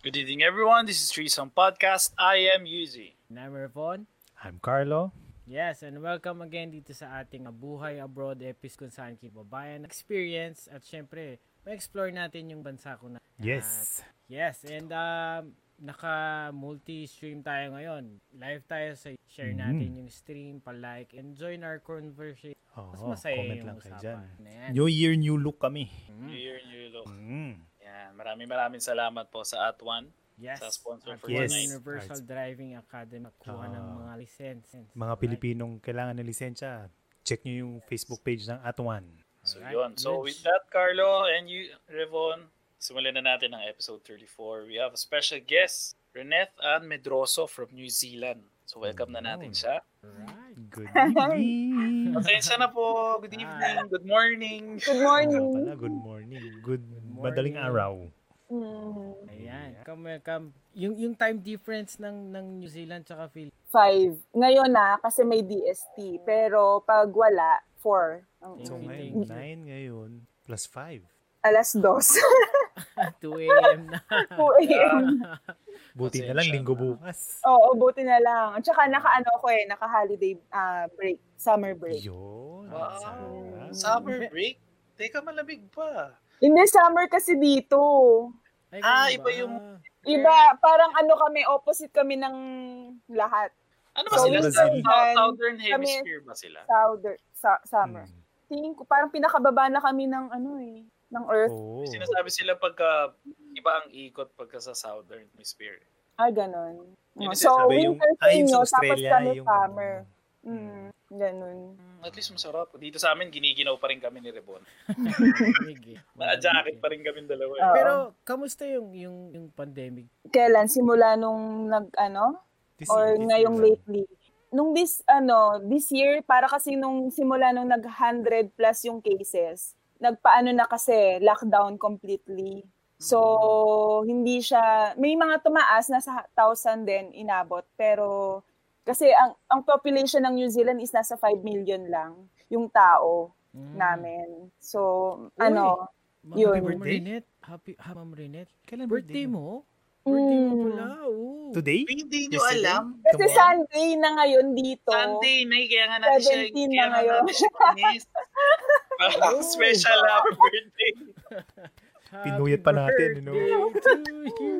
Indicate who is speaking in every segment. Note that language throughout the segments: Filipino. Speaker 1: Good evening, everyone. This is Threesome Podcast. I am Yuzi.
Speaker 2: And I'm Ravon.
Speaker 3: I'm Carlo.
Speaker 2: Yes, and welcome again dito sa ating Abuhay Abroad episode kung saan kibabayan experience at syempre, ma-explore natin yung bansa ko na.
Speaker 3: Yes.
Speaker 2: Yes, and um, naka multi-stream tayo ngayon. Live tayo sa share
Speaker 3: Mhm.
Speaker 2: natin yung stream, pa-like, and join our conversation.
Speaker 3: Oo,
Speaker 2: Mas masaya
Speaker 3: Oh, comment
Speaker 2: yung
Speaker 3: lang kayo dyan.
Speaker 2: usapan. Ayan.
Speaker 3: New year, new look kami.
Speaker 1: New year, new look.
Speaker 3: Mm.
Speaker 1: Yan. Maraming maraming salamat po sa At1.
Speaker 2: Yes.
Speaker 1: Sa sponsor
Speaker 2: At
Speaker 1: for
Speaker 2: One
Speaker 3: tonight.
Speaker 2: Universal Driving Academy kuha ng
Speaker 3: Ah.
Speaker 2: mga license.
Speaker 3: Mga Pilipinong kailangan ng lisensya. Check nyo yung Facebook page ng Atuan.
Speaker 1: So,
Speaker 2: Alright,
Speaker 1: yun. So,
Speaker 2: good.
Speaker 1: with that, Carlo and you, Revon, simulan na natin ang episode 34. We have a special guest, Reneth Ann Medroso from New Zealand. So, welcome na natin siya.
Speaker 2: Right.
Speaker 3: Good evening.
Speaker 1: Pasensya na po. Good evening. Good morning.
Speaker 4: Good
Speaker 3: Ano
Speaker 4: morning.
Speaker 3: pala? Good morning. Good,
Speaker 2: morning.
Speaker 3: madaling araw.
Speaker 4: Mm,
Speaker 2: Ayan, come welcome. Yung yung time difference ng ng New Zealand tsaka Philippines.
Speaker 4: Five. Ngayon na, kasi may DST. Pero pag wala, four. Ang-
Speaker 2: Thank
Speaker 3: So
Speaker 2: you, thank
Speaker 3: ngayon,
Speaker 2: you.
Speaker 3: 9 ngayon, plus 5.
Speaker 4: Alas dos.
Speaker 2: 2 a.m. na.
Speaker 4: 2 a.m.
Speaker 3: Buti na
Speaker 1: Pasensya
Speaker 3: lang, linggo
Speaker 1: na.
Speaker 3: bukas.
Speaker 4: Oo, buti na lang. At saka naka-ano ko eh, naka-holiday ah, break, summer break.
Speaker 3: Yun.
Speaker 1: Wow.
Speaker 3: sarap.
Speaker 1: Summer break? Teka, malamig pa.
Speaker 4: Hindi, summer kasi dito.
Speaker 2: Ay,
Speaker 1: Ah,
Speaker 2: ganun
Speaker 1: iba
Speaker 2: ba?
Speaker 1: yung-
Speaker 4: Iba, parang ano kami, opposite kami ng lahat.
Speaker 1: Ano ba
Speaker 3: So,
Speaker 1: sila?
Speaker 3: Brazil.
Speaker 1: Sa South- Southern Hemisphere ba sila?
Speaker 4: Southern, sa- summer.
Speaker 3: Mm.
Speaker 4: Tingin ko, parang pinakababa na kami ng ano eh, ng earth.
Speaker 3: Oo.
Speaker 1: Sinasabi sila pagka iba ang ikot pagka sa Southern Hemisphere.
Speaker 3: Oh.
Speaker 4: Ah, ganun.
Speaker 1: Yun
Speaker 4: So,
Speaker 1: sinasabi
Speaker 3: yung-
Speaker 4: Oh, winter
Speaker 3: ah, yung sa
Speaker 4: sa inyo, tapos
Speaker 3: Australia,
Speaker 4: kami
Speaker 3: yung-
Speaker 4: summer.
Speaker 3: Mm.
Speaker 4: Mm, ganun.
Speaker 1: Mm, At least masarap. Dito sa amin, giniginaw pa rin kami ni Rebon.
Speaker 2: Malamig eh.
Speaker 1: Na-jacket pa rin kami dalawa. eh.
Speaker 4: Oo.
Speaker 2: Pero kamusta yung yung yung pandemic?
Speaker 4: Kailan? Simula nung nag, ano?
Speaker 3: This
Speaker 4: Or
Speaker 3: year, this
Speaker 4: ngayong
Speaker 3: year lang.
Speaker 4: lately? Nung this, ano, this year, para kasi nung simula nung nag 100 plus yung cases, nagpaano na kasi, lockdown completely. So, hindi siya, may mga tumaas, nasa 1,000 din inabot, pero kasi ang, ang population ng New Zealand is nasa 5 million lang yung tao
Speaker 2: Mm.
Speaker 4: namin. So,
Speaker 2: Uy.
Speaker 4: ano,
Speaker 2: Ma'am
Speaker 4: yun.
Speaker 2: Ma'am
Speaker 3: Birthday?
Speaker 2: Rinette, Happy, ha, Ma'am Rinette.
Speaker 3: Kailan
Speaker 2: Birthday mo?
Speaker 4: Mm.
Speaker 2: Birthday mo pala. Oo.
Speaker 3: Today?
Speaker 1: Hindi nyo
Speaker 3: Yesterday?
Speaker 1: alam.
Speaker 4: kasi
Speaker 3: Tomorrow?
Speaker 4: Sunday na ngayon dito.
Speaker 1: Sunday na, kaya nga natin siya.
Speaker 4: 17 na
Speaker 1: kaya nga
Speaker 4: ngayon.
Speaker 1: natin siya pinis. Parang
Speaker 2: Oh.
Speaker 1: special happy birthday.
Speaker 2: Happy
Speaker 3: Pinuyat pa natin, you know?
Speaker 2: birthday to you.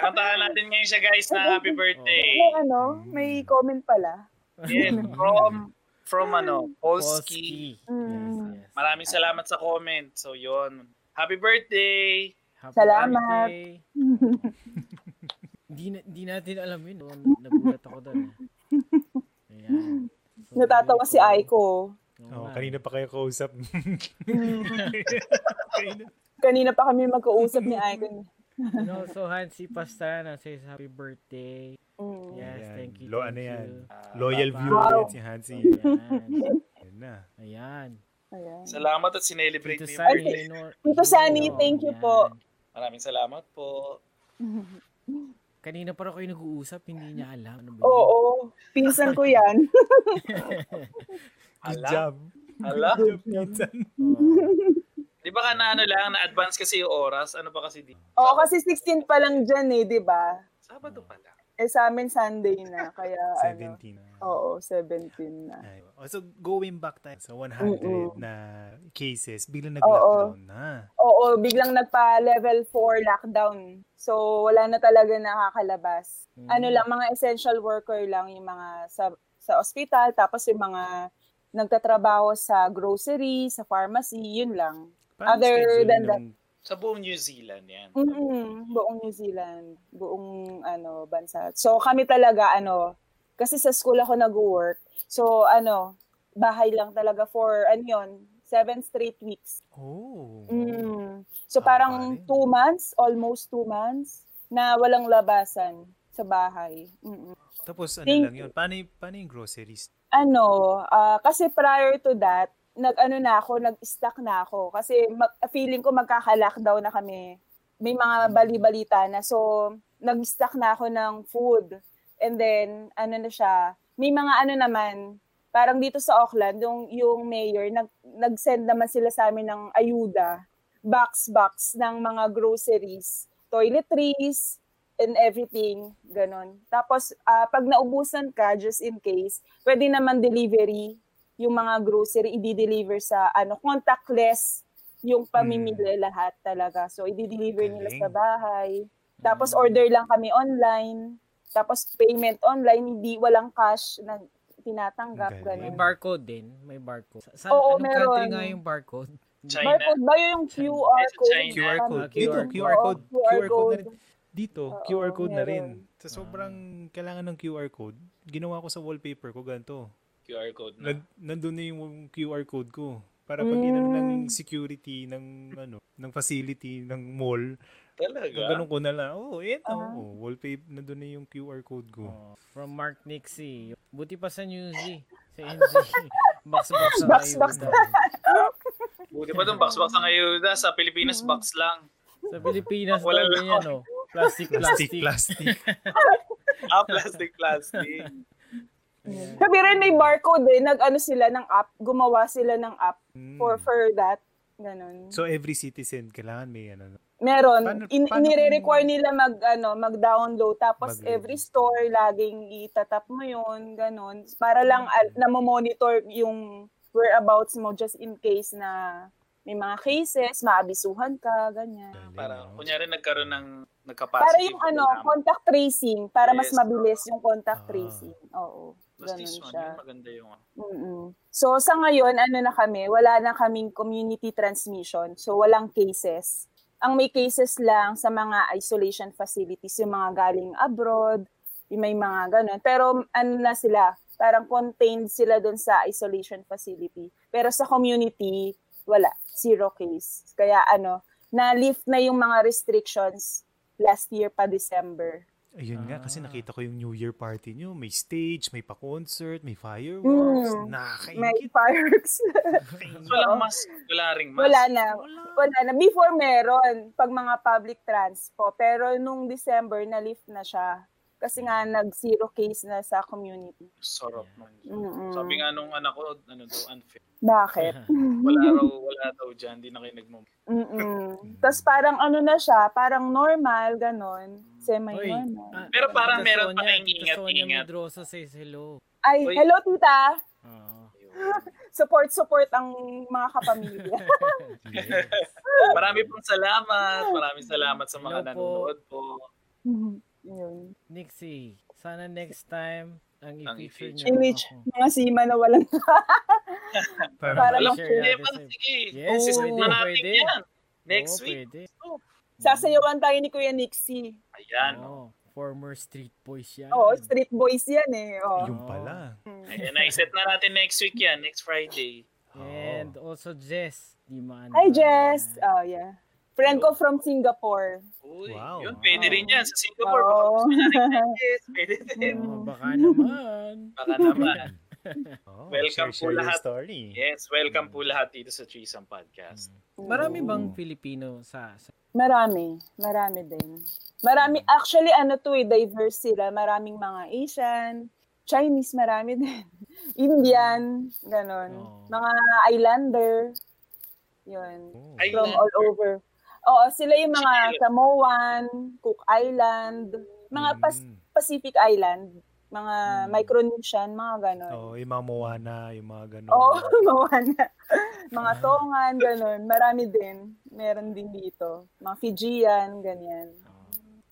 Speaker 1: Kakantahan natin ngayon siya guys na happy birthday.
Speaker 4: May ano, may comment pala.
Speaker 1: Yes, from, from ano, Polski.
Speaker 2: Polski. Yes,
Speaker 4: Mm.
Speaker 2: yes.
Speaker 1: Maraming salamat sa comment. So yun. Happy birthday!
Speaker 2: Happy
Speaker 4: Salamat.
Speaker 2: birthday. Hindi na, di natin alam yun. So, nagulat ako doon. eh. Ayan. So,
Speaker 4: Natatawa si
Speaker 2: sabi ko,
Speaker 4: Aiko.
Speaker 2: oo
Speaker 3: Oh,
Speaker 2: nga.
Speaker 3: kanina pa kayo kausap. kanina.
Speaker 4: Kanina pa kami magkausap ni Aiko.
Speaker 2: And also, Hansi Pastana says happy birthday.
Speaker 4: Mm.
Speaker 2: Yes,
Speaker 3: Ayan.
Speaker 2: thank you.
Speaker 3: Lo-
Speaker 2: thank
Speaker 3: ano yan?
Speaker 2: you.
Speaker 1: Ah,
Speaker 3: Loyal
Speaker 2: Wow.
Speaker 3: viewer yan si Hansi.
Speaker 2: Ayan.
Speaker 3: Yan na.
Speaker 2: Ayan.
Speaker 4: Ayan.
Speaker 1: Salamat at sinelebrate
Speaker 2: Tito
Speaker 1: mo yung
Speaker 2: Sunny.
Speaker 1: birthday.
Speaker 2: Lenor-
Speaker 4: Tito Sunny,
Speaker 2: Lenor,
Speaker 4: thank you
Speaker 2: ayan.
Speaker 4: po.
Speaker 1: Maraming salamat po.
Speaker 2: Kanina pa raw kayo nag-uusap, hindi niya alam. Ano ba yun?
Speaker 4: Oo, pinsan ko yan.
Speaker 3: Good
Speaker 1: Ala.
Speaker 3: job.
Speaker 1: Hala?
Speaker 3: Good job, Pinsan.
Speaker 1: Di ba ka na ano lang, na-advance kasi yung oras? Ano pa kasi dito?
Speaker 4: Oo, kasi 16 pa lang dyan eh, di ba?
Speaker 1: Sabado pa lang.
Speaker 4: Eh sa amin Sunday na, kaya ano.
Speaker 3: 17.
Speaker 4: Oo, 17 na.
Speaker 3: Ay, oh, So, going back tayo sa 100
Speaker 4: Oo.
Speaker 3: na cases, biglang
Speaker 4: Oo.
Speaker 3: nag-lockdown na.
Speaker 4: Oo, biglang nagpa level 4 lockdown. So wala na talaga nakakalabas.
Speaker 2: Mm.
Speaker 4: Ano lang mga essential worker lang yung mga sa sa ospital tapos yung mga nagtatrabaho sa grocery, sa pharmacy, yun lang.
Speaker 3: Parang
Speaker 4: Other
Speaker 3: schedule
Speaker 4: than
Speaker 3: ng-
Speaker 4: that-
Speaker 1: Sa buong New Zealand yan.
Speaker 4: mm buong New Zealand, buong ano bansa. So kami talaga ano kasi sa school ako nag-work. So ano, bahay lang talaga for ano yun, seven straight weeks.
Speaker 3: Oh.
Speaker 4: Mm.
Speaker 3: Ah,
Speaker 4: So parang
Speaker 3: pare.
Speaker 4: two months, almost two months, na walang labasan sa bahay. Mm-mm.
Speaker 3: Tapos ano
Speaker 4: Thank
Speaker 3: lang yun, paano, y- paano yung groceries?
Speaker 4: Ano, ah, kasi prior to that, nag-ano na ako, nag-stuck na ako. Kasi mag- feeling ko magkaka-lockdown na kami. May mga bali-balita na. So, nag-stuck na ako ng food. And then, ano na siya, may mga ano naman, parang dito sa Auckland, yung, yung mayor, nag, nag-send naman sila sa amin ng ayuda, box-box ng mga groceries, toiletries, and everything, ganun. Tapos, ah, pag naubusan ka, just in case, pwede naman delivery, yung mga grocery, i-deliver sa, ano, contactless yung pamimili lahat talaga. So, i-deliver nila
Speaker 3: Galing.
Speaker 4: sa
Speaker 3: Hmm.
Speaker 4: bahay. Tapos, order lang kami online. Tapos, payment online, hindi, walang cash na tinatanggap,
Speaker 2: May
Speaker 3: Galing.
Speaker 4: ganun.
Speaker 2: barcode din. May barcode. Sa, sa
Speaker 4: Oo,
Speaker 2: anong
Speaker 4: meron.
Speaker 2: country nga yung barcode?
Speaker 1: China.
Speaker 4: Barcode ba yun yung QR
Speaker 1: Sa
Speaker 4: code?
Speaker 1: China.
Speaker 3: QR code.
Speaker 2: Ah,
Speaker 3: Dito,
Speaker 2: QR
Speaker 3: QR code.
Speaker 4: Oo,
Speaker 3: QR code na
Speaker 4: code.
Speaker 3: rin. Dito,
Speaker 4: Oo,
Speaker 3: QR code na rin.
Speaker 4: meron.
Speaker 3: Sa sobrang kailangan ng QR code, ginawa ko sa wallpaper ko ganito.
Speaker 1: QR code na.
Speaker 3: Nan- nandun na yung QR code ko. Para
Speaker 4: Hmm.
Speaker 3: pag inano ng security ng ano, ng facility ng mall,
Speaker 1: Talaga?
Speaker 3: ganun ko na lang. Oh, eto,
Speaker 4: Ah.
Speaker 3: oh, wallpaper nandun na yung QR code ko.
Speaker 2: Oh, From Mark Nixie. Buti pa sa Newsy. Sa NG. box box ang
Speaker 4: Box, box.
Speaker 2: ayuda.
Speaker 1: Buti pa dun, box-box ang ayuda. Sa Pilipinas,
Speaker 4: Mm.
Speaker 1: box lang.
Speaker 2: Sa Pilipinas
Speaker 1: Wala
Speaker 2: daw
Speaker 1: lang.
Speaker 2: ganyan, no? Plastic,
Speaker 3: Plastic,
Speaker 2: plastic.
Speaker 3: plastic.
Speaker 1: Ah, plastic, plastic.
Speaker 2: Ayan.
Speaker 4: Sabi rin may barcode eh, nag-ano sila ng app, gumawa sila ng app
Speaker 3: Mm.
Speaker 4: for for that. Ganun.
Speaker 3: So every citizen kailangan may ano.
Speaker 4: Meron,
Speaker 3: Paano-
Speaker 4: in,
Speaker 3: paano
Speaker 4: inire-require nila mag, ano, mag-download. Tapos
Speaker 3: Mag-download.
Speaker 4: every store, laging itatap mo yun, ganun. Para lang
Speaker 3: Mm-hmm.
Speaker 4: al- namomonitor yung whereabouts mo just in case na may mga cases, maabisuhan ka, ganyan.
Speaker 3: Galing,
Speaker 1: Para,
Speaker 3: no?
Speaker 1: Ah, kunyari nagkaroon ng nagka-positive.
Speaker 4: Para yung ano,
Speaker 1: na-
Speaker 4: contact tracing, para mas
Speaker 1: Yes.
Speaker 4: mabilis yung contact
Speaker 3: Ah.
Speaker 4: tracing. Oo,
Speaker 1: Mas
Speaker 4: ganun
Speaker 1: this one,
Speaker 4: siya.
Speaker 1: yun, maganda yung ano.
Speaker 4: mm So sa ngayon, ano na kami, wala na kaming community transmission. So walang cases. Ang may cases lang sa mga isolation facilities, yung mga galing abroad, yung may mga ganun. Pero ano na sila, parang contained sila doon sa isolation facility. Pero sa community, wala. Zero case. Kaya ano, na-lift na yung mga restrictions last year pa December.
Speaker 3: Ayun nga, kasi
Speaker 2: Ah.
Speaker 3: nakita ko yung New Year party nyo. May stage, may pa-concert, may fireworks.
Speaker 4: Mm. May
Speaker 3: Nakakaingit.
Speaker 4: fireworks.
Speaker 1: So, walang mask. Wala ring mask.
Speaker 4: Wala na. Wala na. Before meron, pag mga public transpo. Pero nung December, na-lift na siya. Kasi nga, nag-zero case na sa community.
Speaker 1: Sarap nun.
Speaker 4: Mm-mm.
Speaker 1: Sabi nga nung anak ko, ano daw, unfair.
Speaker 4: Bakit?
Speaker 1: Wala raw, wala daw dyan. Di na kayo nagmum.
Speaker 4: Mm-mm. Tapos parang ano na siya, parang normal, ganon.
Speaker 2: Oy,
Speaker 4: Semi-normal.
Speaker 2: ah,
Speaker 1: Pero parang
Speaker 2: Tita
Speaker 1: meron pa
Speaker 2: Sonia,
Speaker 1: kayong
Speaker 2: Tita Sonia
Speaker 1: ingat-ingat.
Speaker 2: Medrosa says hello. Oh,
Speaker 4: Ay,
Speaker 1: Oy.
Speaker 4: hello tita!
Speaker 2: Oo.
Speaker 4: Support-support ang mga kapamilya.
Speaker 1: Marami pong salamat. Maraming salamat sa mga
Speaker 2: Hello po.
Speaker 1: nanonood po.
Speaker 4: Yun.
Speaker 2: Nixie, sana next time ang
Speaker 1: Ang
Speaker 2: i-feature
Speaker 1: i-feature.
Speaker 2: niyo
Speaker 4: Image,
Speaker 2: ako.
Speaker 4: mga sima na walang
Speaker 3: Parang,
Speaker 4: Parang-
Speaker 1: Alam ko,
Speaker 2: Sure,
Speaker 1: hindi
Speaker 2: yeah,
Speaker 1: man,
Speaker 2: deserve.
Speaker 1: sige.
Speaker 2: Yes,
Speaker 1: Yes,
Speaker 2: pwede,
Speaker 1: na natin
Speaker 2: pwede.
Speaker 1: yan. Next
Speaker 2: Oo,
Speaker 1: week.
Speaker 2: Oh, Pwede.
Speaker 4: Sasayawan tayo ni Kuya Nixie.
Speaker 1: Ayan.
Speaker 2: Oo, Oh, former street boys yan.
Speaker 4: Oo,
Speaker 1: Mm.
Speaker 4: street boys yan eh. Oo.
Speaker 1: Oh.
Speaker 4: Mm.
Speaker 3: yung pala.
Speaker 1: Ayan, na-set na natin next week yan. Next Friday.
Speaker 2: And
Speaker 1: Oh.
Speaker 2: also Jess. Di man.
Speaker 4: Hi, Jess! Oh, yeah. Friend ko from Singapore.
Speaker 1: Uy,
Speaker 3: Wow.
Speaker 1: yun, pwede
Speaker 4: Wow.
Speaker 1: rin yan. Sa Singapore, baka
Speaker 4: Oo.
Speaker 1: gusto natin yes, pwede din.
Speaker 4: Um,
Speaker 2: Oh, baka naman.
Speaker 1: Baka naman.
Speaker 3: Oh,
Speaker 1: Welcome po
Speaker 3: share, share your
Speaker 1: lahat.
Speaker 3: story.
Speaker 1: Yes, welcome po lahat dito sa Threesome Podcast.
Speaker 2: Marami
Speaker 3: Oo.
Speaker 2: bang Filipino sa... sa
Speaker 4: Marami. Marami din. Marami, actually, ano to eh, diverse sila. Maraming mga Asian, Chinese marami din. Indian, ganon.
Speaker 2: Oo.
Speaker 4: Mga islander. Yun.
Speaker 3: Oh.
Speaker 1: Ay,
Speaker 4: From all over. Oo, sila yung mga
Speaker 1: Sila.
Speaker 4: Samoan, Cook Island, mga
Speaker 3: Mm.
Speaker 4: Pas- Pacific Island, mga
Speaker 2: Mm.
Speaker 4: Micronesian, mga ganon.
Speaker 3: Oh, yung mga Moana, yung mga
Speaker 2: Mm.
Speaker 3: ganun. Mm.
Speaker 4: Oo, Moana. Mga tongan, ganun. Marami din. Meron din dito. Mga Fijian, ganyan.
Speaker 2: oh.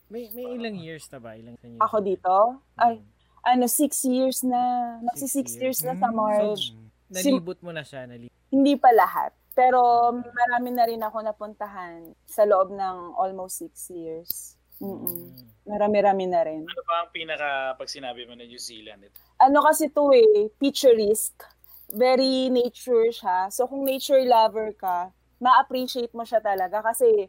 Speaker 2: may may ilang years na ba? Hmm. Ilang years
Speaker 4: Ako dito? Ay, ano, six years na. Magsi
Speaker 2: Six
Speaker 4: six
Speaker 2: years.
Speaker 4: years na sa March.
Speaker 3: Mm.
Speaker 2: Nalibot mo na siya. Nalibot.
Speaker 4: Hindi pa lahat. Pero marami na rin ako napuntahan sa loob ng almost six years. Mm-mm.
Speaker 2: Mm.
Speaker 4: Marami-rami na rin.
Speaker 2: Hmm.
Speaker 1: Ano ba ang pinaka, pag sinabi mo na New Zealand? eh, Ito,
Speaker 4: ano kasi to eh, picturesque. Very nature siya. So kung nature lover ka, ma-appreciate mo siya talaga kasi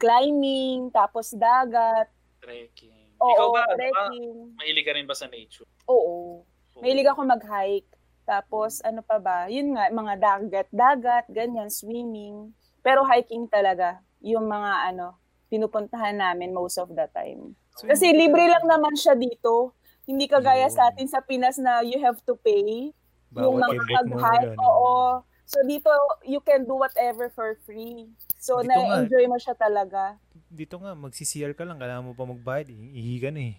Speaker 4: climbing, tapos dagat,
Speaker 1: trekking. Ikaw
Speaker 4: oo,
Speaker 1: ba, ano ba?
Speaker 4: trekking.
Speaker 1: Mahilig ka rin ba sa nature?
Speaker 4: Oo. Mahilig ako mag-hike. Tapos ano pa ba? Yun nga, mga dagat, dagat, ganyan, swimming. Pero hiking talaga yung mga ano, pinupuntahan namin most of the time.
Speaker 3: So,
Speaker 4: Kasi
Speaker 3: yung-
Speaker 4: libre lang naman siya dito. Hindi kagaya
Speaker 3: Yun.
Speaker 4: sa atin sa Pinas na you have to pay. yung
Speaker 3: Bawat
Speaker 4: mga
Speaker 3: event mo,
Speaker 4: pag-hike,
Speaker 3: ano.
Speaker 4: oo. So dito, you can do whatever for free. So
Speaker 3: Dito nga.
Speaker 4: na-enjoy mo siya talaga.
Speaker 3: dito nga, magsi-CR ka lang, kailangan mo pa magbayad. eh. Ihi ka na eh.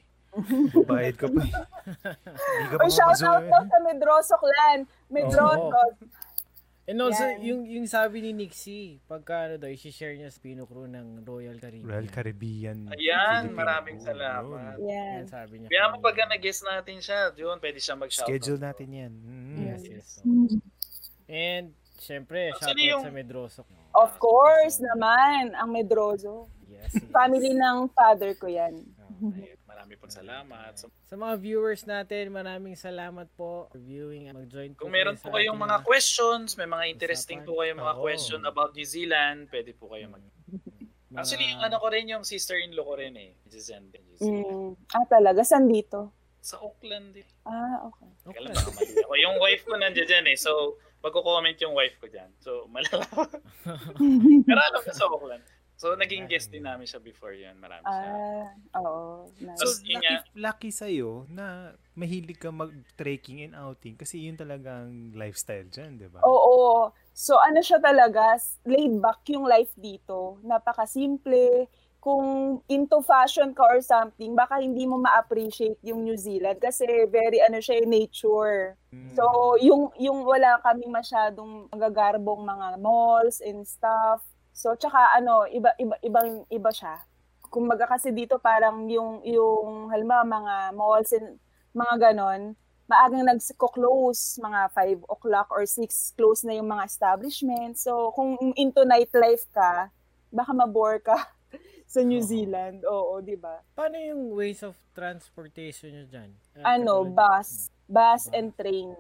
Speaker 3: Magbayad ka pa eh. Hindi ka pa eh.
Speaker 4: Uy, shout out
Speaker 3: makapaso-
Speaker 4: daw sa Medroso clan. Medroso.
Speaker 2: And also,
Speaker 4: Yan.
Speaker 2: yung, yung sabi ni Nixie, pagka ano daw, isi-share niya sa Pinocrew ng Royal Caribbean.
Speaker 3: Royal Caribbean.
Speaker 1: Ayan,
Speaker 3: Philippine
Speaker 1: maraming
Speaker 3: Bowl.
Speaker 1: salamat.
Speaker 2: Yan
Speaker 4: Yan.
Speaker 2: sabi niya.
Speaker 1: Kaya mo pagka nag-guess natin siya, yun, pwede siya
Speaker 3: Yun.
Speaker 1: mag-shoutout.
Speaker 3: Schedule natin yan. Mm.
Speaker 2: Yes, yes. And, syempre,
Speaker 1: Actually,
Speaker 2: shoutout
Speaker 1: yung-
Speaker 2: sa Medroso.
Speaker 4: Of course naman, ang Medroso.
Speaker 2: Yes, yes.
Speaker 4: Family ng father ko yan.
Speaker 3: Ah,
Speaker 2: Oh, ayun.
Speaker 1: Ayun, Marami pong salamat. So,
Speaker 2: Sa mga viewers natin, maraming salamat po for viewing at mag-join
Speaker 1: kung
Speaker 2: kayo
Speaker 1: meron
Speaker 2: sa
Speaker 1: po kayong
Speaker 2: ating
Speaker 1: mga questions, may mga interesting
Speaker 2: Usapan.
Speaker 1: po kayong mga
Speaker 3: Oo.
Speaker 1: question about New Zealand, pwede po kayo mag...
Speaker 2: Mm, mga-
Speaker 1: Actually, yung ano ko rin, yung sister-in-law ko rin eh. Which is in New Zealand.
Speaker 4: Mm. Ah, talaga? San dito?
Speaker 1: Sa Auckland eh.
Speaker 4: Ah, okay.
Speaker 1: Teka
Speaker 2: Okay.
Speaker 1: lang, baka mali ako. Yung wife ko nandiyan dyan eh. So, magko-comment yung wife ko dyan. So, malalaman. Pero alam ko sa Auckland. So, naging guest din namin siya before yun. Marami siya.
Speaker 4: Ah, oo.
Speaker 3: So,
Speaker 4: Nice.
Speaker 1: Tapos, yun
Speaker 3: lucky,
Speaker 1: nga.
Speaker 3: lucky sa'yo na mahilig ka mag-trekking and outing kasi yun talaga ang lifestyle dyan, di ba?
Speaker 4: Oo. So, ano siya talaga, s- laid back yung life dito. Napakasimple. Kung into fashion ka or something, baka hindi mo ma-appreciate yung New Zealand kasi very ano siya, eh, nature.
Speaker 3: Mm.
Speaker 4: So, yung yung wala kaming masyadong magagarbong mga malls and stuff. So, tsaka ano, iba iba ibang iba siya. Kumbaga kasi dito parang yung yung halimbawa mga malls and mga ganon, maagang nagko-close, mga 5 o'clock or 6 close na yung mga establishment. So, kung into nightlife ka, baka mabore ka sa New
Speaker 2: Oo.
Speaker 4: Zealand. Oo, di ba?
Speaker 2: Paano yung ways of transportation nyo dyan? Ah,
Speaker 4: Ano,
Speaker 2: katulad-
Speaker 4: bus, bus and train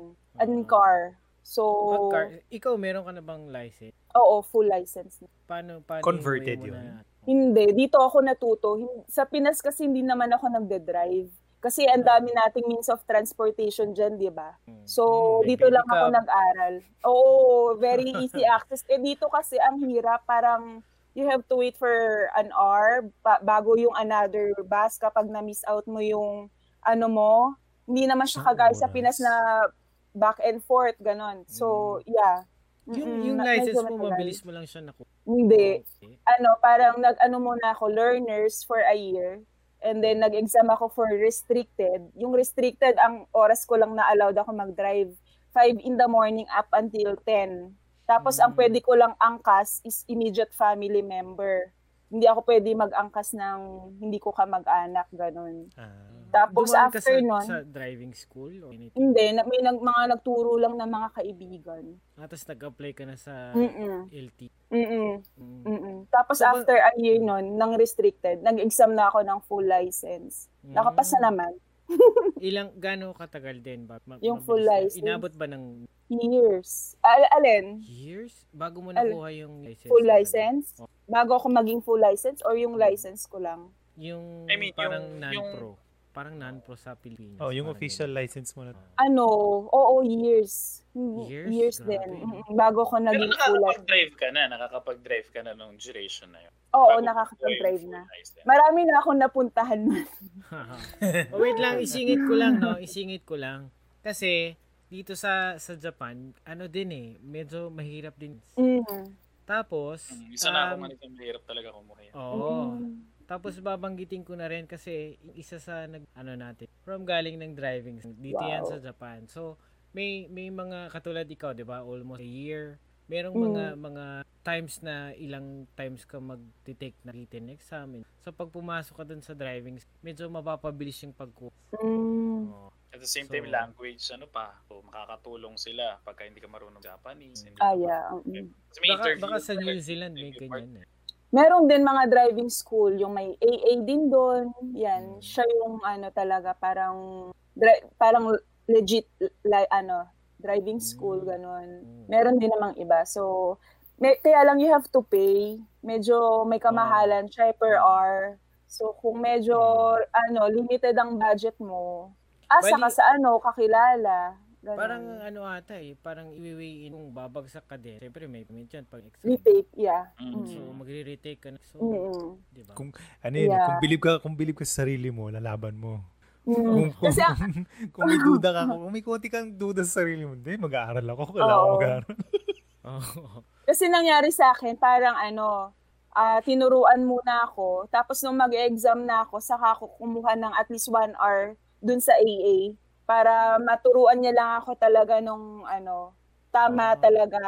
Speaker 2: Ah.
Speaker 4: and car. So,
Speaker 2: Mm. Pag car, ikaw, meron ka na bang license?
Speaker 4: Oo, full license. na.
Speaker 2: Paano, paano
Speaker 3: Converted
Speaker 2: yung way mo
Speaker 3: yun?
Speaker 2: na-
Speaker 4: Hindi, dito ako natuto. Hin- Sa Pinas kasi hindi naman ako nagde-drive. Kasi ang dami nating means of transportation dyan, di ba?
Speaker 2: Hmm.
Speaker 4: So,
Speaker 3: Mm, may
Speaker 4: dito lang
Speaker 2: pedicab.
Speaker 4: ako nag-aral. Oo, very easy access. Eh, dito kasi ang hirap, parang you have to wait for an hour ba- bago yung another bus kapag na-miss out mo yung ano mo. Hindi naman siya
Speaker 3: Isang
Speaker 4: kagaya sa Pinas
Speaker 3: oras.
Speaker 4: na back and forth, ganon. So, yeah.
Speaker 2: Hmm. yung,
Speaker 4: Mm-mm,
Speaker 2: yung
Speaker 4: na-
Speaker 2: license
Speaker 4: medyo
Speaker 2: mo,
Speaker 4: matagal.
Speaker 2: mabilis mo lang siya nakuha.
Speaker 4: Hindi.
Speaker 2: Okay.
Speaker 4: ano, parang nag-ano muna ako, learners for a year. And then nag-exam ako for restricted. Yung restricted, ang oras ko lang na allowed ako mag-drive. 5 in the morning up until 10. Tapos
Speaker 2: Mm.
Speaker 4: ang pwede ko lang angkas is immediate family member. Hindi ako pwede mag-angkas ng hindi ko ka mag-anak, ganun.
Speaker 3: Ah.
Speaker 4: Tapos
Speaker 2: Dumaan ka
Speaker 4: after
Speaker 2: sa,
Speaker 4: nun-
Speaker 2: sa driving school? Or anything?
Speaker 4: Hindi, na- may nag, mga nagturo lang ng mga kaibigan.
Speaker 2: Ah, tapos nag-apply ka na sa
Speaker 4: Mm-mm.
Speaker 2: LT.
Speaker 4: Mm-mm.
Speaker 2: Mm.
Speaker 4: mm
Speaker 2: So,
Speaker 4: Tapos
Speaker 2: ba-
Speaker 4: after a year nun, ng restricted, nag-exam na ako ng full license.
Speaker 2: Mm.
Speaker 4: Nakapasa naman.
Speaker 2: Ilang, gano'ng katagal din? Ba? Ma- mabilis
Speaker 4: Yung full
Speaker 2: na-
Speaker 4: license.
Speaker 2: Inabot ba ng
Speaker 4: Years. Al- alin?
Speaker 2: years? Bago mo
Speaker 4: Al-
Speaker 2: nakuha yung license?
Speaker 4: Full
Speaker 2: talaga?
Speaker 4: license?
Speaker 2: Oh.
Speaker 4: Bago ako maging full license or yung license ko lang?
Speaker 2: Yung
Speaker 1: I mean,
Speaker 2: parang
Speaker 1: yung-
Speaker 2: non-pro. Parang non-pro sa Pilipinas.
Speaker 3: Oh, yung
Speaker 2: parang
Speaker 3: official
Speaker 2: ganun.
Speaker 3: license mo na.
Speaker 4: Ano? Oo, years. Mm,
Speaker 2: Years?
Speaker 4: din.
Speaker 2: Grabe.
Speaker 4: Mm, Bago ako
Speaker 1: Pero
Speaker 4: naging full license.
Speaker 1: nakakapag-drive ka na. Nakakapag-drive ka na nung duration na yun.
Speaker 4: Oo,
Speaker 1: Bago
Speaker 4: nakakapag-drive
Speaker 1: yung
Speaker 4: na.
Speaker 1: full license.
Speaker 4: Marami na akong napuntahan nun.
Speaker 2: oh, wait lang, isingit ko lang, no? Isingit ko lang. Kasi, dito sa sa Japan, ano din eh, medyo mahirap din.
Speaker 4: Mm.
Speaker 2: Tapos,
Speaker 1: Mm, Isa na ako
Speaker 2: um,
Speaker 1: manito, mahirap talaga kumuha yan.
Speaker 2: Oo.
Speaker 4: Mm.
Speaker 2: Tapos babanggitin ko na rin kasi isa sa nag ano natin from galing ng driving dito yan
Speaker 4: Wow.
Speaker 2: sa Japan. So may may mga katulad ikaw, 'di ba? Almost a year. Merong
Speaker 4: Mm.
Speaker 2: mga mga times na ilang times ka mag-take na written exam. So pag pumasok ka dun sa driving, medyo mapapabilis yung pagkuha.
Speaker 4: Mm.
Speaker 2: mo.
Speaker 1: At the same
Speaker 2: So-
Speaker 1: time, language, ano pa, so, makakatulong sila pagka hindi ka marunong Japanese. hindi
Speaker 4: Ah,
Speaker 1: ka-
Speaker 4: yeah. Mm.
Speaker 1: Kasi may
Speaker 2: Baka,
Speaker 1: interview
Speaker 2: baka sa
Speaker 1: talaga.
Speaker 2: New Zealand may
Speaker 1: Interview
Speaker 2: ganyan eh.
Speaker 4: Meron din mga driving school, yung may AA din doon. Yan,
Speaker 2: Mm.
Speaker 4: siya yung ano talaga parang dri- parang legit li- ano, driving school
Speaker 2: Mm.
Speaker 4: ganun.
Speaker 2: Mm.
Speaker 4: Meron din namang iba. So may, kaya lang you have to pay. Medyo
Speaker 2: Hmm.
Speaker 4: may kamahalan siya eh, per hour. So kung medyo ano, limited ang budget mo, asa
Speaker 2: Hmm. Pwede-
Speaker 4: ka sa ano, kakilala. Ganun.
Speaker 2: Parang ano ata eh, parang iwiwiin kung babagsak ka din. Siyempre may payment yan pag exam.
Speaker 4: retake, yeah.
Speaker 1: Mm.
Speaker 2: So magre-retake ka na. So,
Speaker 4: Mm-mm.
Speaker 2: di ba?
Speaker 3: Kung ano yun,
Speaker 4: Yeah.
Speaker 3: kung bilib ka, kung bilib ka sa sarili mo, lalaban mo.
Speaker 4: Mm.
Speaker 3: Kung, kung,
Speaker 4: Kasi
Speaker 3: kung may duda ka, kung may konti kang duda sa sarili mo, hindi, mag-aaral ako, kailangan ko
Speaker 4: Oo.
Speaker 3: mag-aaral.
Speaker 2: Oo.
Speaker 4: Kasi nangyari sa akin, parang ano, ah tinuruan muna ako. Tapos nung mag-exam na ako, saka ako kumuha ng at least one hour dun sa AA para maturuan niya lang ako talaga nung ano, tama
Speaker 2: Ah.
Speaker 4: talaga,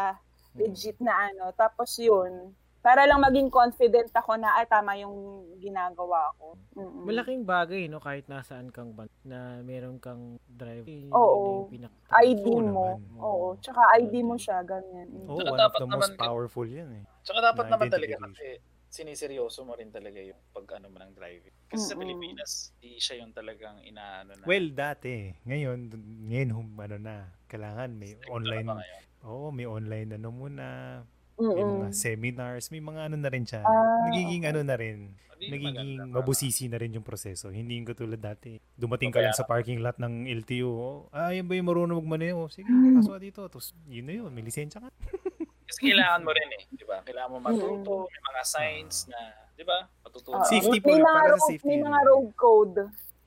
Speaker 3: Hmm.
Speaker 4: legit na ano. Tapos yun, para lang maging confident ako na ay tama yung ginagawa ko. Mm-mm.
Speaker 2: Malaking bagay, no? Kahit nasaan kang ban na meron kang drive. Yun
Speaker 4: Oo.
Speaker 2: yung pinak-
Speaker 4: ID
Speaker 3: Oo
Speaker 4: mo.
Speaker 3: naman.
Speaker 4: Oo,
Speaker 2: Oo.
Speaker 4: tsaka ID mo siya, ganyan. Mm.
Speaker 3: Oo,
Speaker 1: Tsaka
Speaker 3: one of
Speaker 1: dapat
Speaker 3: the
Speaker 1: naman
Speaker 3: most
Speaker 1: yun.
Speaker 3: powerful yan eh.
Speaker 1: Tsaka dapat
Speaker 3: Na
Speaker 1: naman talaga
Speaker 3: identification.
Speaker 1: kasi siniseryoso mo rin talaga yung pag ano mo ng driving. Kasi sa
Speaker 4: Mm-mm.
Speaker 1: Pilipinas, di siya yung talagang inaano na.
Speaker 3: Well, dati. Ngayon, ngayon, hum, ano na, kailangan may
Speaker 1: strict na
Speaker 3: online,
Speaker 1: ba ngayon?
Speaker 3: oo, may online ano muna, may
Speaker 4: Mm-mm.
Speaker 3: mga seminars, may mga ano na rin siya.
Speaker 4: Ah,
Speaker 3: nagiging ano na rin,
Speaker 1: Hindi
Speaker 3: nagiging
Speaker 1: maganda,
Speaker 3: mabusisi na rin yung proseso. Hindi yung katulad dati. Dumating ka
Speaker 1: Okay,
Speaker 3: lang sa parking lot ng LTO, oh, ah, yan ba yung marunong magmaneho? Sige,
Speaker 4: Hmm.
Speaker 3: pasok ka dito. Tapos, yun na yun, may lisensya ka.
Speaker 1: Kasi kailangan mo rin eh, di ba? Kailangan mo matuto, may mga
Speaker 3: Mm.
Speaker 1: signs na, di ba? Matutunan.
Speaker 4: Oo.
Speaker 1: Safe.
Speaker 3: Safety po
Speaker 4: may
Speaker 3: yun,
Speaker 4: mga
Speaker 3: para sa
Speaker 4: road,
Speaker 3: safety
Speaker 4: May
Speaker 3: yun.
Speaker 4: mga road code.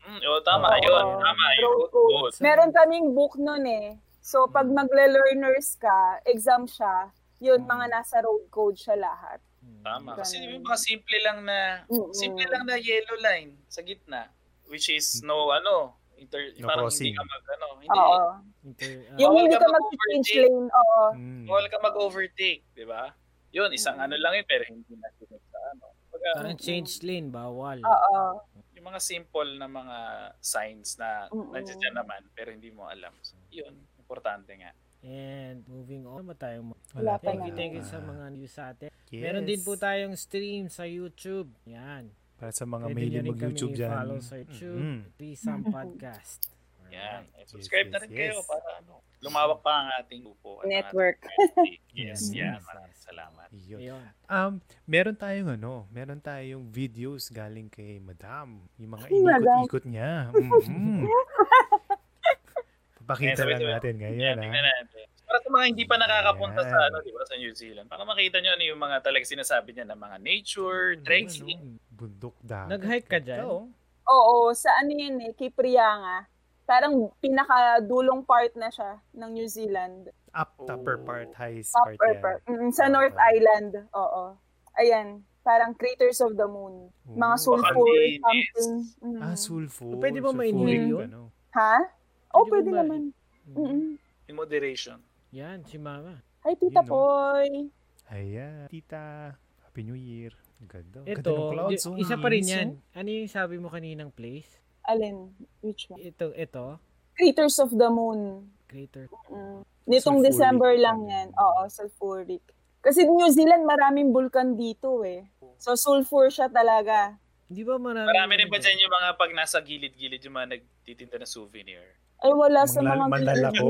Speaker 1: Mm, oh, tama,
Speaker 3: Oo.
Speaker 1: yun, tama, yun.
Speaker 4: Road
Speaker 1: Good.
Speaker 4: code. Meron kaming book nun eh. So, pag
Speaker 1: Hmm.
Speaker 4: magle-learners ka, exam siya, yun, mga
Speaker 1: Hmm.
Speaker 4: nasa road code siya lahat.
Speaker 2: Hmm.
Speaker 1: Tama. Kasi
Speaker 4: Ganun.
Speaker 1: yung mga simple lang na,
Speaker 4: Mm-mm.
Speaker 1: simple lang na yellow line sa gitna, which is no, ano, inter,
Speaker 3: No
Speaker 1: parang
Speaker 3: crossing.
Speaker 1: hindi ka mag, ano, hindi,
Speaker 4: Oo.
Speaker 2: Inter- ah,
Speaker 4: Yung
Speaker 1: Bawal
Speaker 4: hindi
Speaker 1: ka
Speaker 4: ka
Speaker 1: mag-overtake. Hmm.
Speaker 4: mag-change lane, oo.
Speaker 3: Mm.
Speaker 1: bawal ka mag-overtake, di ba? Yun, isang
Speaker 4: Mm.
Speaker 1: ano lang yun, pero hindi na sinip sa ano. Kumbaga,
Speaker 3: Ah.
Speaker 2: parang change lane, bawal.
Speaker 4: Oo.
Speaker 1: yung mga simple na mga signs na
Speaker 4: Oo.
Speaker 1: nandiyan naman, pero hindi mo alam. So, yun, importante nga.
Speaker 2: And moving on, ba tayo mo?
Speaker 4: Wala pa
Speaker 2: Thank
Speaker 4: nga.
Speaker 2: you, thank you sa
Speaker 1: Ah.
Speaker 2: mga news sa atin. Meron din po
Speaker 3: Yes.
Speaker 2: tayong stream sa YouTube. Yan.
Speaker 3: Para sa mga
Speaker 2: Pwede
Speaker 3: mahilig
Speaker 2: nyo rin kami
Speaker 3: mag-YouTube dyan.
Speaker 2: follow sa YouTube.
Speaker 3: Mm.
Speaker 2: Pisang Podcast.
Speaker 1: Yan. Eh,
Speaker 3: Yes,
Speaker 1: subscribe na
Speaker 3: yes,
Speaker 1: rin
Speaker 3: yes.
Speaker 1: kayo para ano, lumawak pa ang ating grupo. at ang
Speaker 4: Network.
Speaker 1: ating community. yes,
Speaker 3: Yes,
Speaker 1: yan.
Speaker 2: yes,
Speaker 1: Maraming
Speaker 2: yes.
Speaker 1: salamat.
Speaker 3: Yun.
Speaker 2: Ayun.
Speaker 3: Um, meron tayong ano, meron tayong videos galing kay Madam. Yung mga
Speaker 4: Ay, madam.
Speaker 3: inikot-ikot niya. Mhm.
Speaker 1: Yes,
Speaker 3: Papakita lang
Speaker 1: wait, wait.
Speaker 3: natin ngayon,
Speaker 1: Yan, tingnan
Speaker 3: ha?
Speaker 1: natin. Para sa mga hindi pa nakakapunta sa
Speaker 3: Yan.
Speaker 1: ano, di ba, sa New Zealand, para makita nyo ano yung mga talagang sinasabi niya na mga nature, trekking.
Speaker 3: Ano, Bundok dagat.
Speaker 2: Nag-hike ka dyan?
Speaker 3: Ikaw?
Speaker 4: Oo, sa ano yun eh, Kiprianga. Parang pinakadulong part na siya ng New Zealand.
Speaker 3: Up, upper
Speaker 1: Oh.
Speaker 3: part, highest
Speaker 4: Top
Speaker 3: part
Speaker 4: or
Speaker 3: yan.
Speaker 4: part. Mm, sa North
Speaker 3: Ah.
Speaker 4: Island, oo. Ayan, parang Craters of the Moon. Mga
Speaker 3: Oh.
Speaker 4: sulfur,
Speaker 1: Bakandinis.
Speaker 4: something. Mm.
Speaker 3: Ah, sulfur.
Speaker 2: Pwede ba
Speaker 3: sulfuric
Speaker 2: ma-inhale yun?
Speaker 3: Ano?
Speaker 4: Ha? Oh,
Speaker 2: Pwede
Speaker 4: pwede
Speaker 2: ba-
Speaker 4: naman. Mm-mm.
Speaker 1: In moderation.
Speaker 2: Yan, si Mama.
Speaker 4: Ay, Tita
Speaker 3: Yun, no?
Speaker 4: Poy.
Speaker 3: Ayan. Tita, Happy New Year. Ang Ganda. Ang Ganda ng
Speaker 2: Ito,
Speaker 3: clouds.
Speaker 2: y-
Speaker 3: oh.
Speaker 2: isa pa rin
Speaker 3: Linis,
Speaker 2: yan.
Speaker 3: oh.
Speaker 2: Ano yung sabi mo kaninang place?
Speaker 4: Alin? Which one?
Speaker 2: Ito, ito.
Speaker 4: Craters of the Moon.
Speaker 2: Greater.
Speaker 4: Mm. Nitong
Speaker 3: Sulfuric.
Speaker 4: December lang yan. Oo, sulfuric. Kasi New Zealand, maraming bulkan dito eh. So, sulfur siya talaga.
Speaker 2: Hindi ba marami?
Speaker 1: Marami rin ba dyan yung mga pag nasa gilid-gilid yung mga nagtitinda ng souvenir?
Speaker 4: Ay, wala sa
Speaker 3: Manglal-
Speaker 4: mga...
Speaker 3: manlalako.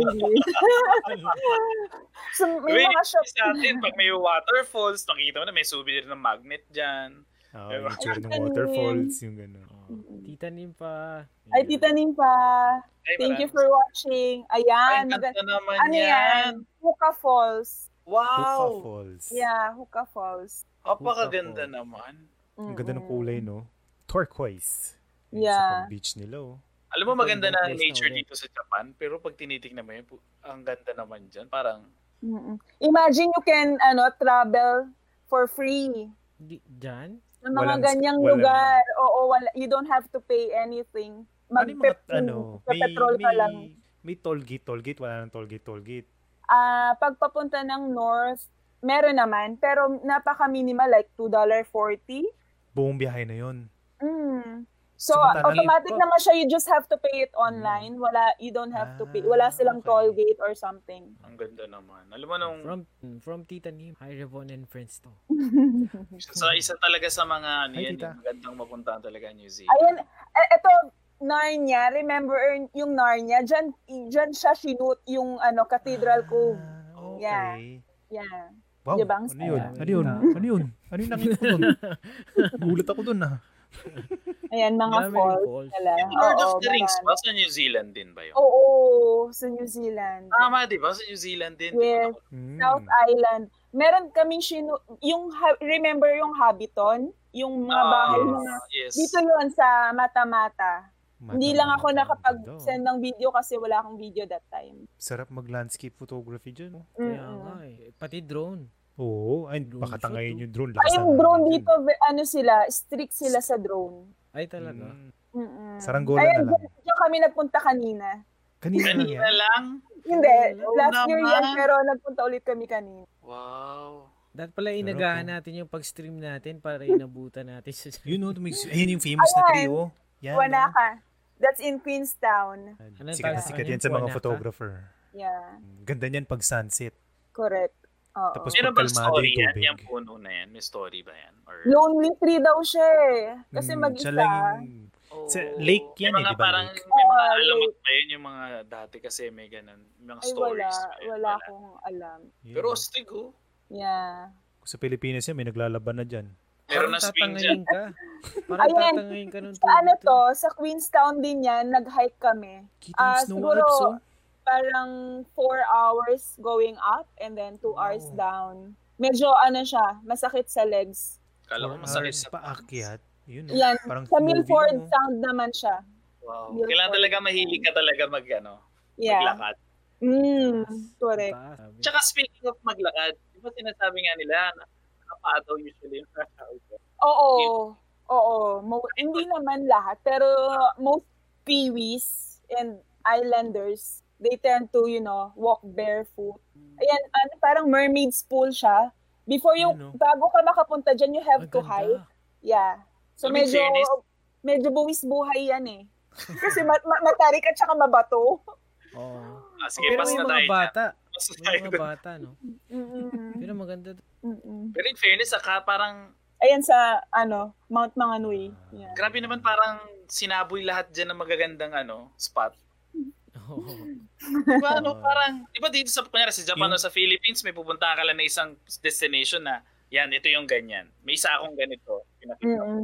Speaker 4: so, may mga shop.
Speaker 1: sa atin, pag may waterfalls, makikita mo na may souvenir ng magnet dyan.
Speaker 3: Oo,
Speaker 1: Ay,
Speaker 3: oh. yung picture ng
Speaker 4: ganun.
Speaker 3: waterfalls, yung gano'n.
Speaker 2: Oh, tita Nim pa.
Speaker 4: Ay, Tita Ning pa.
Speaker 1: Ay,
Speaker 4: Thank you
Speaker 1: maraming
Speaker 4: for watching.
Speaker 1: Ay,
Speaker 4: Ayan.
Speaker 1: ang
Speaker 4: maganda.
Speaker 1: ganda naman
Speaker 4: Ano
Speaker 1: yan.
Speaker 4: yan? Hookah Falls.
Speaker 1: Wow!
Speaker 3: Puka Falls.
Speaker 4: Yeah, Hookah Falls.
Speaker 1: Napakaganda naman.
Speaker 3: Ang ganda ng
Speaker 4: Mm-mm.
Speaker 3: kulay, no? Turquoise. Yung
Speaker 4: Yeah.
Speaker 3: Sa beach nila, oh.
Speaker 1: Alam mo, maganda na ang
Speaker 2: Napakaganda ng
Speaker 1: nature
Speaker 2: place na
Speaker 1: dito sa Japan, pero pag tinitingnan mo yun, pu- ang ganda naman dyan. Parang,
Speaker 4: Mm-mm. Imagine you can ano travel for free.
Speaker 2: Di- Dyan?
Speaker 4: Sa mga
Speaker 3: Walang-
Speaker 4: ganyang
Speaker 3: walang-
Speaker 4: lugar. Oo, wala, you don't have to pay anything.
Speaker 3: Ano yung mga,
Speaker 4: Mag-pep-
Speaker 3: ano, may,
Speaker 4: magpe-petrol ka
Speaker 3: may,
Speaker 4: lang.
Speaker 3: may toll gate, toll gate, wala nang toll gate, toll gate.
Speaker 4: Ah, pagpapunta ng north, meron naman, pero napaka-minimal, like $2.40.
Speaker 3: Buong biyahe na yun.
Speaker 4: Mm. So,
Speaker 3: Sumunta na lang po.
Speaker 4: automatic
Speaker 3: Hmm.
Speaker 4: naman siya, you just have to pay it online. Wala, you don't have to pay.
Speaker 3: Ah,
Speaker 4: Wala silang
Speaker 3: okay.
Speaker 4: toll gate or something.
Speaker 1: ang ganda naman. Alam mo, nung,
Speaker 2: From from Tita Nim. Hi, Revon and friends to.
Speaker 1: isa, sa- isa talaga sa mga, ano
Speaker 3: Hi,
Speaker 1: yan,
Speaker 3: tita.
Speaker 1: yung magandang mapuntahan talaga New Zealand.
Speaker 4: Ayun, eh, eto, Narnia, remember yung Narnia? Diyan, diyan siya sinut yung ano, Cathedral Cove.
Speaker 3: Ah, okay.
Speaker 4: Yeah. Yeah.
Speaker 3: Wow,
Speaker 4: Diba, ang
Speaker 3: ano yun?
Speaker 2: saya.
Speaker 3: Ano yun?
Speaker 2: Yeah.
Speaker 3: Ano yun? Ano yung nakita ko dun? Gulat ako dun, ah.
Speaker 4: Ayan, mga
Speaker 2: Marami rin
Speaker 4: falls
Speaker 2: falls.
Speaker 4: pala.
Speaker 1: Yung Lord of
Speaker 4: ah, Oo,
Speaker 1: the Rings
Speaker 4: marami.
Speaker 1: ba? Sa New Zealand din ba yun?
Speaker 4: Oo, sa New Zealand.
Speaker 1: Tama, di ba? Sa New Zealand din. di
Speaker 4: Yes.
Speaker 1: ba?
Speaker 3: Mm.
Speaker 4: South
Speaker 1: Hmm.
Speaker 4: Island. Meron kaming shinu... Yung, ha- remember yung Habiton? Yung mga
Speaker 1: Ah,
Speaker 4: bahay
Speaker 3: yes.
Speaker 4: na...
Speaker 1: yes.
Speaker 4: Dito yun sa Mata-Mata.
Speaker 3: Mata-
Speaker 4: Hindi lang ako
Speaker 3: mata-
Speaker 4: nakapag-send ng video kasi wala akong video that time.
Speaker 3: Sarap mag-landscape photography dyan. oh.
Speaker 4: Mm-mm.
Speaker 2: Kaya nga eh. Pati drone.
Speaker 3: Oo, ay,
Speaker 2: Drone
Speaker 3: baka
Speaker 2: shot, oh.
Speaker 3: tangayin yung drone.
Speaker 4: Ay,
Speaker 3: Lakas
Speaker 4: yung
Speaker 3: ng
Speaker 4: drone
Speaker 3: hangin.
Speaker 4: dito, ve- ano sila, strict sila sa drone.
Speaker 2: Ay, talaga.
Speaker 3: Mm.
Speaker 4: Mm-mm.
Speaker 3: Saranggola
Speaker 4: Ayun,
Speaker 3: na lang.
Speaker 4: dyan- dyan kami nagpunta kanina.
Speaker 3: Kanina lang
Speaker 1: Kanina
Speaker 3: Ano yan.
Speaker 1: lang?
Speaker 4: Hindi,
Speaker 1: Oo
Speaker 4: last year
Speaker 1: naman.
Speaker 4: yan, pero nagpunta ulit kami kanina.
Speaker 1: Wow.
Speaker 2: Dapat pala inagahan natin yung pag-stream natin para inabutan natin sa...
Speaker 3: Yun, oh, may, ayun yung famous na
Speaker 4: Ayan.
Speaker 3: tree, oh. Yan,
Speaker 4: Wala
Speaker 3: oh.
Speaker 4: ka. That's in Queenstown.
Speaker 2: Anong
Speaker 3: Sikat na
Speaker 4: tawag-
Speaker 3: sikat
Speaker 2: ano
Speaker 3: yan sa
Speaker 2: yung
Speaker 3: mga
Speaker 2: Wanaka?
Speaker 3: photographer.
Speaker 4: Yeah,
Speaker 3: Ganda niyan pag sunset.
Speaker 4: correct. Oo.
Speaker 3: Tapos-
Speaker 1: Meron ba
Speaker 3: Pagkalmado
Speaker 1: story
Speaker 3: yung
Speaker 1: yan?
Speaker 3: tubig.
Speaker 1: Yung puno na yan? May story ba yan? Or...
Speaker 4: Lonely tree daw siya eh. Kasi
Speaker 3: Mm,
Speaker 4: mag-isa.
Speaker 3: siya lang yung-
Speaker 1: Oh,
Speaker 3: Sa lake yan
Speaker 1: may
Speaker 3: eh,
Speaker 1: mga
Speaker 3: di ba,
Speaker 1: Parang,
Speaker 3: lake?
Speaker 1: may mga
Speaker 4: Ah,
Speaker 1: alamat ba yun? Yung mga dati kasi may ganun. May mga
Speaker 4: Ay,
Speaker 1: stories.
Speaker 4: wala.
Speaker 1: ba yun?
Speaker 4: Wala akong alam.
Speaker 3: Yun,
Speaker 1: Pero
Speaker 3: oh.
Speaker 1: astig oh.
Speaker 4: Yeah.
Speaker 3: sa Pilipinas yan, may naglalaban na dyan.
Speaker 1: Meron
Speaker 2: Parang
Speaker 1: na swing dyan.
Speaker 2: tatangayin ka. Parang
Speaker 4: Ayan.
Speaker 2: tatangayin ka nung
Speaker 4: Sa ano
Speaker 2: tubig
Speaker 4: to, sa Queenstown din yan, nag-hike kami.
Speaker 3: Kita
Speaker 4: Ah,
Speaker 3: yung snow
Speaker 4: siguro,
Speaker 3: Alps, oh.
Speaker 4: parang four hours going up and then two
Speaker 3: Wow.
Speaker 4: hours down. Medyo ano siya, masakit sa legs.
Speaker 1: Kala ko
Speaker 3: Four
Speaker 1: masakit
Speaker 3: hours
Speaker 1: sa
Speaker 3: paakyat. Yun, oh.
Speaker 4: Yan.
Speaker 3: Parang
Speaker 4: Sa
Speaker 3: movie,
Speaker 4: Milford
Speaker 3: oh.
Speaker 4: Sound naman siya.
Speaker 1: Wow.
Speaker 4: Milford.
Speaker 1: Kailangan talaga mahilig ka talaga mag, ano,
Speaker 4: Yeah.
Speaker 1: maglakad.
Speaker 4: Mm, correct.
Speaker 2: Taas, sabi.
Speaker 1: Tsaka speaking of maglakad, di ba sinasabi nga nila, na- nakapataw usually yung nasa auto.
Speaker 4: Oo. Oo. Mo- hindi naman lahat, pero most peewees and islanders, they tend to, you know, walk barefoot. Ayan, ano, parang mermaid's pool siya. Before you,
Speaker 1: Ano?
Speaker 3: Yun, no?
Speaker 4: bago ka makapunta dyan, you have
Speaker 2: Ang
Speaker 4: to
Speaker 2: ganda.
Speaker 4: hike. Yeah. So
Speaker 1: I mean,
Speaker 4: medyo,
Speaker 1: fairness-
Speaker 4: medyo buwis buhay yan eh. Kasi ma- ma- matarik at saka mabato.
Speaker 2: Oo.
Speaker 1: Ah, sige,
Speaker 2: Pero
Speaker 1: pas
Speaker 2: may
Speaker 1: na
Speaker 2: mga
Speaker 1: tayo dyan.
Speaker 2: bata.
Speaker 1: Pas na
Speaker 2: May
Speaker 1: tayo
Speaker 2: mga
Speaker 1: dun.
Speaker 2: bata, no?
Speaker 4: Mm-mm.
Speaker 2: Pero maganda to.
Speaker 4: Mm-mm.
Speaker 1: Pero in fairness, saka parang,
Speaker 4: Ayan sa, ano, Mount Manganui. Yeah.
Speaker 1: grabe naman parang sinaboy lahat dyan ng magagandang ano, spot.
Speaker 2: Oo.
Speaker 1: Di ba, ano, parang, di ba dito sa, kunyari sa Japan o
Speaker 3: Yung-
Speaker 1: sa Philippines, may pupuntahan ka lang na isang destination na, yan, ito yung ganyan. May isa akong ganito.
Speaker 2: Mm.
Speaker 1: pinakita ko.
Speaker 4: Mm-mm.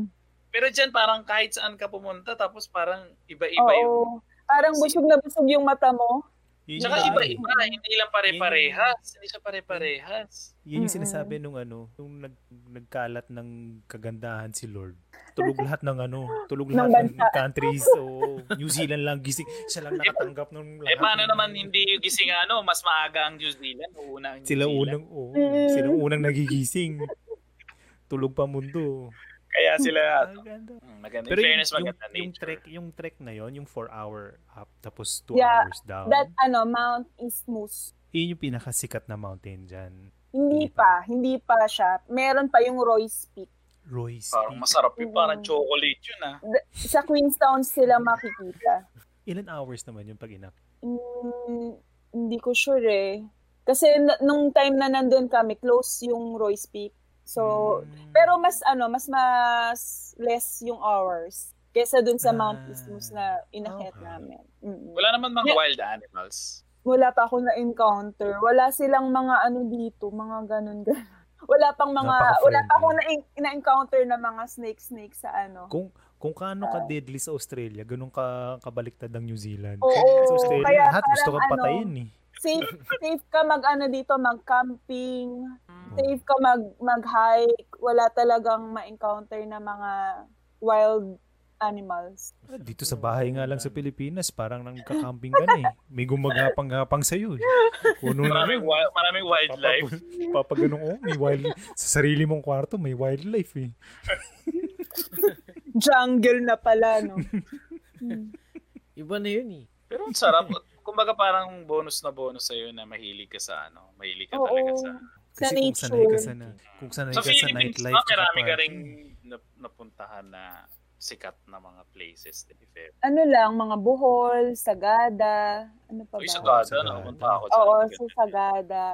Speaker 1: Pero dyan, parang kahit saan ka pumunta, tapos parang iba-iba yung
Speaker 4: Oo. Parang busog na busog yung mata mo.
Speaker 3: Yun
Speaker 1: Tsaka
Speaker 3: yung-
Speaker 1: iba-iba, hindi lang pare-parehas. Hindi siya pare-parehas.
Speaker 3: Yan yung
Speaker 4: Mm-mm.
Speaker 3: sinasabi nung ano, nung nag, nagkalat ng kagandahan si Lord. Tulog lahat ng ano, tulog
Speaker 4: Ng
Speaker 3: lahat ng,
Speaker 4: bansa.
Speaker 3: countries. So, New Zealand lang gising. Siya lang nakatanggap ng lahat.
Speaker 1: Eh paano
Speaker 3: ng-
Speaker 1: naman hindi yung gising ano, mas maaga ang New Zealand, uuna ang New
Speaker 3: Sila
Speaker 1: Zealand.
Speaker 3: unang, oo.
Speaker 4: Mm.
Speaker 3: sila unang nagigising. Tulog pa mundo.
Speaker 1: Kaya sila,
Speaker 3: Ah, ganda.
Speaker 1: Hmm, maganda.
Speaker 3: Pero
Speaker 1: Pero
Speaker 3: yung,
Speaker 1: fairness,
Speaker 3: yung,
Speaker 1: maganda
Speaker 3: yung
Speaker 1: nature.
Speaker 3: trek, yung trek na yon yung 4 hour up, tapos 2
Speaker 4: Yeah,
Speaker 3: hours down.
Speaker 4: That, ano, Mount Isthmus.
Speaker 3: Yun yung pinakasikat na mountain dyan.
Speaker 4: Hindi
Speaker 3: Hindi
Speaker 4: pa. Hindi pa siya. Meron pa yung Royce Peak.
Speaker 3: Royce
Speaker 1: Parang
Speaker 3: Peak.
Speaker 1: masarap yun, parang
Speaker 4: Mm.
Speaker 1: chocolate yun ah.
Speaker 4: Sa Queenstown sila makikita.
Speaker 3: Ilan hours naman yung pag-inak?
Speaker 4: Mm, hindi ko sure eh. Kasi n- nung time na nandun kami, close yung Royce Peak. So,
Speaker 3: Mm.
Speaker 4: pero mas ano, mas mas less yung hours kesa dun sa Mount
Speaker 3: Ah.
Speaker 4: Isthmus na inakyat
Speaker 3: Okay.
Speaker 4: namin. Mm-mm.
Speaker 1: Wala naman mga wild animals.
Speaker 4: wala pa ako na-encounter. Wala silang mga ano dito, mga ganun ganun. Wala pang mga, wala pa ako na- na-encounter na mga snake-snake sa ano.
Speaker 3: Kung kung kaano ka
Speaker 4: Ah.
Speaker 3: deadly sa Australia, ganun ka kabaliktad ng New Zealand.
Speaker 4: Oo,
Speaker 3: sa Australia,
Speaker 4: kaya
Speaker 3: lahat gusto
Speaker 4: parang
Speaker 3: kang
Speaker 4: ano,
Speaker 3: patayin eh.
Speaker 4: Safe, safe ka mag ano dito, mag-camping,
Speaker 1: Hmm.
Speaker 4: safe ka mag, mag-hike. Wala talagang ma-encounter na mga wild animals.
Speaker 3: Ah, Dito sa bahay nga lang sa Pilipinas, parang nagka-camping ka na eh. May gumagapang-gapang sa'yo eh. Kuno na
Speaker 1: Maraming, wild, maraming wildlife.
Speaker 3: Papaganong, oh, may wild, sa sarili mong kwarto, may wildlife eh.
Speaker 4: Jungle na pala, no? Hmm.
Speaker 2: Iba na yun eh.
Speaker 1: Pero ang sarap. Kumbaga parang bonus na bonus sa'yo na mahilig ka sa ano. Mahilig ka
Speaker 4: Oo.
Speaker 1: talaga sa...
Speaker 3: Kasi kung
Speaker 4: Sa
Speaker 3: sanay ka
Speaker 4: nature.
Speaker 3: sa, na, kung sanay
Speaker 1: Sa
Speaker 3: ka sa
Speaker 1: Philippines
Speaker 3: nightlife,
Speaker 1: ba,
Speaker 3: tsaka
Speaker 1: marami ka
Speaker 3: party.
Speaker 1: rin nap- napuntahan na sikat na mga places, to be fair.
Speaker 4: Ano lang, mga buhol, sagada, ano pa ba?
Speaker 1: Uy, sa
Speaker 3: Sagada.
Speaker 1: Gaza, nakapunta ako sa
Speaker 4: Oo,
Speaker 1: Gaza.
Speaker 4: sa Sagada.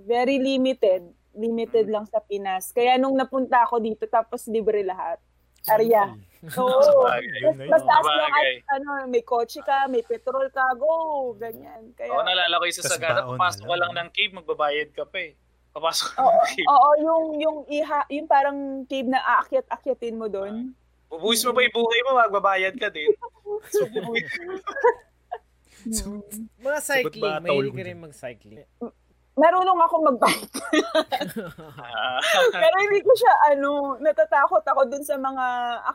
Speaker 4: Very limited. Limited
Speaker 3: Mm.
Speaker 4: lang sa Pinas. Kaya nung napunta ako dito, tapos libre lahat. Arya. Oo.
Speaker 1: Sabagay.
Speaker 3: Mm. Yun na yun.
Speaker 4: Basta as long as
Speaker 1: Sabagay.
Speaker 4: ano, may kotse ka, may petrol ka, go! Ganyan. Kaya,
Speaker 1: Oo, naalala ko yung sa
Speaker 3: Tas
Speaker 1: Sagada,
Speaker 3: baon
Speaker 1: papasok
Speaker 3: na
Speaker 1: ka
Speaker 3: lang.
Speaker 1: lang ng cave, magbabayad ka pa eh. Papasok ka
Speaker 4: oo,
Speaker 1: ng cave.
Speaker 4: oo, yung, yung, iha, yung parang cave na aakyat-akyatin mo doon.
Speaker 3: Ah.
Speaker 1: Bubuhis mo ba yung buhay mo, magbabayad ka din. So, bubuhis.
Speaker 4: Mm.
Speaker 2: Mga cycling,
Speaker 3: bataw
Speaker 4: Hmm.
Speaker 2: mahilig
Speaker 3: yun
Speaker 2: ka
Speaker 3: dyan?
Speaker 2: rin mag-cycling.
Speaker 4: marunong ako magbike.
Speaker 1: Ah,
Speaker 4: Pero hindi ko siya, ano, natatakot ako dun sa mga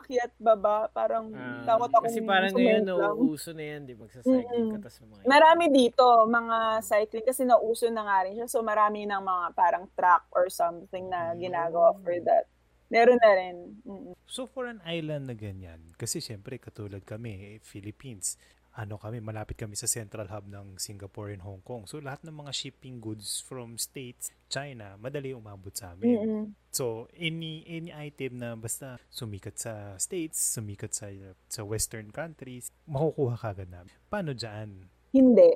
Speaker 4: akyat baba. Parang
Speaker 2: Ah,
Speaker 4: takot ako.
Speaker 2: kasi parang ngayon, nauuso na yan, di ba? Magsacycling ka,
Speaker 4: Mm-mm.
Speaker 2: tas mga...
Speaker 4: Marami dito, mga cycling, kasi nauso na nga rin siya. So, marami ng mga parang track or something na
Speaker 2: Hmm.
Speaker 4: ginagawa for that. Meron na rin. Mm-mm.
Speaker 3: So for an island na ganyan, kasi syempre katulad kami, eh, Philippines, ano kami, malapit kami sa central hub ng Singapore and Hong Kong. So lahat ng mga shipping goods from states, China, madali umabot sa amin.
Speaker 4: Mm-mm.
Speaker 3: So any any item na basta sumikat sa states, sumikat sa sa western countries, makukuha kagad namin. Paano diyan?
Speaker 4: Hindi.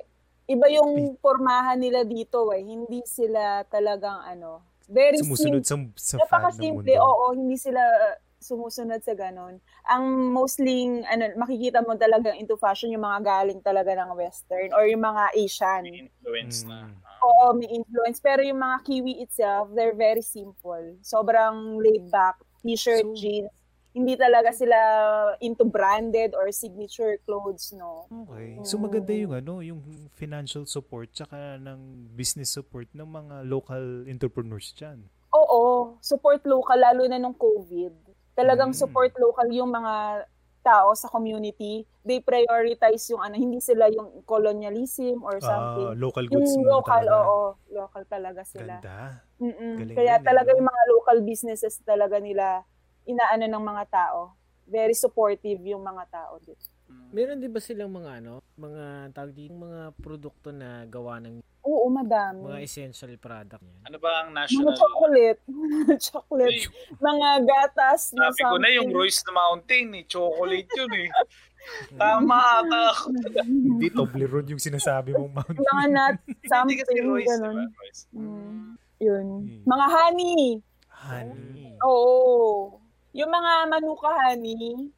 Speaker 4: Iba yung pormahan nila dito eh. Hindi sila talagang ano. Very
Speaker 3: Sumusunod
Speaker 4: simple.
Speaker 3: sa sa fan ng
Speaker 4: Napakasimple.
Speaker 3: mundo.
Speaker 4: Oo, hindi sila sumusunod sa ganun. Ang mostly, ano, makikita mo talagang into fashion yung mga galing talaga ng Western or yung mga
Speaker 1: may
Speaker 4: Asian.
Speaker 1: influence na.
Speaker 3: Mm.
Speaker 1: Ah.
Speaker 4: Oo, may influence. Pero yung mga Kiwi itself, they're very simple. Sobrang laid back. T-shirt,
Speaker 3: So-
Speaker 4: jeans. Hindi talaga sila into branded or signature clothes, no?
Speaker 3: Okay. So maganda yung ano, yung financial support tsaka ng business support ng mga local entrepreneurs diyan.
Speaker 4: Oo, support local lalo na nung COVID. Talagang
Speaker 3: Mm.
Speaker 4: support local yung mga tao sa community. They prioritize yung ano, hindi sila yung colonialism or
Speaker 3: Ah,
Speaker 4: something.
Speaker 3: local goods
Speaker 4: yung
Speaker 3: muna
Speaker 4: local,
Speaker 3: talaga.
Speaker 4: oo, local talaga sila.
Speaker 3: Ganda.
Speaker 4: Mm-mm.
Speaker 3: Galing
Speaker 4: Kaya
Speaker 3: yun, eh,
Speaker 4: talaga
Speaker 3: no?
Speaker 4: yung mga local businesses talaga nila inaano ng mga tao. Very supportive yung mga tao dito.
Speaker 1: Mm.
Speaker 2: Meron di ba silang mga ano, mga tawag dito, mga produkto na gawa ng
Speaker 4: Oo,
Speaker 2: mga
Speaker 4: madami.
Speaker 2: essential product niyan.
Speaker 1: Ano ba ang
Speaker 4: Mga
Speaker 1: national?
Speaker 4: chocolate. chocolate.
Speaker 1: Ay,
Speaker 4: Mga gatas na
Speaker 1: sabi ko na yung
Speaker 4: something.
Speaker 1: Royce na Mountain, eh. chocolate yun eh. Tama ata ako.
Speaker 3: Hindi Toblerone yung sinasabi mong mount.
Speaker 4: Mga nuts,
Speaker 1: Hindi
Speaker 4: something,
Speaker 1: kasi Royce,
Speaker 4: ganun.
Speaker 1: diba? Royce.
Speaker 4: Mm. Yun.
Speaker 3: Hmm.
Speaker 4: Mga honey. Mm.
Speaker 3: Honey.
Speaker 4: Oo. Yung mga manuka honey.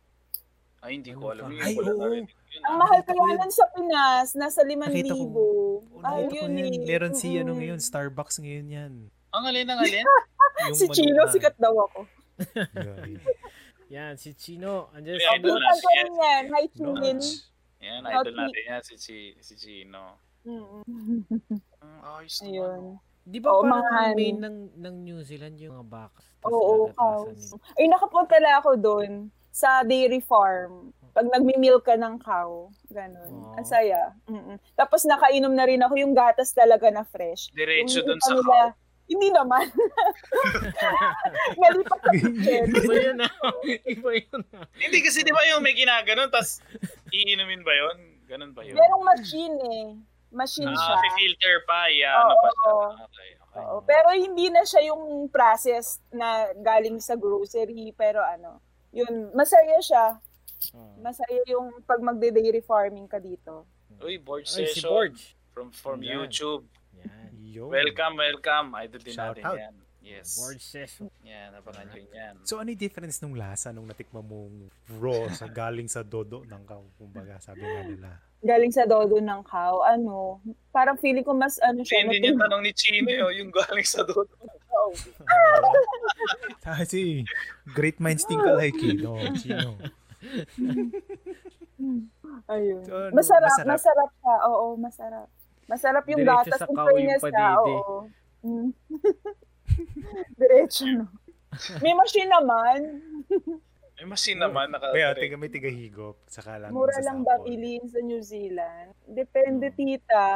Speaker 1: Ay, hindi ko alam
Speaker 3: Ano ba?
Speaker 1: yun.
Speaker 3: Ay,
Speaker 1: Wala
Speaker 3: oo.
Speaker 1: narinig ko yun.
Speaker 4: Ang mahal
Speaker 3: Ah, nakita ko
Speaker 4: kaya
Speaker 3: yun.
Speaker 4: nun sa Pinas, nasa 5,000.
Speaker 3: Nakita ko. Oh,
Speaker 4: Ay,
Speaker 3: nakita ko
Speaker 4: yun
Speaker 3: yan.
Speaker 4: eh.
Speaker 3: Meron si ano
Speaker 4: Mm-mm.
Speaker 3: ngayon, Starbucks ngayon yan.
Speaker 1: Ang alin, ang alin?
Speaker 3: Yung
Speaker 4: Si Chino,
Speaker 3: manuka.
Speaker 4: sikat daw ako.
Speaker 3: Yeah.
Speaker 2: Yan, si Chino. Andiyan
Speaker 1: Uy,
Speaker 2: sa
Speaker 1: idol
Speaker 4: Butan ko
Speaker 1: yes.
Speaker 4: rin yan. Hi, Chinin.
Speaker 3: Lunch.
Speaker 1: Yan,
Speaker 4: Not
Speaker 1: idol
Speaker 4: me.
Speaker 1: natin yan, si, Chi- si Chino.
Speaker 4: Mm-mm.
Speaker 1: Ang ayos naman.
Speaker 4: Ayun.
Speaker 1: oh.
Speaker 2: Di ba
Speaker 4: Oo,
Speaker 2: parang
Speaker 4: mga
Speaker 2: ang
Speaker 4: ano.
Speaker 2: main ng, ng New Zealand yung mga box?
Speaker 4: Oo, cows. Ay, nakapunta na ako doon sa dairy farm. Pag nagmi-milk ka ng cow, ganun.
Speaker 2: Oo.
Speaker 4: Ang saya. Mm-mm. Tapos nakainom na rin ako yung gatas talaga na fresh.
Speaker 1: Diretso
Speaker 4: Yung
Speaker 1: dun
Speaker 4: iba
Speaker 1: sa
Speaker 4: nila-
Speaker 1: cow.
Speaker 4: Hindi naman. Mali pa check.
Speaker 2: Iba yun ah. Iba yun ah.
Speaker 1: Hindi kasi di ba yung may ginaganon, tas iinumin ba yun? Ganun ba yun?
Speaker 4: Merong machine eh. Machine siya.
Speaker 1: Ah, filter pa, yeah, ano
Speaker 4: Oo,
Speaker 1: pa siya.
Speaker 4: oo.
Speaker 1: Okay, okay.
Speaker 4: Oo. Pero hindi na siya yung process na galing sa grocery. Pero ano, yun, masaya siya. Masaya yung pag magde-dairy farming ka dito.
Speaker 1: Uy, board
Speaker 2: Ay, si
Speaker 1: session
Speaker 2: Borge.
Speaker 1: from from
Speaker 2: Yan.
Speaker 1: YouTube.
Speaker 2: Yan.
Speaker 3: Yun.
Speaker 1: Welcome, welcome. Idol din
Speaker 3: Shout
Speaker 1: natin
Speaker 3: out.
Speaker 1: yan. Yes.
Speaker 2: Borge session.
Speaker 1: Yan, nabangan nyo yan.
Speaker 3: So ano yung difference nung lasa nung natikma mong raw sa galing sa dodo ng cow, kumbaga sabi nga nila.
Speaker 4: Galing sa dodo ng cow, ano, parang feeling ko mas ano siya.
Speaker 1: Hindi yung tanong ni Chino, eh, oh, yung galing sa doon.
Speaker 4: natutunaw.
Speaker 3: Kasi Ah, great minds think alike, eh, no? Chino.
Speaker 4: Ayun.
Speaker 3: So, ano,
Speaker 4: Masarap,
Speaker 3: masarap.
Speaker 4: masarap, siya. Oo, masarap. Masarap yung
Speaker 2: Diretso
Speaker 4: gatas.
Speaker 2: sa
Speaker 4: in
Speaker 2: kaw yung
Speaker 4: fairness ha,
Speaker 2: padede.
Speaker 4: oo. Mm. Diretso, no? May machine naman.
Speaker 1: May machine naman. Naka
Speaker 3: Kaya tiga may tiga higop,
Speaker 2: Ano
Speaker 3: saka lang
Speaker 4: Mura
Speaker 3: sa
Speaker 4: lang
Speaker 3: sapol.
Speaker 4: babilin sa New Zealand. Depende,
Speaker 2: Mm.
Speaker 4: tita.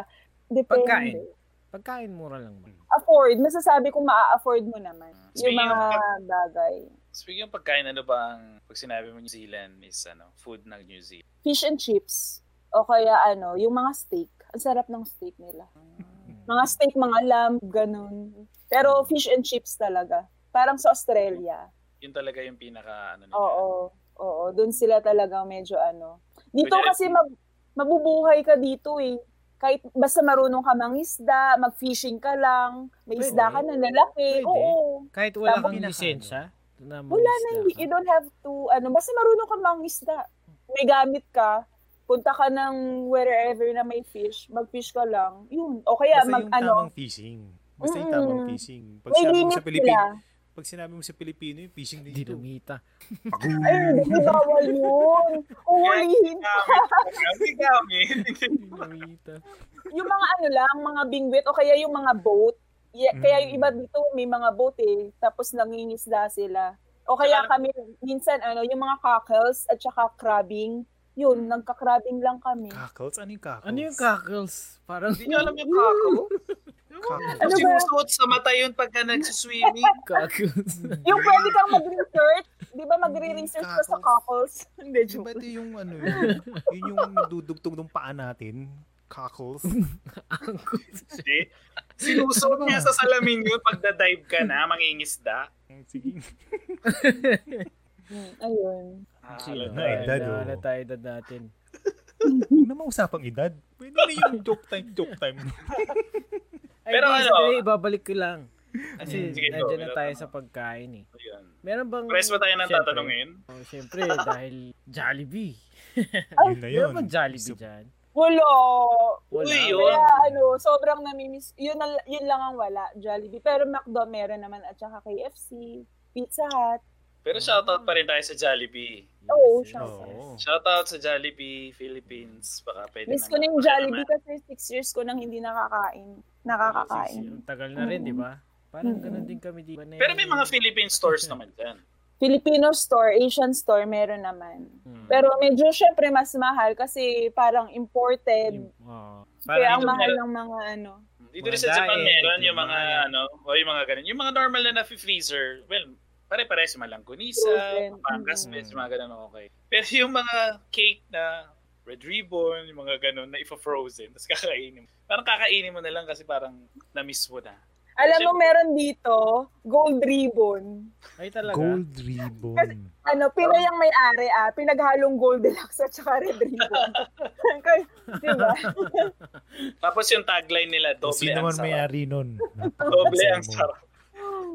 Speaker 4: Depende.
Speaker 2: Pagkain. Pagkain mura lang ba?
Speaker 4: Afford. Masasabi kung maa-afford mo naman. Yung
Speaker 1: Speaking of
Speaker 4: mga bagay.
Speaker 1: Speaking of pagkain, ano ba ang, pag sinabi mo New Zealand is ano, food ng New Zealand?
Speaker 4: Fish and chips. O kaya ano, yung mga steak. Ang sarap ng steak nila.
Speaker 2: Hmm.
Speaker 4: Mga steak, mga lamb, ganun. Pero fish and chips talaga. Parang sa Australia.
Speaker 1: Yun talaga yung pinaka, ano nila.
Speaker 4: Oo. Oo. Doon sila talaga medyo ano. Dito
Speaker 1: Kunyari-
Speaker 4: kasi mag, mabubuhay ka dito eh. Kahit basta marunong ka mangisda, mag-fishing ka lang, may
Speaker 2: Pwede.
Speaker 4: isda ka na lalaki.
Speaker 2: Pwede.
Speaker 4: Oo.
Speaker 2: Kahit wala
Speaker 4: Tama
Speaker 2: kang
Speaker 3: kinakain.
Speaker 2: lisensya, na
Speaker 4: Wala
Speaker 2: mangisda
Speaker 4: na, hindi-
Speaker 2: ka.
Speaker 4: you don't have to, ano, basta marunong ka mangisda. May gamit ka, punta ka ng wherever na may fish, mag-fish ka lang. Yun. O kaya
Speaker 3: Basta
Speaker 4: mag,
Speaker 3: yung
Speaker 4: ano,
Speaker 3: tamang fishing. Basta yung tamang
Speaker 4: Mm-mm.
Speaker 3: fishing. Pag
Speaker 4: may
Speaker 3: sinabi mo
Speaker 4: limit
Speaker 3: sa Pilipin,
Speaker 4: sila.
Speaker 3: pag Pag sinabi mo sa Pilipino, yung fishing
Speaker 2: Di
Speaker 3: dito.
Speaker 2: lumita.
Speaker 4: Ay, hindi bawal yun.
Speaker 3: ah.
Speaker 4: Uhulihin.
Speaker 1: Gamit, gamit.
Speaker 2: Di lumita.
Speaker 4: Yung mga ano lang, mga bingwit o kaya yung mga boat. Yeah,
Speaker 3: Mm.
Speaker 4: Kaya yung iba dito may mga boat eh. Tapos nangingisda sila. O kaya
Speaker 1: Saka-
Speaker 4: kami, minsan ano, yung mga cockles at saka crabbing. Yun, nagka-crabbing lang kami.
Speaker 3: Cockles? Ano yung cockles?
Speaker 2: Ano yung cockles? Parang
Speaker 1: Hindi nyo alam yung kako?
Speaker 3: Cockles.
Speaker 4: Ano
Speaker 1: Ano
Speaker 4: ba?
Speaker 1: Sinusuot sa mata yun pagka nagsiswimming.
Speaker 2: cockles.
Speaker 4: Yung pwede kang mag-research. Di ba mag-research ka sa cockles? Hindi,
Speaker 3: Di ba
Speaker 4: joke.
Speaker 3: ito yung ano yun? yun yung nagdudugtog ng paa natin? Cockles?
Speaker 1: Hindi. Sinusuot niya sa salamin yun pagda-dive ka na, mangingisda.
Speaker 3: Sige.
Speaker 4: Mm, Ayun.
Speaker 1: Ah,
Speaker 2: Sino?
Speaker 1: alam
Speaker 3: na,
Speaker 1: na yun.
Speaker 3: edad, oh.
Speaker 2: Wala tayo edad natin.
Speaker 3: Huwag na mausapang edad. Pwede na yung joke time, joke time.
Speaker 2: Ay,
Speaker 1: Pero
Speaker 2: Pero
Speaker 1: ano- Mm,
Speaker 2: babalik ko lang. Kasi
Speaker 1: Sige, go,
Speaker 2: nandiyan na
Speaker 1: may
Speaker 2: tayo
Speaker 1: tatanong.
Speaker 2: sa pagkain eh.
Speaker 1: Ayun.
Speaker 2: Meron bang...
Speaker 1: Press ba tayo ng
Speaker 2: Siyempre.
Speaker 1: tatanungin?
Speaker 2: Oh, syempre, dahil Jollibee.
Speaker 3: Yun na yun.
Speaker 2: Meron bang Jollibee
Speaker 3: So,
Speaker 2: dyan?
Speaker 4: Wala.
Speaker 2: Wala.
Speaker 1: Uy, yun.
Speaker 4: Kaya ano, sobrang namimiss. Yun, na- yun lang ang wala, Jollibee. Pero McDo meron naman at saka KFC, Pizza Hut.
Speaker 1: Pero shoutout pa rin tayo sa Jollibee.
Speaker 4: Oo,
Speaker 2: Yes, yes,
Speaker 4: siya.
Speaker 2: yes.
Speaker 3: Oo.
Speaker 1: Shoutout sa Jollibee Philippines. Baka pwede
Speaker 4: Miss
Speaker 1: na
Speaker 4: ko na yung
Speaker 1: nga. Baka
Speaker 4: Jollibee
Speaker 1: naman.
Speaker 4: kasi six years ko nang hindi nakakain. Nakakakain.
Speaker 2: Ang tagal na rin, di ba? Parang ganun din kami di ba? na-
Speaker 1: Pero may mga Philippine stores naman dyan.
Speaker 4: Filipino store, Asian store, meron naman.
Speaker 2: Hmm.
Speaker 4: Pero medyo syempre mas mahal kasi parang imported.
Speaker 2: Yung- oh. oo.
Speaker 4: Kaya
Speaker 2: Parang
Speaker 4: ang
Speaker 1: dito
Speaker 4: mahal
Speaker 1: meron-
Speaker 4: ng mga ano.
Speaker 1: Dito
Speaker 2: Mga
Speaker 1: rin sa Japan
Speaker 2: diet,
Speaker 1: meron yung
Speaker 2: yung
Speaker 1: mga
Speaker 2: mga-
Speaker 1: ano, o yung mga ganun. Yung mga normal na na-freezer, well, pare-pares yung
Speaker 4: Frozen.
Speaker 1: malanggunisa, pangkas,
Speaker 3: Mm.
Speaker 1: mm. yung mga ganun okay. Pero yung mga cake na red ribbon, yung mga ganun na ifa-frozen, tapos kakainin mo. Parang kakainin mo na lang kasi parang na-miss mo na.
Speaker 4: Alam mo,
Speaker 1: Syempre-
Speaker 4: meron dito, gold ribbon.
Speaker 2: Ay talaga.
Speaker 3: Gold ribbon.
Speaker 4: Ano, Pinoy ang may-ari ah. Pinaghalong gold deluxe at saka red ribbon. Kaya, di ba?
Speaker 1: Tapos yung tagline nila, doble ang
Speaker 3: Sino naman
Speaker 1: sarap.
Speaker 3: may-ari nun?
Speaker 1: Doble ang sarap.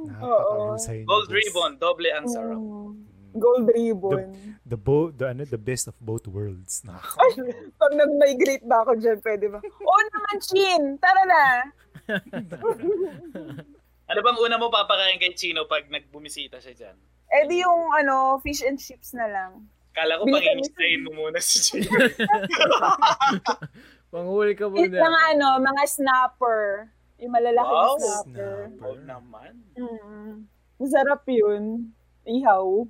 Speaker 3: Napakahusay mo.
Speaker 1: Gold ribbon, doble ang sarap.
Speaker 4: Mm, Gold ribbon.
Speaker 3: The, bo- the, ano, the best of both worlds. Nakaka-
Speaker 4: Ay, pag nag-migrate ba ako dyan, pwede ba? Oo naman, Chin! Tara na!
Speaker 1: Ano bang una mo papakain kay Chino pag nagbumisita siya dyan?
Speaker 4: Eh di yung ano, fish and chips na lang.
Speaker 1: Kala ko
Speaker 4: Bili ka
Speaker 1: pangingistahin mo muna si Chino.
Speaker 2: Panghuli ka muna.
Speaker 4: Yung mga ano, mga snapper. Yung malalaking
Speaker 1: Wow.
Speaker 4: snapper.
Speaker 1: Wow Oh, naman.
Speaker 4: Mm. Masarap yun. Ihaw.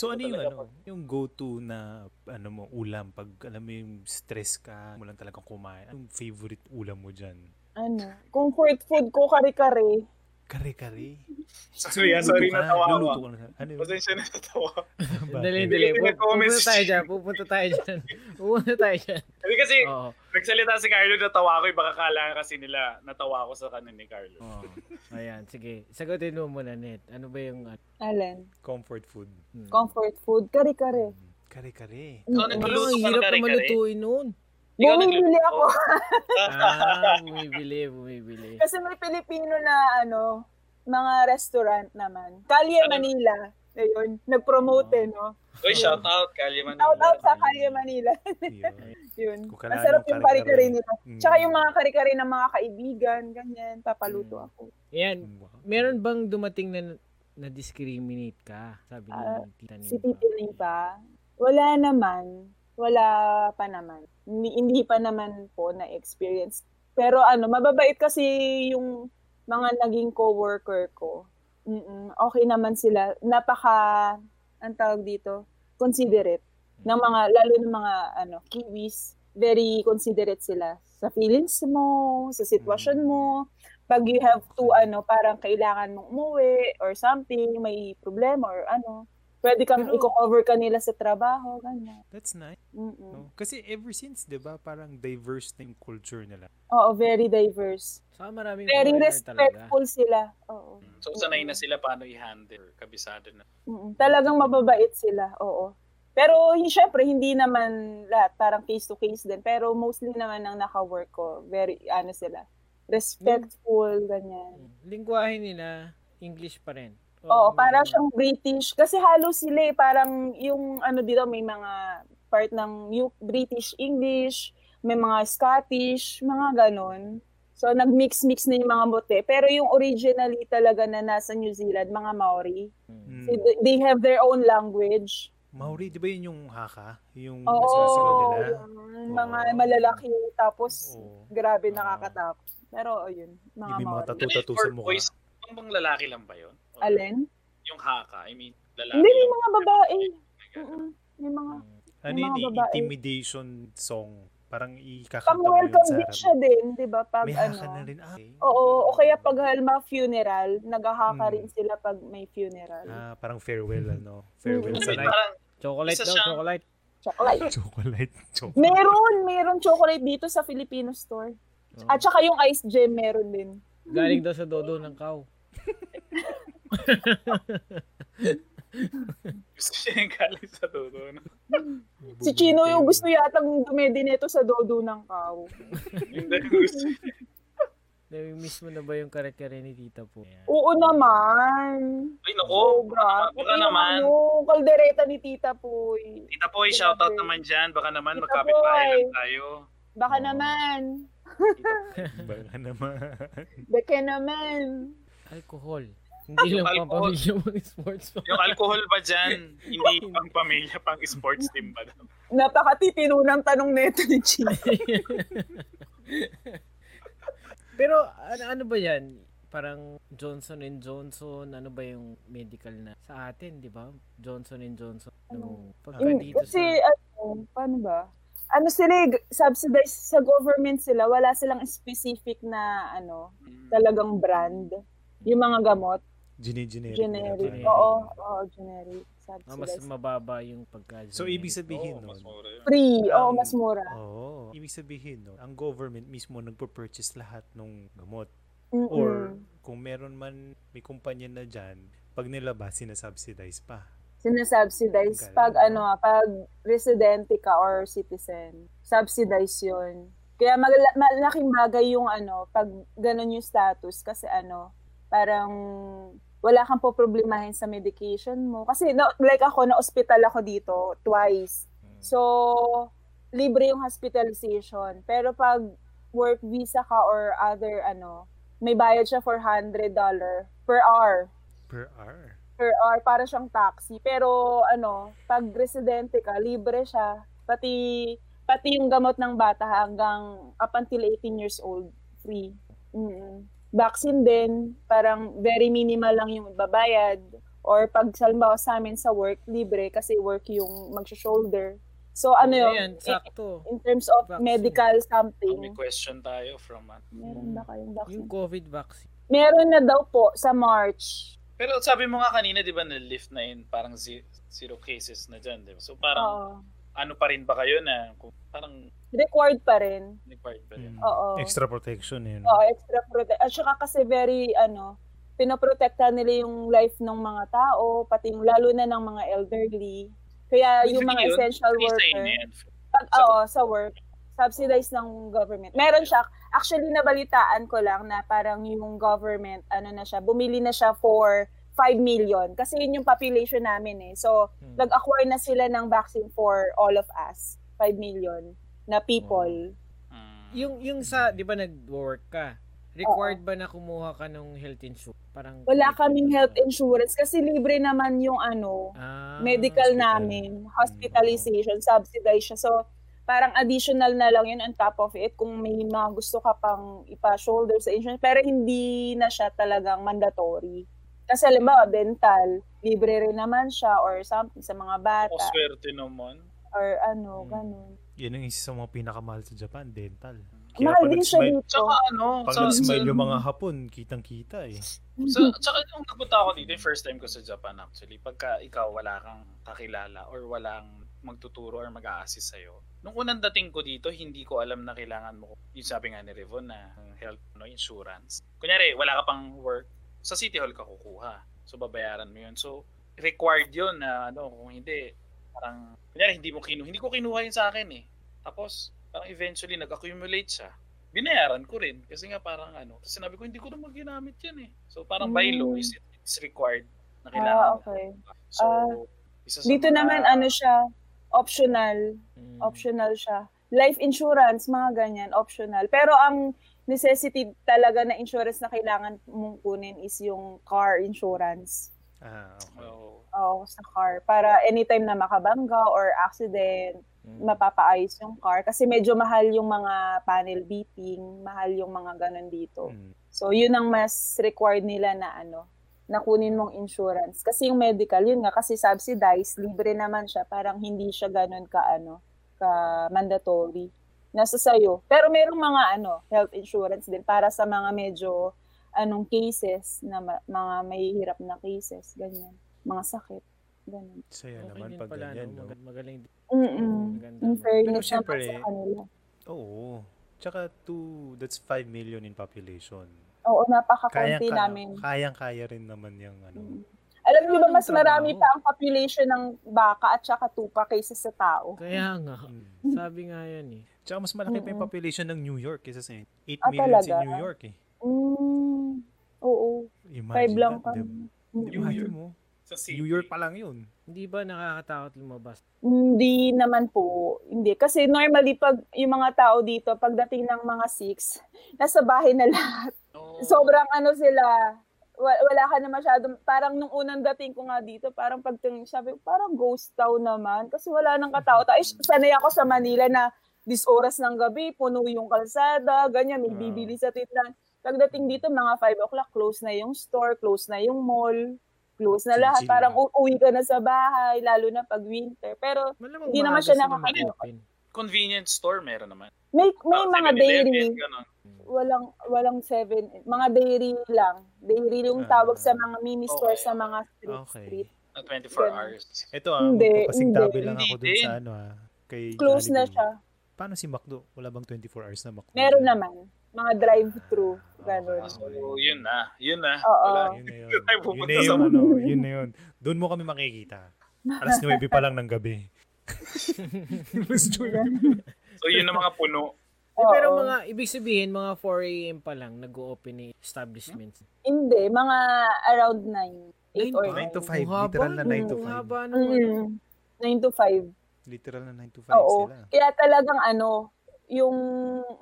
Speaker 3: So ano
Speaker 1: Ito
Speaker 3: yung
Speaker 1: talaga
Speaker 3: ano, yung go-to na ano mo ulam pag alam mo yung stress ka, mo lang talagang kumain. Anong favorite ulam mo diyan?
Speaker 4: Ano? Comfort food ko, kare-kare.
Speaker 3: Kare-kare.
Speaker 1: Sorry, ah, sorry,
Speaker 3: Luluto ka na,
Speaker 1: natawa ako.
Speaker 3: luluto ka na. Ano yun?
Speaker 1: Pasensya na natawa.
Speaker 3: Bakit?
Speaker 2: Dali, dali.
Speaker 1: Hindi
Speaker 2: Pu-
Speaker 1: nag-comment
Speaker 2: Pupunta
Speaker 1: si
Speaker 2: tayo
Speaker 1: Chief.
Speaker 2: dyan. Pupunta tayo dyan. Pupunta tayo dyan.
Speaker 1: Hindi kasi,
Speaker 2: Oo.
Speaker 1: nagsalita si Carlo, natawa ko. eh. Baka kala kasi nila, natawa ko sa kanin ni Carlo.
Speaker 2: Oo. Ayan, sige. Sagutin mo muna, Net. Ano ba yung... ah,
Speaker 4: Alan,
Speaker 3: Comfort food.
Speaker 2: hmm.
Speaker 3: Hmm.
Speaker 4: comfort food, kare-kare.
Speaker 1: Ikaw
Speaker 3: Kare-kare.
Speaker 4: Mm-mm.
Speaker 2: Parang
Speaker 1: nagluluto ka eh. ng
Speaker 2: ang hirap na
Speaker 1: kare-kare.
Speaker 2: malutuin nun.
Speaker 1: Ikaw
Speaker 4: Bumibili
Speaker 1: nagluto.
Speaker 4: ako.
Speaker 2: Ah, bumibili, bumibili.
Speaker 4: Kasi may Pilipino na ano, mga restaurant naman. Kalye
Speaker 1: Ano?
Speaker 4: Manila. Ayun, nag-promote eh, no?
Speaker 1: Uy, shout out, Kalye Manila.
Speaker 4: Out out sa Kalye Manila.
Speaker 3: Yun.
Speaker 4: Yun.
Speaker 3: Kung kailangan
Speaker 4: Masarap
Speaker 3: ng
Speaker 4: yung kare-kare
Speaker 3: kare-kare.
Speaker 4: nila.
Speaker 3: Mm.
Speaker 4: Tsaka yung mga kare-kare ng mga kaibigan, ganyan, papaluto
Speaker 3: Hmm.
Speaker 2: Mm.
Speaker 4: ako.
Speaker 2: Ayan,
Speaker 3: Wow.
Speaker 2: meron bang dumating na na-discriminate ka? Sabi ni
Speaker 4: Ah,
Speaker 2: Tita Nimpa.
Speaker 4: Si Tito Ning pa, wala naman. Wala pa naman. Hindi, hindi pa naman po na-experience. Pero ano, mababait kasi yung mga naging coworker ko. Mm-mm, okay naman sila. Napaka, ang tawag dito, considerate. Ng mga, lalo ng mga ano, kiwis. Very considerate sila sa feelings mo, sa sitwasyon mo. Pag you have to, ano, parang kailangan mong umuwi or something, may problema or ano. Pwede kang
Speaker 3: Pero-
Speaker 4: i-cover ka nila sa trabaho, ganyan.
Speaker 3: That's nice.
Speaker 4: Mm-mm.
Speaker 3: No? Kasi ever since, 'di ba, parang diverse na yung culture nila.
Speaker 4: Oo, very diverse.
Speaker 2: Saka maraming
Speaker 4: Very
Speaker 2: foreigner
Speaker 4: respectful sila. Oo.
Speaker 1: So, sanay na sila paano i-handle. Kabisado na.
Speaker 4: Mm-mm. Talagang mababait sila, oo. Pero hi- syempre hindi naman lahat parang face to face din, pero mostly naman ang naka-work ko, very ano sila, respectful ganyan.
Speaker 2: Talaga. Lingwahe nila, English pa rin.
Speaker 3: Mm.
Speaker 4: Oo, para
Speaker 2: parang
Speaker 4: siyang British kasi halos sila eh, parang yung ano dito may mga part ng U- British English, may mga Scottish, mga ganon. So nag-mix-mix na yung mga bote. Pero yung originally talaga na nasa New Zealand, mga Maori,
Speaker 3: Mm.
Speaker 4: so they- they have their own language.
Speaker 3: Maori, di ba yun yung haka? Yung
Speaker 4: Oo,
Speaker 3: sinasagaw Mm, nila?
Speaker 4: yun. mga
Speaker 3: Oo.
Speaker 4: malalaki tapos
Speaker 3: Oo.
Speaker 4: grabe
Speaker 3: Oo.
Speaker 4: nakakatakot. Pero ayun, mga
Speaker 3: Yung may mga
Speaker 4: Maori.
Speaker 3: tattoo tattoo sa mukha.
Speaker 1: Boys, ang bang lalaki lang ba yun? O
Speaker 4: Alin?
Speaker 1: Yung haka, I mean, lalaki
Speaker 4: Hindi,
Speaker 1: lang
Speaker 4: may mga
Speaker 1: ba yun?
Speaker 4: babae.
Speaker 1: Ganun.
Speaker 4: Mm-mm. May mga
Speaker 3: Ano
Speaker 4: Yung
Speaker 3: yun,
Speaker 4: mga
Speaker 3: eh,
Speaker 4: babae.
Speaker 3: intimidation song. Parang ikakanta
Speaker 4: pang
Speaker 3: mo yun
Speaker 4: welcome
Speaker 3: sa
Speaker 4: din
Speaker 3: harap.
Speaker 4: siya din, 'di ba? Pag
Speaker 3: May
Speaker 4: ano.
Speaker 3: haka na rin. Ah, okay.
Speaker 4: Oo, o kaya pag halma funeral, nagahaka
Speaker 3: Mm.
Speaker 4: rin sila pag may funeral.
Speaker 3: Ah, parang farewell, ano? Farewell
Speaker 1: Ano
Speaker 3: sa
Speaker 1: yun,
Speaker 3: night.
Speaker 1: parang,
Speaker 2: Chocolate
Speaker 1: Isa
Speaker 2: daw,
Speaker 1: siyang-
Speaker 2: chocolate.
Speaker 4: Chocolate.
Speaker 3: Chocolate. Chocolate.
Speaker 4: meron, meron chocolate dito sa Filipino store.
Speaker 2: Oh.
Speaker 4: At saka yung ice gem meron din.
Speaker 2: Galing daw sa dodo ng cow.
Speaker 1: gusto siya yung galing sa dulo. No?
Speaker 4: Si Chino yung gusto yata dumedinito sa dodo ng cow.
Speaker 1: Hindi gusto.
Speaker 2: Nami-miss mo na ba yung kare-kare ni Tita po? Ayan.
Speaker 4: Oo naman.
Speaker 1: Ay,
Speaker 4: Oh,
Speaker 1: nako.
Speaker 4: Sobra.
Speaker 1: Baka
Speaker 4: Yung
Speaker 1: naman.
Speaker 4: Ano, kaldereta ni Tita Puy.
Speaker 1: Tita Poy, shoutout naman dyan. Baka naman
Speaker 4: Tita
Speaker 1: magkapit bahay
Speaker 4: Poy.
Speaker 1: lang tayo.
Speaker 4: Baka
Speaker 3: Oh.
Speaker 2: Oo.
Speaker 4: naman.
Speaker 3: Baka naman.
Speaker 4: Baka naman.
Speaker 2: Alcohol. Hindi
Speaker 1: Yung
Speaker 2: lang
Speaker 1: alcohol.
Speaker 2: pampamilya mga sports pa.
Speaker 1: Yung alcohol ba dyan? Hindi pang pamilya, pang sports team ba? daw?
Speaker 4: Napakatitino ng tanong neto ni Chino.
Speaker 2: Pero ano, ano ba yan? Parang Johnson and Johnson, ano ba yung medical na sa atin, di ba? Johnson and Johnson. Ano? Pagka
Speaker 3: Yun,
Speaker 2: dito
Speaker 4: Oh. Kasi,
Speaker 2: sa...
Speaker 4: ano, paano ba? Ano sila, eh, subsidized sa government sila, wala silang specific na, ano, talagang brand. Yung mga gamot,
Speaker 3: Gine-generic. na
Speaker 4: generic.
Speaker 3: lang.
Speaker 4: Oo, oo, generic.
Speaker 2: Ah, mas
Speaker 4: Subsidized.
Speaker 2: mababa yung pagka
Speaker 3: So, ibig
Speaker 1: Oo,
Speaker 3: sabihin
Speaker 1: mas
Speaker 3: nun,
Speaker 1: mura yun.
Speaker 4: Free, oo,
Speaker 2: um,
Speaker 3: Ang-
Speaker 4: mas mura.
Speaker 3: Oo. Ibig sabihin, no, ang government mismo nagpo-purchase lahat ng gamot.
Speaker 4: Mm-mm.
Speaker 3: Or kung meron man may kumpanya na dyan, pag nilabas, sinasubsidize pa.
Speaker 4: sinasubsidize
Speaker 3: Galing,
Speaker 4: pag
Speaker 3: no?
Speaker 4: ano ah, pag residente ka or citizen subsidize yun kaya magla- malaking bagay yung ano pag ganun yung status kasi ano parang wala kang poproblemahin sa medication mo kasi no, like ako na ospital ako dito twice so libre yung hospitalization pero pag work visa ka or other ano may bayad siya for $100 per hour
Speaker 3: Per hour.
Speaker 4: per hour para siyang taxi. Pero ano, pag residente ka, libre siya. Pati pati yung gamot ng bata hanggang up until 18 years old, free. Mm. Vaccine din, parang very minimal lang yung babayad. Or pag halimbawa sa amin sa work, libre kasi work yung magsha-shoulder. So ano yun,
Speaker 2: Ayan,
Speaker 4: in,
Speaker 2: sakto.
Speaker 4: in terms of
Speaker 2: Vaccine.
Speaker 4: medical
Speaker 1: May Ano
Speaker 4: something,
Speaker 1: question tayo from... ah.
Speaker 4: meron ba kayong
Speaker 2: Yung
Speaker 4: vaccine?
Speaker 2: COVID vaccine.
Speaker 4: Meron na daw po sa March.
Speaker 1: Pero sabi mo nga kanina, di ba, na-lift na yun, parang ze- zero cases na dyan, di ba? So, parang
Speaker 4: Oo.
Speaker 1: ano pa rin ba kayo na kung parang
Speaker 4: Required pa rin.
Speaker 1: required pa rin?
Speaker 3: Mm.
Speaker 4: Oo.
Speaker 3: Extra protection yun.
Speaker 4: Oo, extra protect. At saka kasi very, ano, pinoprotektahan nila yung life ng mga tao, pati yung, lalo na ng mga elderly. Kaya Ah, yung mga
Speaker 1: Free yun?
Speaker 4: essential
Speaker 1: Free sa inyo
Speaker 4: worker,
Speaker 1: yan.
Speaker 4: pag,
Speaker 1: Sa-
Speaker 4: oo, sa work, subsidized ng government. Meron siya, actually nabalitaan ko lang na parang yung government, ano na siya, bumili na siya for 5 million. Kasi yun yung population namin eh. So,
Speaker 2: Hmm.
Speaker 4: nag-acquire na sila ng vaccine for all of us. 5 million na people.
Speaker 1: Mm.
Speaker 2: Yung, yung sa, di ba nag-work ka? Required ba na kumuha ka ng health insurance? Parang
Speaker 4: Wala kaming health insurance kasi libre naman yung ano,
Speaker 2: Ah,
Speaker 4: medical
Speaker 3: hospital.
Speaker 4: namin, hospitalization, subsidized siya. So, parang additional na lang yun on top of it kung may mga gusto ka pang ipa-shoulder sa insurance. Pero hindi na siya talagang mandatory. Kasi halimbawa, dental, libre rin naman siya or something sa mga
Speaker 1: O
Speaker 4: bata
Speaker 1: swerte naman.
Speaker 4: or ano, ganun.
Speaker 3: Yun ang isa sa mga pinakamahal sa Japan, dental. Kaya
Speaker 4: Mahal
Speaker 3: pag
Speaker 4: din siya
Speaker 3: nag-smile-
Speaker 4: dito.
Speaker 1: Tsaka ano,
Speaker 3: Pag
Speaker 1: sa, sa,
Speaker 3: nag-smile yung mga hapon, kitang-kita eh.
Speaker 1: sa,
Speaker 4: Ah,
Speaker 1: tsaka nung nagpunta ako dito, yung first time ko sa Japan actually, pagka ikaw wala kang kakilala or walang magtuturo or mag assist sa'yo. Nung unang dating ko dito, hindi ko alam na kailangan mo, yung sabi nga ni Revon na health no, insurance. Kunyari, wala ka pang work, sa City Hall ka kukuha. So, babayaran mo yun. So, required yun na ano, kung hindi, parang, kunyari, hindi mo kinuha. Hindi ko kinuha yun sa akin eh. Tapos, parang eventually, nag-accumulate siya. binayaran ko rin kasi nga parang ano tapos sinabi ko hindi ko na maginamit yan eh so parang by law is it, it's required na kailangan
Speaker 4: Hmm. Ah,
Speaker 1: mo. diba?
Speaker 4: okay.
Speaker 1: so
Speaker 4: Ah.
Speaker 1: isa sa
Speaker 4: Dito
Speaker 1: mga-
Speaker 4: naman, ano siya, optional.
Speaker 2: Mm.
Speaker 4: optional siya. Life insurance, mga ganyan, optional. Pero ang necessity talaga na insurance na kailangan mong kunin is yung car insurance.
Speaker 3: Ah, okay.
Speaker 1: Oh.
Speaker 4: Oo, sa car. Para anytime na makabangga or accident, mapapaayos yung car. Kasi medyo mahal yung mga panel beating, mahal yung mga ganun dito.
Speaker 3: Mm.
Speaker 4: So, yun ang mas required nila na ano, na kunin mong insurance. Kasi yung medical, yun nga, kasi subsidized, libre naman siya. Parang hindi siya ganun ka, ano, ka mandatory. Nasa sayo. Pero merong mga, ano, health insurance din para sa mga medyo, anong cases, na ma- mga mahihirap na cases, ganyan. Mga sakit, ganun.
Speaker 2: Okay
Speaker 3: Saya naman
Speaker 2: din
Speaker 3: pag
Speaker 2: pala,
Speaker 3: ganyan,
Speaker 2: no?
Speaker 3: no?
Speaker 2: Mag- Magaling din.
Speaker 4: Mm-mm.
Speaker 2: Maganda.
Speaker 4: Mm. In
Speaker 3: Mm.
Speaker 4: fairness
Speaker 3: Pero
Speaker 4: naman
Speaker 3: syempre,
Speaker 4: sa kanila.
Speaker 3: Oo. Tsaka two, that's 5 million in population.
Speaker 4: Oo, napakakunti
Speaker 3: Kayang-kaya,
Speaker 4: namin.
Speaker 3: kayang-kaya rin naman yung ano.
Speaker 4: Mm. Alam niyo ba,
Speaker 2: Kaya
Speaker 4: mas
Speaker 2: yung trabaho.
Speaker 4: marami pa ang population ng baka at saka tupa kaysa sa tao.
Speaker 2: Kaya nga.
Speaker 3: Mm.
Speaker 2: Sabi nga yan eh.
Speaker 3: Tsaka mas malaki pa yung
Speaker 4: Mm-mm.
Speaker 3: population ng New York kaysa sa 8 million
Speaker 4: Ah,
Speaker 3: in
Speaker 4: talaga?
Speaker 3: New York eh.
Speaker 4: Mm, oo.
Speaker 3: Imagine
Speaker 4: Five lang
Speaker 3: that,
Speaker 4: kami.
Speaker 3: di ba?
Speaker 4: Mm-mm.
Speaker 3: Imagine mo,
Speaker 1: Sa city.
Speaker 3: New York pa lang yun.
Speaker 2: Hindi ba nakakatakot lumabas?
Speaker 4: Hindi naman po. Hindi. Kasi normally, pag yung mga tao dito, pagdating ng mga six, nasa bahay na lahat.
Speaker 1: No.
Speaker 4: Sobrang ano sila, wa- wala ka na masyadong, parang nung unang dating ko nga dito, parang pagtingin, sabi, ko, parang ghost town naman. Kasi wala nang katao. Eh, sanay ako sa Manila na this oras ng gabi, puno yung kalsada, ganyan, may
Speaker 3: Ah.
Speaker 4: bibili sa tindahan. Pagdating dito, mga 5 o'clock, close na yung store, close na yung mall, close na
Speaker 3: Chill,
Speaker 4: lahat.
Speaker 3: chill
Speaker 4: Parang
Speaker 3: na.
Speaker 4: uuwi ka na sa bahay, lalo na pag winter. Pero
Speaker 2: Malamang
Speaker 4: Hindi naman
Speaker 2: maaga
Speaker 4: siya
Speaker 2: sila
Speaker 4: nakaka-
Speaker 2: mag-open.
Speaker 1: Convenience store meron naman.
Speaker 4: may, may
Speaker 1: Ah,
Speaker 4: mga
Speaker 1: 7-Eleven,
Speaker 4: dairy,
Speaker 1: ganun.
Speaker 4: walang walang seven mga dairy lang dairy yung
Speaker 3: Ah.
Speaker 4: tawag sa mga mini store
Speaker 1: Okay.
Speaker 4: sa mga street
Speaker 3: Okay.
Speaker 4: street
Speaker 1: Na 24
Speaker 4: Ganun.
Speaker 1: hours.
Speaker 3: Ito ah,
Speaker 4: Hindi,
Speaker 3: magpapasingtabi
Speaker 4: hindi.
Speaker 3: lang ako
Speaker 1: Hindi
Speaker 3: dun sa
Speaker 1: din.
Speaker 3: ano ah. Kay
Speaker 4: close na
Speaker 3: Jollibee.
Speaker 4: siya
Speaker 3: Paano si McDo? Wala bang 24 hours na McDo?
Speaker 4: meron
Speaker 3: dyan?
Speaker 4: naman mga drive through
Speaker 3: Ah,
Speaker 4: ganun
Speaker 3: okay.
Speaker 1: So, yun na. Yun na.
Speaker 4: Oo.
Speaker 1: Wala.
Speaker 3: Yun na yun.
Speaker 1: Ay,
Speaker 3: yun
Speaker 1: pupunta sa
Speaker 3: na yun, ano, yun na yun. Doon mo kami makikita. Alas 9 pa lang ng gabi. Alas 9.
Speaker 1: So, yun ang mga puno.
Speaker 2: Eh, Pero
Speaker 4: Oo.
Speaker 2: mga, ibig sabihin, mga 4 a.m. pa lang, nag-open na yung establishments.
Speaker 4: hindi mga around 9 8
Speaker 2: Nine
Speaker 4: or Mm.
Speaker 2: ba?
Speaker 3: 9 to
Speaker 4: 9
Speaker 3: 5.
Speaker 2: Ang haba,
Speaker 3: Literal
Speaker 2: no?
Speaker 3: na 9 to
Speaker 2: Ang
Speaker 3: 5.
Speaker 2: haba ano. naman.
Speaker 4: 9 to 5
Speaker 3: Literal na 9 to 5
Speaker 4: Oo.
Speaker 3: sila.
Speaker 4: Kaya talagang ano, yung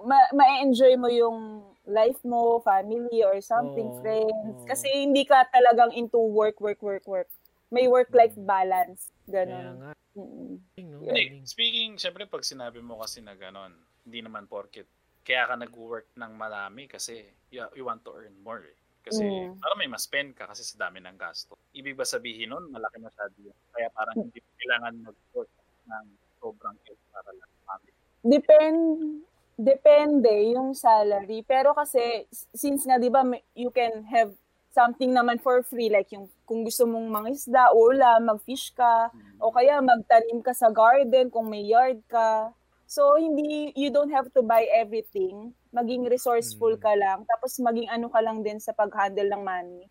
Speaker 4: ma- ma-enjoy mo yung life mo, family or something,
Speaker 2: Oo,
Speaker 4: friends.
Speaker 2: oo.
Speaker 4: Kasi hindi ka talagang into work, work, work, work. May work-life balance.
Speaker 2: Kaya
Speaker 4: Ganon.
Speaker 2: nga.
Speaker 4: Mm-mm.
Speaker 2: Galing, no?
Speaker 1: Hindi,
Speaker 2: Galing.
Speaker 1: speaking, syempre pag sinabi mo kasi na ganun, hindi naman porket kaya ka nag-work ng marami kasi you, you want to earn more. eh. Kasi
Speaker 4: Mm.
Speaker 1: para may ma-spend ka kasi sa dami ng gasto. Ibig ba sabihin nun, malaki masyado yun. Kaya parang hindi mo kailangan mag-work ng sobrang yun para lang sa family.
Speaker 4: Depend, depende yung salary. Pero kasi, s- since nga, di ba, may- you can have something naman for free. Like yung, kung gusto mong mangisda, ulam, mag-fish ka, O kaya magtanim ka sa garden kung may yard ka. So hindi you don't have to buy everything. Maging resourceful
Speaker 3: Mm.
Speaker 4: ka lang tapos maging ano ka lang din sa pag-handle ng money.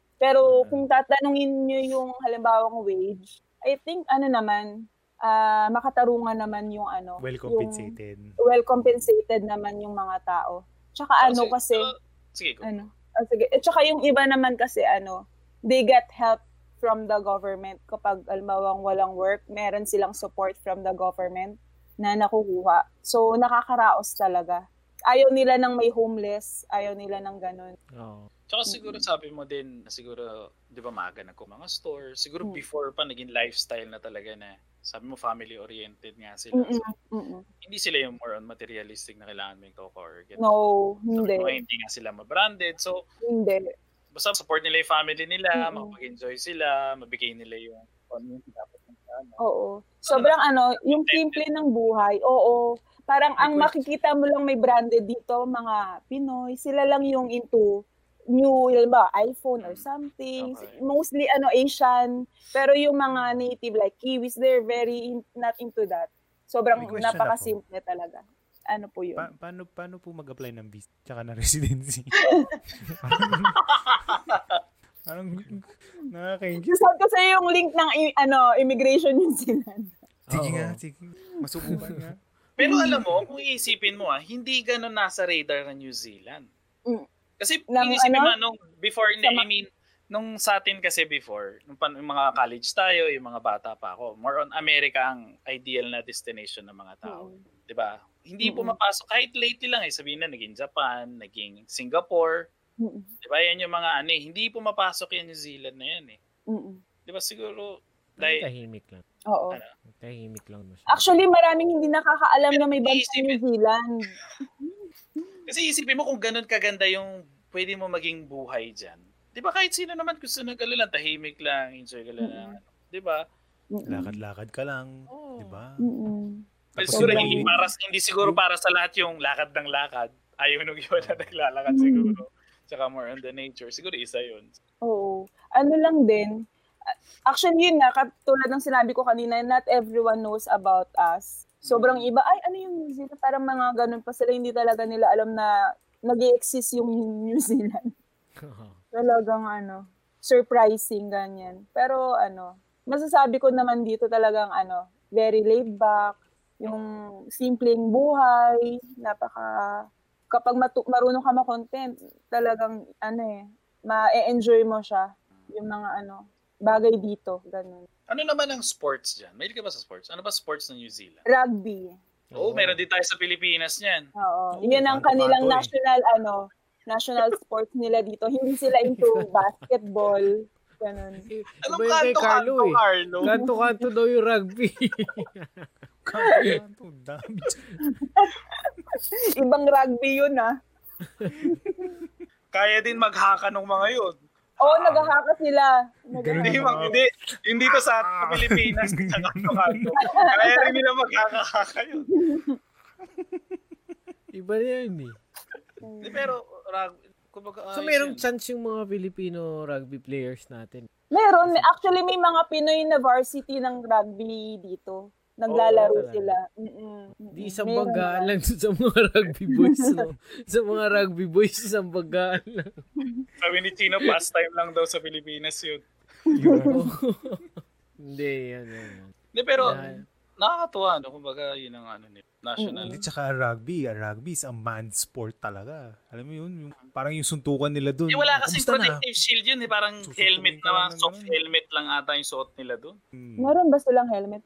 Speaker 3: Mm.
Speaker 4: Pero kung tatanungin niyo yung halimbawa ng wage, I think ano naman ah, makatarungan naman yung ano
Speaker 3: Well
Speaker 4: yung-
Speaker 3: compensated.
Speaker 4: well compensated naman yung mga tao. Tsaka ano kasi
Speaker 3: ah,
Speaker 1: uh, sige, go.
Speaker 4: ano. ah, sige. At saka yung iba naman kasi ano, they get help from the government kapag almawang walang work, meron silang support from the government na nakukuha. So nakakaraos talaga. Ayaw nila ng may homeless, ayaw nila ng ganun.
Speaker 2: Oo.
Speaker 1: Tsaka
Speaker 4: Mm.
Speaker 1: siguro sabi mo din, na siguro, di ba maaga na ko mga store, siguro
Speaker 4: Mm.
Speaker 1: before pa naging lifestyle na talaga na, sabi mo family-oriented nga sila.
Speaker 4: Mm-mm,
Speaker 1: So,
Speaker 4: mm-mm.
Speaker 1: hindi sila yung more on materialistic na kailangan may toko or get
Speaker 4: No,
Speaker 1: Sabi mo,
Speaker 4: hindi.
Speaker 1: hindi nga sila ma-branded. So,
Speaker 4: Hindi.
Speaker 1: basta support nila yung family nila,
Speaker 4: Mm-mm.
Speaker 1: makapag-enjoy sila, mabigay nila yung kung ano yung dapat nila, ano.
Speaker 4: Oo. Sobrang ano, yung simple ng buhay. Oo. Parang ang makikita mo lang may branded dito, mga Pinoy, sila lang yung into new, yun ba, iPhone or something.
Speaker 1: Okay.
Speaker 4: Mostly ano, Asian. Pero yung mga native like Kiwis, they're very in- not into that. Sobrang
Speaker 3: May question
Speaker 4: napakasimple talaga. Ano po yun?
Speaker 3: Pa- paano, paano po mag-apply ng visa tsaka ng residency? Parang nakakaingit.
Speaker 4: Just ko sa yung link ng i- ano, immigration yung sinan.
Speaker 3: Sige
Speaker 2: Oo.
Speaker 3: nga, sige. Masubukan nga.
Speaker 1: Pero alam mo, kung iisipin mo ah, hindi ganun nasa radar ng New Zealand.
Speaker 4: Mm.
Speaker 1: Kasi
Speaker 4: Ng
Speaker 1: inisipin
Speaker 4: ano?
Speaker 1: mo nung before, hindi,
Speaker 4: Sa ma-
Speaker 1: I mean, nung sa atin kasi before, nung pan, yung mga college tayo, yung mga bata pa ako, more on America ang ideal na destination ng mga
Speaker 3: Ah,
Speaker 1: tao.
Speaker 4: Mm.
Speaker 1: 'Di ba? Hindi
Speaker 4: Mm-mm.
Speaker 1: pumapasok kahit lately lang eh sabihin na naging Japan, naging Singapore,
Speaker 4: Mm-mm.
Speaker 1: 'di ba? Yan yung mga ano eh, hindi pumapasok yung New Zealand na yan eh.
Speaker 4: Mm-mm.
Speaker 1: 'Di ba siguro dahil
Speaker 2: Dahil... Tahimik lang.
Speaker 4: Oo.
Speaker 1: Ano?
Speaker 2: Tahimik lang masyado.
Speaker 4: Actually, maraming hindi nakakaalam na may bansa
Speaker 1: Iisipin-
Speaker 4: New Zealand.
Speaker 1: kasi isipin mo kung ganun kaganda yung pwede mo maging buhay diyan. 'Di ba kahit sino naman gusto ng gano'n lang tahimik lang, enjoy ka lang. ano.
Speaker 4: Mm-mm.
Speaker 1: 'Di ba?
Speaker 4: Mm-mm.
Speaker 3: Lakad-lakad ka lang,
Speaker 1: Oo.
Speaker 3: di ba?
Speaker 4: Mm-mm.
Speaker 1: Well,
Speaker 3: Tapos
Speaker 1: siguro
Speaker 4: sobrang-
Speaker 1: hindi, para, hindi siguro
Speaker 4: Hmm?
Speaker 1: para sa lahat yung lakad ng lakad. Ayaw nung yun na naglalakad
Speaker 4: Mm.
Speaker 1: siguro. Tsaka more on the nature. Siguro isa yun.
Speaker 4: Oo. Ano lang din, actually yun nga, katulad ng sinabi ko kanina, not everyone knows about us. Sobrang iba, ay ano yung New Zealand? Parang mga ganun pa sila, hindi talaga nila alam na nag exist yung New Zealand. Talagang ano, surprising ganyan. Pero ano, masasabi ko naman dito talagang ano, very laid back, yung simpleng buhay, napaka kapag matu- marunong ka makontent, talagang ano eh, ma-enjoy mo siya yung mga ano, bagay dito, ganun.
Speaker 1: Ano naman ang sports dyan? Mahilig ka ba sa sports? Ano ba sports ng New Zealand?
Speaker 4: Rugby.
Speaker 1: Oo, meron din tayo sa Pilipinas niyan.
Speaker 4: Oo.
Speaker 3: Oo,
Speaker 4: Yun ang
Speaker 3: kanto-kanto
Speaker 4: kanilang
Speaker 3: eh.
Speaker 4: national ano, national sports nila dito. Hindi sila into basketball,
Speaker 1: Anong
Speaker 4: ganun.
Speaker 2: Eh, Iba Ano yun kay Carlo eh.
Speaker 1: Carlo?
Speaker 2: Kanto-kanto daw yung rugby.
Speaker 3: Kanto-kanto, dami.
Speaker 4: Ibang rugby yun ah.
Speaker 1: Kaya din maghaka ng mga yun.
Speaker 4: Oo, oh, naghahaka sila.
Speaker 2: Ano
Speaker 3: Ganun
Speaker 1: Hindi,
Speaker 3: Ah.
Speaker 4: Naghahaka.
Speaker 1: mag, hindi. Yung dito sa sa
Speaker 2: Ah.
Speaker 1: Pilipinas, sa kanto-kanto. Kaya rin nila maghaka yun.
Speaker 2: Iba na yun eh.
Speaker 1: Di, Pero, rag, kumbaga,
Speaker 2: So
Speaker 1: ayos
Speaker 2: merong
Speaker 1: yan.
Speaker 2: chance yung mga Filipino rugby players natin.
Speaker 4: Meron, may- actually may mga Pinoy na varsity ng rugby dito. Naglalaro
Speaker 2: Oo, talaga.
Speaker 4: sila. Mm-mm.
Speaker 2: Di isang
Speaker 4: Meron
Speaker 2: banggaan
Speaker 4: Mm, na.
Speaker 2: lang dun sa mga rugby boys. No? sa mga rugby boys, isang banggaan lang.
Speaker 1: Sabi ni Chino, pastime lang daw sa Pilipinas yun.
Speaker 2: Hindi, yan, yan. yan.
Speaker 1: Di, pero,
Speaker 2: Yan.
Speaker 1: nakakatuwa, no? Kumbaga, yun ang ano nila. National.
Speaker 3: Hindi, tsaka rugby. Ang rugby is a man sport talaga. Alam mo yun, yung, parang yung suntukan nila dun.
Speaker 1: Eh, wala
Speaker 3: Oh,
Speaker 1: kasing
Speaker 3: "Kamusta na?"
Speaker 1: protective shield yun. Eh. Parang
Speaker 3: Susutuin
Speaker 1: helmet
Speaker 3: ka lang
Speaker 1: na,
Speaker 3: ng
Speaker 1: soft
Speaker 3: ganun.
Speaker 1: helmet lang ata yung suot nila doon.
Speaker 3: Hmm.
Speaker 4: Meron ba silang helmet?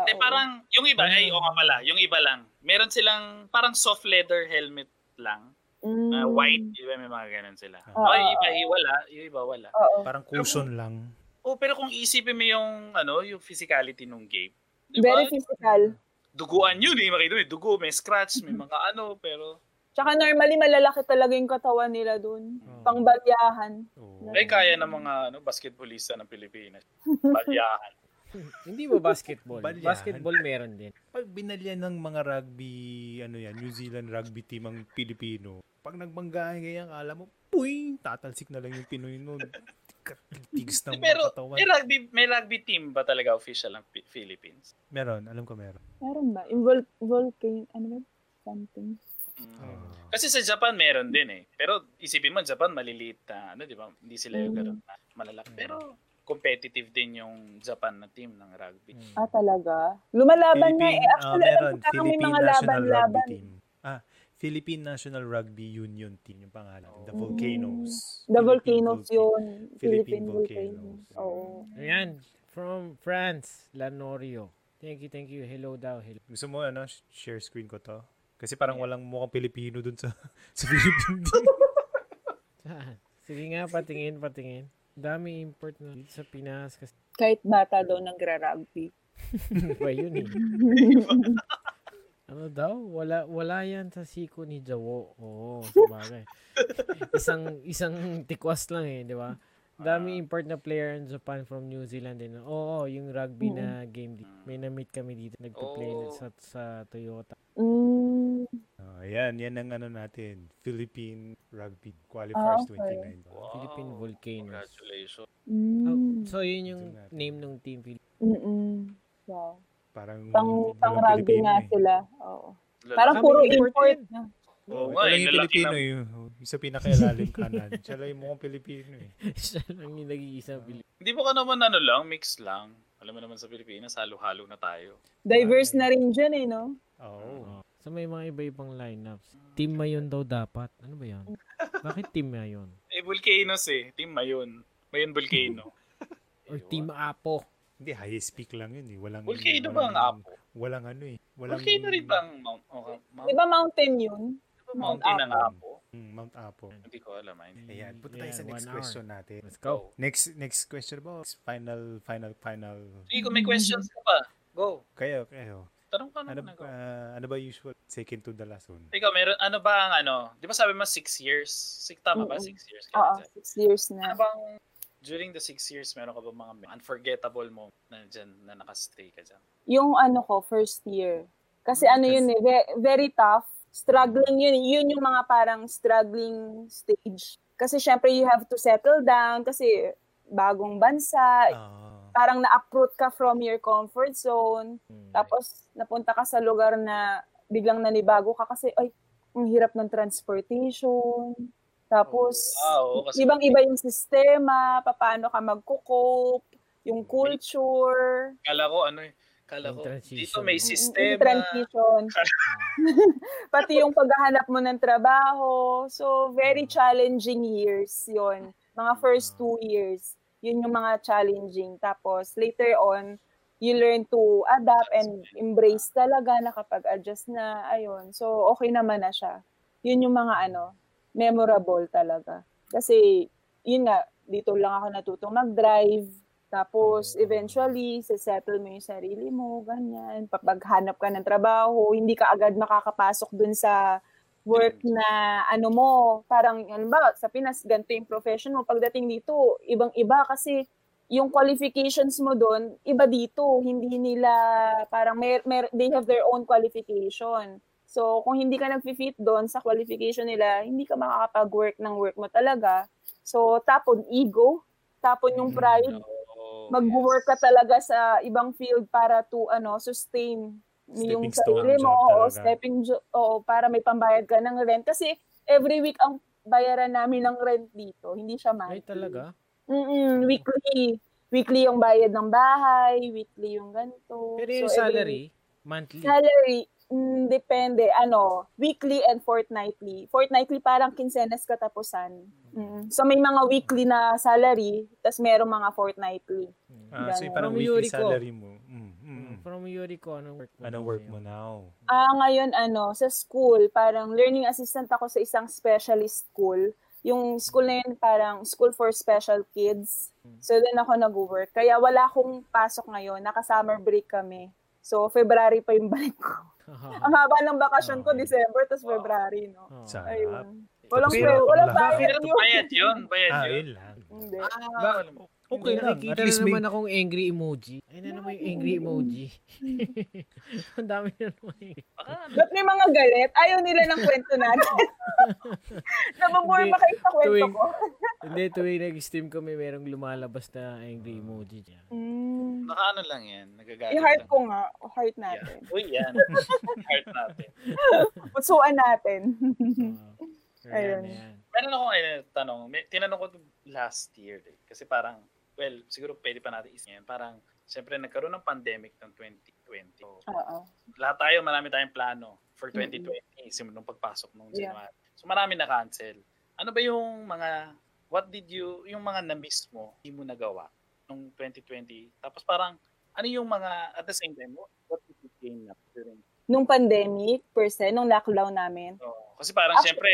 Speaker 1: Eh,
Speaker 4: oo. Ah.
Speaker 1: parang yung iba, ay, oo nga pala, yung iba lang. Meron silang parang soft leather helmet lang.
Speaker 4: Mm.
Speaker 1: na ah, white, iba may mga ganun sila.
Speaker 3: Ah.
Speaker 1: Oh, yung iba, eh, wala. Yung iba, wala.
Speaker 4: Oo.
Speaker 3: Parang cushion lang.
Speaker 1: Oh, pero kung isipin mo yung, ano, yung physicality nung game. Di ba?
Speaker 4: Very physical.
Speaker 1: Duguan yun eh. Makita mo, eh, dugo, may scratch, may mga ano, pero...
Speaker 4: Tsaka normally malalaki talaga yung katawan nila dun.
Speaker 3: Oo.
Speaker 4: Pangbalyahan.
Speaker 3: Oo.
Speaker 1: Ay, kaya ng mga ano, basketballista ng Pilipinas. Balyahan.
Speaker 2: Hindi ba basketball?
Speaker 3: Balyahan.
Speaker 2: Basketball meron din.
Speaker 3: Pag binalyan ng mga rugby, ano yan, New Zealand rugby team ang Pilipino, pag nagbanggaan ganyan, kala mo, puy, tatalsik na lang yung Pinoy nun. Tigs ng mga
Speaker 1: Pero,
Speaker 3: katawan.
Speaker 1: may rugby, may rugby team ba talaga official ng Pi- Philippines?
Speaker 3: Meron, alam ko meron.
Speaker 4: Meron ba? Yung vol- volcano, ano ba? Something.
Speaker 1: Mm. Kasi sa Japan meron din eh. Pero isipin mo, Japan maliliit na, ano, di ba? Hindi sila yung
Speaker 4: Mm.
Speaker 1: ganun na malalaki. Pero competitive din yung Japan na team ng rugby.
Speaker 4: Ah, talaga? Lumalaban na
Speaker 3: Philippine,
Speaker 4: eh.
Speaker 3: ah,
Speaker 4: Actually, alam
Speaker 3: meron,
Speaker 4: ko parang may
Speaker 3: Philippine
Speaker 4: mga
Speaker 3: National Rugby
Speaker 4: laban-laban.
Speaker 3: Team. Ah, Philippine National Rugby Union Team, yung pangalan. The
Speaker 1: Oh.
Speaker 3: Volcanoes.
Speaker 4: The
Speaker 3: Philippine Volcanoes.
Speaker 4: volcanoes yun.
Speaker 3: Philippine
Speaker 4: Philippine volcanoes.
Speaker 3: volcanoes.
Speaker 4: Oo.
Speaker 2: Ayan, from France, Lanorio. Thank you, thank you. Hello daw, hello.
Speaker 3: Gusto mo, ano, sh- share screen ko to? Kasi parang walang mukhang Pilipino dun sa, sa Philippine team.
Speaker 2: Saan? Sige nga, patingin, patingin. Dami import na dito sa Pinas kasi
Speaker 4: Kahit bata daw nagra-rugby.
Speaker 2: ba yun eh. Ano daw? Wala wala yan sa siko ni Jawo. Oo, sabagay. isang isang tikwas lang eh, di
Speaker 1: Ah.
Speaker 2: ba? Dami import na player in Japan from New Zealand din. Oo, yung rugby na game dito. May na-meet kami dito. Nagpa-play na
Speaker 1: Oo.
Speaker 2: sa, sa Toyota.
Speaker 4: Mm,
Speaker 3: Ah, yan, yan ang ano natin. Philippine Rugby Qualifiers
Speaker 4: Ah, okay.
Speaker 3: 2019.
Speaker 1: Wow.
Speaker 2: Philippine Volcanoes.
Speaker 1: Congratulations.
Speaker 2: Oh,
Speaker 4: mm,
Speaker 2: so, yun yung
Speaker 3: Zoom natin.
Speaker 2: name ng team. Phil-
Speaker 4: mm-mm. Wow.
Speaker 3: Parang
Speaker 4: Pang,
Speaker 3: walang
Speaker 4: pang rugby
Speaker 3: Pilipino
Speaker 4: nga
Speaker 3: eh.
Speaker 4: sila. Oo.
Speaker 1: Lalo-
Speaker 4: Parang
Speaker 2: Kami
Speaker 4: puro
Speaker 2: import
Speaker 4: import.
Speaker 2: yun.
Speaker 4: na.
Speaker 1: Oo nga,
Speaker 3: Wala
Speaker 1: eh,
Speaker 3: yung
Speaker 1: lalaki
Speaker 3: Pilipino
Speaker 1: ng-
Speaker 3: yung isa pinakailalim kanan. Siya lang yung mukhang Pilipino eh.
Speaker 2: Siya lang yung
Speaker 1: Ah.
Speaker 2: nag-iisa. Phil-
Speaker 1: Hindi ba ka naman ano lang, mix lang. Alam mo naman sa Pilipinas, halo-halo na tayo.
Speaker 3: Ah,
Speaker 4: Diverse na rin dyan eh, no?
Speaker 3: Oo.
Speaker 1: Ah.
Speaker 2: Oo. So may mga iba-ibang lineups. Team Mayon daw dapat. Ano ba 'yon? Bakit Team Mayon?
Speaker 1: Eh, Volcanoes eh. Team Mayon. Mayon volcano.
Speaker 2: Or Team Apo.
Speaker 3: Hindi, highest peak lang yun eh. Walang,
Speaker 1: Volcano ba
Speaker 3: walang,
Speaker 1: ang apo?
Speaker 3: Walang ano eh. Walang,
Speaker 1: Volcano rin ba ang mount, oh, mount,
Speaker 4: Di ba mountain yun?
Speaker 1: mountain ang
Speaker 3: Apo?
Speaker 1: apo?
Speaker 3: Mm, Mount Apo.
Speaker 1: Hindi ko alam. ah, Hindi.
Speaker 3: Ayan, punta tayo
Speaker 2: Yeah,
Speaker 3: sa next
Speaker 2: one hour.
Speaker 3: question natin.
Speaker 2: Let's go.
Speaker 3: Next next question ba? Final, final, final.
Speaker 1: Sige, kung may questions ka pa, go.
Speaker 3: Kayo, kayo.
Speaker 1: Tanong ka
Speaker 3: Ano,
Speaker 1: na. go.
Speaker 3: ah, ano ba usual? Second to the last one.
Speaker 1: Ikaw, meron, ano ba ang ano? Di ba sabi mo six years? Six, tama ba?
Speaker 4: Oo.
Speaker 1: Six years. ka
Speaker 4: Oo,
Speaker 1: na dyan.
Speaker 4: six years
Speaker 1: Ano
Speaker 4: na.
Speaker 1: bang, during the six years, meron ka ba mga unforgettable moment na dyan, na nakastay ka dyan?
Speaker 4: Yung ano ko, first year. Kasi ano yun eh, ve- very tough. Struggling yun. eh. Yun yung mga parang struggling stage. Kasi syempre you have to settle down kasi bagong bansa.
Speaker 3: Ah,
Speaker 4: Parang na-uproot ka from your comfort zone.
Speaker 3: Hmm.
Speaker 4: Tapos napunta ka sa lugar na biglang nanibago ka kasi ay ang hirap ng transportation. Tapos
Speaker 1: Oh, wow, kasi-
Speaker 4: ibang-iba yung sistema, paano ka magko-cope, yung culture,
Speaker 1: Kala ko, ano eh, kala
Speaker 2: Yung
Speaker 1: ko,
Speaker 2: transition.
Speaker 1: dito may
Speaker 2: Yung-
Speaker 4: yung
Speaker 1: sistema.
Speaker 4: Mm, transition. Pati yung paghahanap mo ng trabaho. So
Speaker 1: Mm.
Speaker 4: very challenging years 'yon. Mga first two years, yun yung mga challenging. Tapos later on, you learn to adapt and embrace talaga, nakapag-adjust na, ayun. So, okay naman na siya. Yun yung mga ano, memorable talaga. Kasi, yun nga, dito lang ako natutong mag-drive. Tapos, eventually, sasettle mo yung sarili mo, ganyan. Papaghanap ka ng trabaho, hindi ka agad makakapasok dun sa work na ano mo, parang, ano ba, sa Pinas, ganito yung profession mo. Pagdating dito, ibang-iba kasi yung qualifications mo doon, iba dito. Hindi nila, parang mer, mer, they have their own qualification. So, kung hindi ka nag-fit doon sa qualification nila, hindi ka makakapag-work ng work mo talaga. So, tapon ego, tapon
Speaker 2: Mm,
Speaker 4: yung pride.
Speaker 1: Oh,
Speaker 4: Mag-work ka
Speaker 1: yes.
Speaker 4: talaga sa ibang field para to, ano, sustain yung
Speaker 3: Stepping stone
Speaker 4: sarili
Speaker 3: job
Speaker 4: mo. Oo,
Speaker 3: talaga.
Speaker 4: stepping jo- oo, para may pambayad ka ng rent. Kasi, every week ang bayaran namin ng rent dito. Hindi siya
Speaker 2: Ay,
Speaker 4: monthly.
Speaker 2: talaga?
Speaker 4: hmm. Mm-mm, weekly. Weekly yung bayad ng bahay, weekly yung ganito.
Speaker 2: Pero yung
Speaker 4: So,
Speaker 2: salary, monthly.
Speaker 4: every- Salary, mm, depende. Ano, weekly and fortnightly. Fortnightly parang kinsenas katapusan. Mm. So may mga weekly na salary, tas merong mga fortnightly.
Speaker 3: ah, so
Speaker 4: Ganun.
Speaker 3: parang
Speaker 2: From Yuri
Speaker 3: weekly
Speaker 2: ko.
Speaker 3: salary mo. Mm, mm, mm.
Speaker 2: hmm. From Yuri ko, anong work mo?
Speaker 3: Anong work mo now?
Speaker 4: Ah, ngayon ano, sa school, parang learning assistant ako sa isang specialist school. Yung school na yun parang school for special kids. So doon ako nag-work. Kaya wala akong pasok ngayon, naka-summer break kami. So February pa yung balik ko.
Speaker 2: Ah.
Speaker 4: Ang haba ng bakasyon ko,
Speaker 3: Okay.
Speaker 4: December, tapos
Speaker 1: Wow.
Speaker 4: February, no?
Speaker 2: Oh.
Speaker 3: Sa-
Speaker 4: Ayun.
Speaker 3: Tapos
Speaker 4: Walang,
Speaker 3: wala
Speaker 4: pero,
Speaker 3: kang
Speaker 4: walang
Speaker 3: lahat.
Speaker 4: bayad
Speaker 1: Pero
Speaker 4: yun. Mm.
Speaker 1: bayad yun, bayad
Speaker 3: Ah,
Speaker 1: yun.
Speaker 3: yun lang.
Speaker 4: Hindi.
Speaker 1: Ah, alam mo.
Speaker 3: Okay
Speaker 2: Hindi,
Speaker 3: lang. At
Speaker 2: Nakikita
Speaker 3: least
Speaker 2: na
Speaker 3: may
Speaker 2: naman akong angry emoji. Ay, na naman yung
Speaker 4: Hmm.
Speaker 2: angry emoji. Ang dami na naman. eh. yung-
Speaker 1: Baka ano,
Speaker 4: Ba't may mga galit? Ayaw nila ng kwento ano. natin. Nababore
Speaker 2: Hindi.
Speaker 4: pa kayo sa kwento
Speaker 2: Tuwing-
Speaker 4: ko.
Speaker 2: Hindi, tuwing nag-stream kami, merong lumalabas na
Speaker 3: Hmm.
Speaker 2: angry emoji niya.
Speaker 4: Mm.
Speaker 1: baka ano lang yan, nagagalit
Speaker 4: I-heart
Speaker 1: lang.
Speaker 4: ko nga. Heart natin.
Speaker 1: Yeah. Uy, yan. Heart natin.
Speaker 4: Putsuan natin.
Speaker 2: So, Ah, ayan,
Speaker 4: Hmm. Ayun.
Speaker 2: ayan.
Speaker 1: Meron akong eh, tanong. May, tinanong ko to last year. Eh. Kasi parang, well, siguro pwede pa natin isingin. Parang, siyempre nagkaroon ng pandemic ng 2020. So,
Speaker 4: Oo.
Speaker 1: lahat tayo, marami tayong plano for 2020. Simula nung pagpasok nung
Speaker 4: Yeah.
Speaker 1: January. So marami na cancel. Ano ba yung mga, what did you, yung mga na-miss mo, hindi mo nagawa nung 2020? Tapos parang, ano yung mga, at the same time, what, what did you gain up during
Speaker 4: Nung pandemic, per se, nung lockdown namin.
Speaker 1: Oo. Kasi parang
Speaker 4: Actually-
Speaker 1: syempre,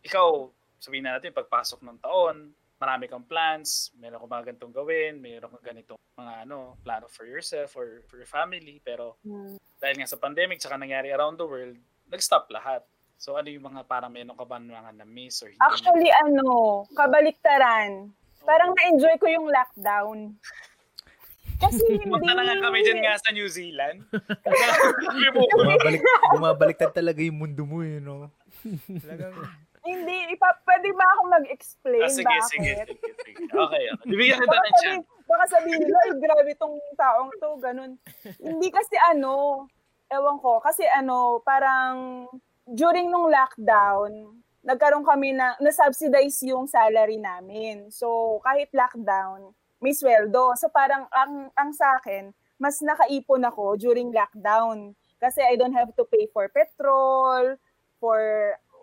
Speaker 1: ikaw, sabihin na natin, pagpasok ng taon, marami kang plans, meron kang mga ganitong gawin, meron kang ganitong mga ano, plano for yourself or for your family, pero
Speaker 4: Mm.
Speaker 1: dahil nga sa pandemic, saka nangyari around the world, nag-stop lahat. So ano yung mga parang meron ka ba mga na-miss or hindi?
Speaker 4: Actually, ano, kabaliktaran.
Speaker 1: Oo.
Speaker 4: Parang na-enjoy ko yung lockdown. Kasi
Speaker 1: Punta na nga
Speaker 4: hindi.
Speaker 1: kami dyan nga sa New Zealand.
Speaker 3: Bumabalik, bumabaliktad talaga yung mundo mo eh, no? Talagang,
Speaker 4: Hindi, ipa, pwede ba akong mag-explain
Speaker 1: Ah, sige,
Speaker 4: bakit?
Speaker 1: sige, sige, sige. Okay, okay. Bibigyan kita
Speaker 4: Baka
Speaker 1: ng
Speaker 4: sabihin,
Speaker 1: chance.
Speaker 4: baka sabihin nila, "Ay, grabe tong taong to, ganun. Hindi kasi ano, ewan ko, kasi ano, parang during nung lockdown, nagkaroon kami na, nasubsidize yung salary namin. So, kahit lockdown, may sweldo. So, parang ang, ang sa akin, mas nakaipon ako during lockdown. Kasi I don't have to pay for petrol, for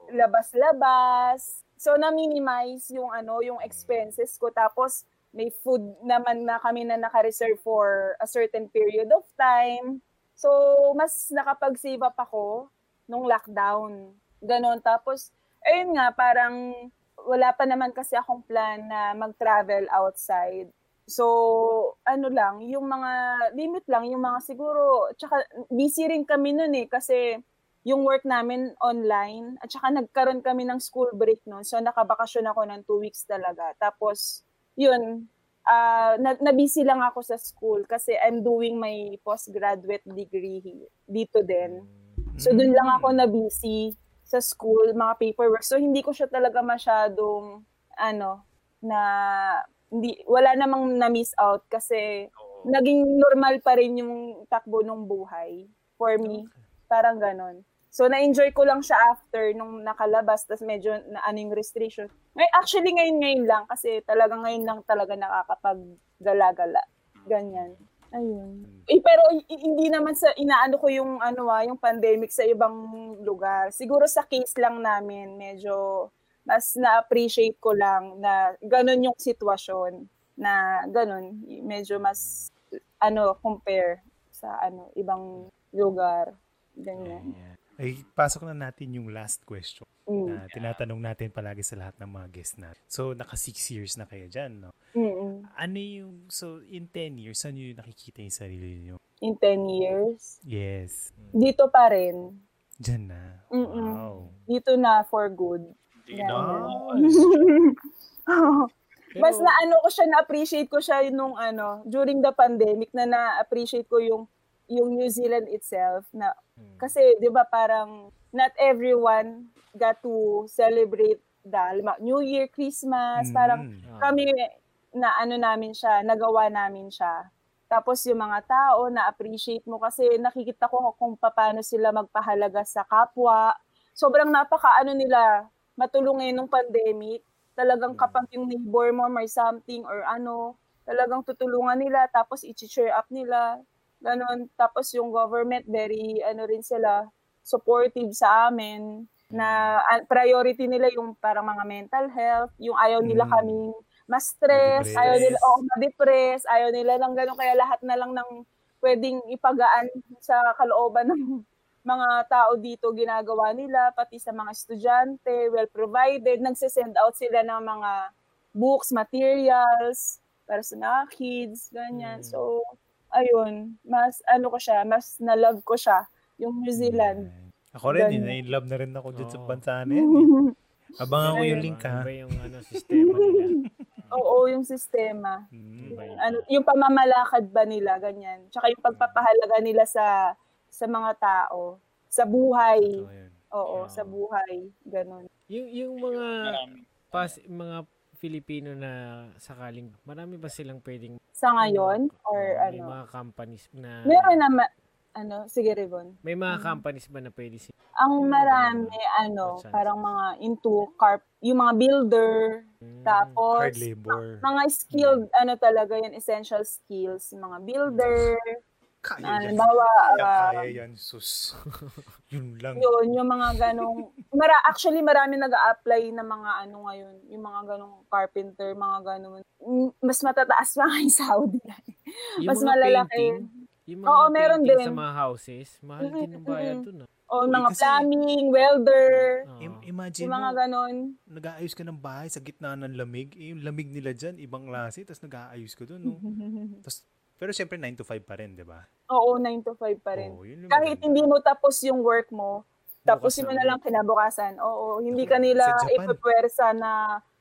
Speaker 4: labas-labas. So, na-minimize yung, ano, yung expenses ko. Tapos, May food naman na kami na naka-reserve for a certain period of time. So, mas nakapag-save up ako nung lockdown. Ganon. Tapos, ayun nga, parang wala pa naman kasi akong plan na mag-travel outside. So, ano lang, yung mga limit lang, yung mga siguro, tsaka busy rin kami nun eh, kasi yung work namin online, at tsaka nagkaroon kami ng school break nun, so nakabakasyon ako ng two weeks talaga. Tapos, yun, ah, na, na-busy lang ako sa school kasi I'm doing my postgraduate degree he- dito din.
Speaker 3: Mm.
Speaker 4: So, dun lang ako na-busy sa school, mga paperwork. So, hindi ko siya talaga masyadong, ano, na, hindi, wala namang na-miss out kasi
Speaker 1: Oo.
Speaker 4: naging normal pa rin yung takbo ng buhay for me. Parang ganon. So, na-enjoy ko lang siya after nung nakalabas, tas medyo na ano yung restriction. Ngay- actually, ngayon-ngayon lang kasi talaga ngayon lang talaga nakakapag-gala-gala. Ganyan. Ayun. Eh, pero i- i- hindi naman sa inaano ko yung ano ah, yung pandemic sa ibang lugar. Siguro sa case lang namin medyo mas na-appreciate ko lang na ganun yung sitwasyon na ganun medyo mas ano compare sa ano ibang lugar ganyan.
Speaker 3: Ay, pasok na natin yung last question
Speaker 4: Mm.
Speaker 3: na tinatanong natin palagi sa lahat ng mga guests natin. So, naka six years na kayo dyan, no?
Speaker 4: Mm-mm.
Speaker 3: Ano yung, so, in 10 years, ano yung nakikita yung sarili nyo?
Speaker 4: In 10 years
Speaker 3: Yes.
Speaker 4: dito pa rin.
Speaker 3: Dyan na.
Speaker 4: Mm-mm.
Speaker 3: Wow.
Speaker 4: Dito na for good.
Speaker 1: Hindi na.
Speaker 3: Pero-
Speaker 4: Mas na ano ko siya, na-appreciate ko siya nung ano, during the pandemic na na-appreciate ko yung yung New Zealand itself na
Speaker 2: hmm.
Speaker 4: kasi 'di ba parang not everyone got to celebrate the halimbawa, New Year, Christmas, parang
Speaker 3: Mm.
Speaker 2: Ah.
Speaker 4: kami na ano namin siya, nagawa namin siya. Tapos yung mga tao na appreciate mo kasi nakikita ko kung paano sila magpahalaga sa kapwa. Sobrang napakaano nila matulungin nung pandemic. Talagang kapag yung neighbor mo may something or ano, talagang tutulungan nila tapos i-cheer up nila. Ganon. Tapos yung government, very ano rin sila, supportive sa amin na ah, priority nila yung parang mga mental health, yung ayaw nila
Speaker 3: Mm.
Speaker 4: kaming ma-stress,
Speaker 3: Ma-depress.
Speaker 4: ayaw nila, oo, ma-depress, ayaw nila ng gano'n, kaya lahat na lang ng pwedeng ipagaan sa kalooban ng mga tao dito ginagawa nila, pati sa mga estudyante, well-provided, nagsisend out sila ng mga books, materials, para sa mga kids, ganyan.
Speaker 2: Mm.
Speaker 4: So, ayun, mas ano ko siya, mas na-love ko siya, yung New Zealand.
Speaker 3: Yan. Mm. Ako rin,
Speaker 4: Ganyan.
Speaker 3: eh, love na rin ako dyan sa
Speaker 2: Oo.
Speaker 3: bansa na Mm. Ano yan. eh. Abangan ko yung
Speaker 4: Ayun.
Speaker 3: link, ha?
Speaker 2: Iba yung ano, sistema nila.
Speaker 4: Oo, yung sistema.
Speaker 3: Mm.
Speaker 2: Iba
Speaker 4: Yung,
Speaker 2: yun.
Speaker 4: ano, yung pamamalakad ba nila, ganyan. Tsaka yung pagpapahalaga nila sa sa mga tao, sa buhay.
Speaker 3: Totoo yun.
Speaker 4: Oo,
Speaker 2: Yeah.
Speaker 4: sa buhay, ganun.
Speaker 2: Yung, yung mga
Speaker 1: Marami.
Speaker 2: pas, mga Filipino na sakaling, marami ba silang pwedeng
Speaker 4: Sa ngayon or
Speaker 2: Oo, may
Speaker 4: ano.
Speaker 2: mga companies na
Speaker 4: Meron na ano, sige Rivon.
Speaker 2: may mga companies ba na pwede sila?
Speaker 4: Ang marami ano,
Speaker 2: Chances.
Speaker 4: parang mga into carp, yung mga builder,
Speaker 2: Mm.
Speaker 4: tapos
Speaker 3: Hard labor.
Speaker 4: mga skilled ano talaga yun essential skills yung mga builder
Speaker 3: Kaya
Speaker 4: na
Speaker 3: yan.
Speaker 4: halimbawa ah,
Speaker 3: Kaya yan, sus. yun lang.
Speaker 4: yun, yung mga ganong, mara, actually marami nag apply na mga ano ngayon, yung mga ganong carpenter, mga ganon. Mm, Mas matataas pa nga yung Saudi.
Speaker 2: Yung
Speaker 4: Mas
Speaker 2: mga
Speaker 4: malalaki.
Speaker 2: painting, yung mga
Speaker 4: Oo, meron
Speaker 2: painting
Speaker 4: din.
Speaker 2: sa
Speaker 4: Mm-hmm,
Speaker 2: mga houses, mahal din ang bayad
Speaker 4: Mm-mm.
Speaker 2: dun. ah.
Speaker 4: O
Speaker 3: Uy,
Speaker 4: mga
Speaker 3: kasi-
Speaker 4: plumbing, welder,
Speaker 2: Oo.
Speaker 3: Im- imagine
Speaker 4: yung mga
Speaker 3: mo,
Speaker 4: ganon.
Speaker 3: nag-aayos ka ng bahay sa gitna ng lamig. Eh, yung lamig nila dyan, ibang klase, tapos nag-aayos ka doon,
Speaker 4: Mm-hmm.
Speaker 3: no? Tapos, pero syempre 9 to 5 pa rin, di ba?
Speaker 4: Oo, 9 to 5 pa rin.
Speaker 3: Oo, yun Oh, yung
Speaker 4: Kahit
Speaker 3: maganda.
Speaker 4: hindi mo tapos yung work mo, tapos
Speaker 2: Bukas
Speaker 4: mo
Speaker 2: na
Speaker 4: na lang kinabukasan. Oo, hindi
Speaker 3: Naku,
Speaker 4: kanila
Speaker 3: sa Japan.
Speaker 4: ipapwersa na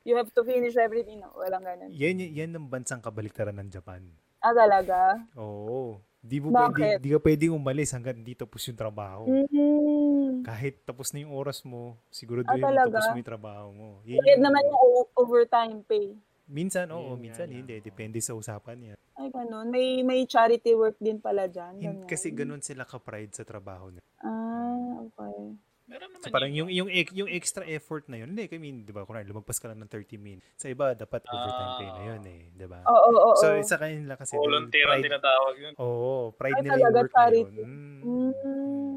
Speaker 4: you have to finish everything. No, walang ganon.
Speaker 3: Yan, yan, yan ang bansang kabaliktaran ng Japan.
Speaker 4: Ah, talaga?
Speaker 3: Oo. Di mo pwede,
Speaker 4: Bakit?
Speaker 3: di ka pwedeng umalis hanggang dito tapos yung trabaho.
Speaker 4: Mm.
Speaker 3: Kahit tapos na yung oras mo, siguro
Speaker 4: Ah,
Speaker 3: mo
Speaker 4: talaga?
Speaker 3: tapos mo yung trabaho mo. Yan
Speaker 4: Bayad
Speaker 3: yung-
Speaker 4: naman yung o- overtime pay.
Speaker 3: Minsan, oo.
Speaker 2: Yun nga
Speaker 3: minsan,
Speaker 2: lang,
Speaker 3: hindi.
Speaker 2: oo.
Speaker 3: Depende sa usapan yan.
Speaker 4: Ay, ganun. May, may charity work din pala dyan.
Speaker 3: Hin-
Speaker 4: ganyan.
Speaker 3: kasi ganun sila ka-pride sa trabaho nila.
Speaker 4: Ah, okay.
Speaker 1: Meron naman
Speaker 2: Ano
Speaker 3: So, parang
Speaker 1: yun.
Speaker 3: yung, yung, ek- yung extra effort na yun. Hindi, I mean, di ba, kunwari, lumagpas ka lang ng 30 minutes. Sa iba, dapat overtime pay na yun eh. Di ba?
Speaker 4: Oo, oo, Ah, oo.
Speaker 3: So, sa kanila kasi,
Speaker 1: volunteer ang
Speaker 3: pride,
Speaker 1: tinatawag yun.
Speaker 3: Oo, pride
Speaker 4: Ay,
Speaker 3: nila yung
Speaker 4: talaga,
Speaker 3: work na yun.
Speaker 4: charity.
Speaker 3: Mm.
Speaker 4: Mm.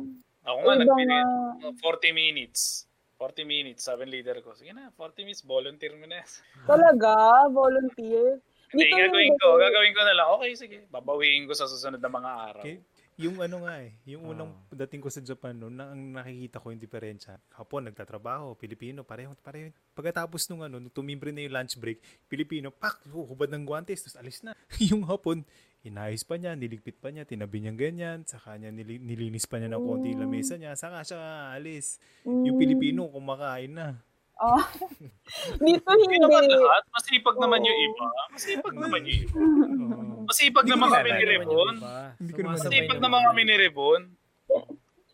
Speaker 1: Ako
Speaker 4: Iba
Speaker 1: nga,
Speaker 4: nga.
Speaker 1: nagpinit.
Speaker 4: ah.
Speaker 1: 40 minutes. 40 minutes, sabi ng leader ko. Sige na, 40 minutes, volunteer mo na.
Speaker 4: Talaga, volunteer.
Speaker 1: Hindi,
Speaker 4: Dito
Speaker 1: gagawin
Speaker 4: yung-
Speaker 1: ko. Gagawin ko na lang. Okay, sige. Babawiin ko sa susunod na mga araw.
Speaker 3: Okay. Yung ano nga eh, yung
Speaker 2: Ah.
Speaker 3: unang dating ko sa Japan noon, na, ang nakikita ko yung diferensya. Hapon, nagtatrabaho, Pilipino, pareho, pareho. Pagkatapos nung ano, nung tumimbre na yung lunch break, Pilipino, pak, hubad ng guantes, tapos alis na. yung hapon, inayos pa niya, niligpit pa niya, tinabi niya ganyan, saka niya nili- nilinis pa niya ng konti yung lamesa niya, saka siya alis. Yung
Speaker 4: Mm.
Speaker 3: Pilipino, kumakain na.
Speaker 4: Oh. Dito
Speaker 1: Hindi
Speaker 4: hindi.
Speaker 1: naman lahat. Masipag naman
Speaker 4: Oo.
Speaker 1: yung iba. Masipag
Speaker 3: Mm.
Speaker 1: naman yung iba.
Speaker 3: Oo.
Speaker 1: Masipag
Speaker 3: Hindi
Speaker 1: naman
Speaker 3: ko
Speaker 1: kami ni
Speaker 3: naalala.
Speaker 1: Rebon.
Speaker 2: diba?
Speaker 3: Hindi ko naman
Speaker 1: Masipag naman
Speaker 2: Ah,
Speaker 1: kami ni Rebon.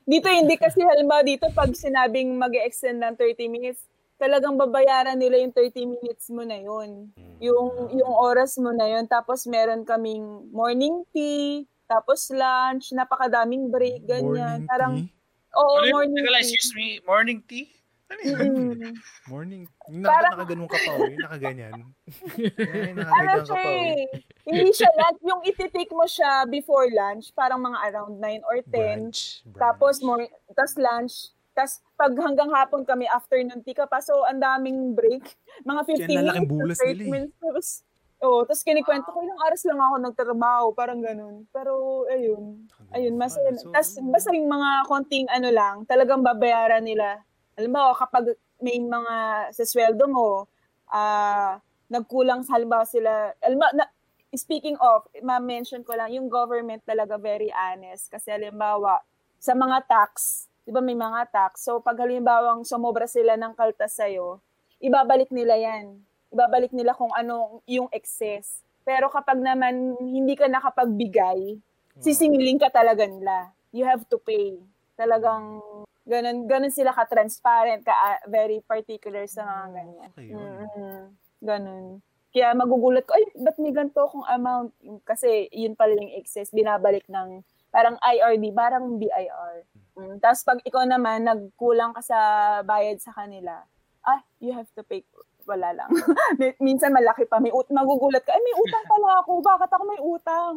Speaker 4: Dito hindi kasi halimbawa dito pag sinabing mag extend ng 30 minutes, talagang babayaran nila yung 30 minutes mo na yun. Yung, yung oras mo na yun. Tapos meron kaming morning tea, tapos lunch, napakadaming break, ganyan.
Speaker 3: Morning
Speaker 4: Parang,
Speaker 3: tea?
Speaker 4: oo,
Speaker 1: Ano yun?
Speaker 4: morning
Speaker 1: Teka lang,
Speaker 4: tea.
Speaker 1: excuse me. Morning tea?
Speaker 3: Ano yun?
Speaker 4: Mm.
Speaker 3: Morning. Yung
Speaker 4: Parang-
Speaker 3: naka, nakaganong ka pa, oh, yung nakaganyan. Ay,
Speaker 4: Ano
Speaker 3: nakaganyan ka
Speaker 4: siya
Speaker 3: pa, oh.
Speaker 4: eh, hindi siya lunch. Yung iti-take mo siya before lunch, parang mga around 9 or 10.
Speaker 3: Brunch, brunch.
Speaker 4: Tapos more tas lunch, tas pag hanggang hapon kami afternoon tea ka pa. So ang daming break, mga 15
Speaker 3: Kaya lalaking
Speaker 4: minutes, to
Speaker 3: bulas
Speaker 4: 30
Speaker 3: nila eh.
Speaker 4: minutes. Tapos, oh, tapos kinikwento ko ilang oras lang ako nagtrabaho, parang ganun. Pero ayun, ayun mas
Speaker 3: Ah, So,
Speaker 4: tas basta yung mga konting ano lang, talagang babayaran nila. Alam mo kapag may mga sa sweldo mo, ah nagkulang sa halimbawa sila, alam mo, na, speaking of, ma-mention ko lang, yung government talaga very honest. Kasi halimbawa, sa mga tax, di ba may mga tax, so pag halimbawa sumobra sila ng kalta sa'yo, ibabalik nila yan. Ibabalik nila kung ano yung excess. Pero kapag naman hindi ka nakapagbigay, sisingiling ka talaga nila. You have to pay. Talagang ganun, ganun sila ka-transparent, ka ah, very particular sa mga ganyan.
Speaker 3: Okay, yun.
Speaker 4: Mm-mm. Ganun. Kaya magugulat ko, ay, ba't may ganito akong amount? Kasi yun pala yung excess, binabalik ng parang IRD, parang BIR. Mm. Tapos pag ikaw naman, nagkulang ka sa bayad sa kanila, ah, you have to pay. Wala lang. Min- Minsan malaki pa, may ut- magugulat ka, ay, may utang pala ako, bakit ako may utang?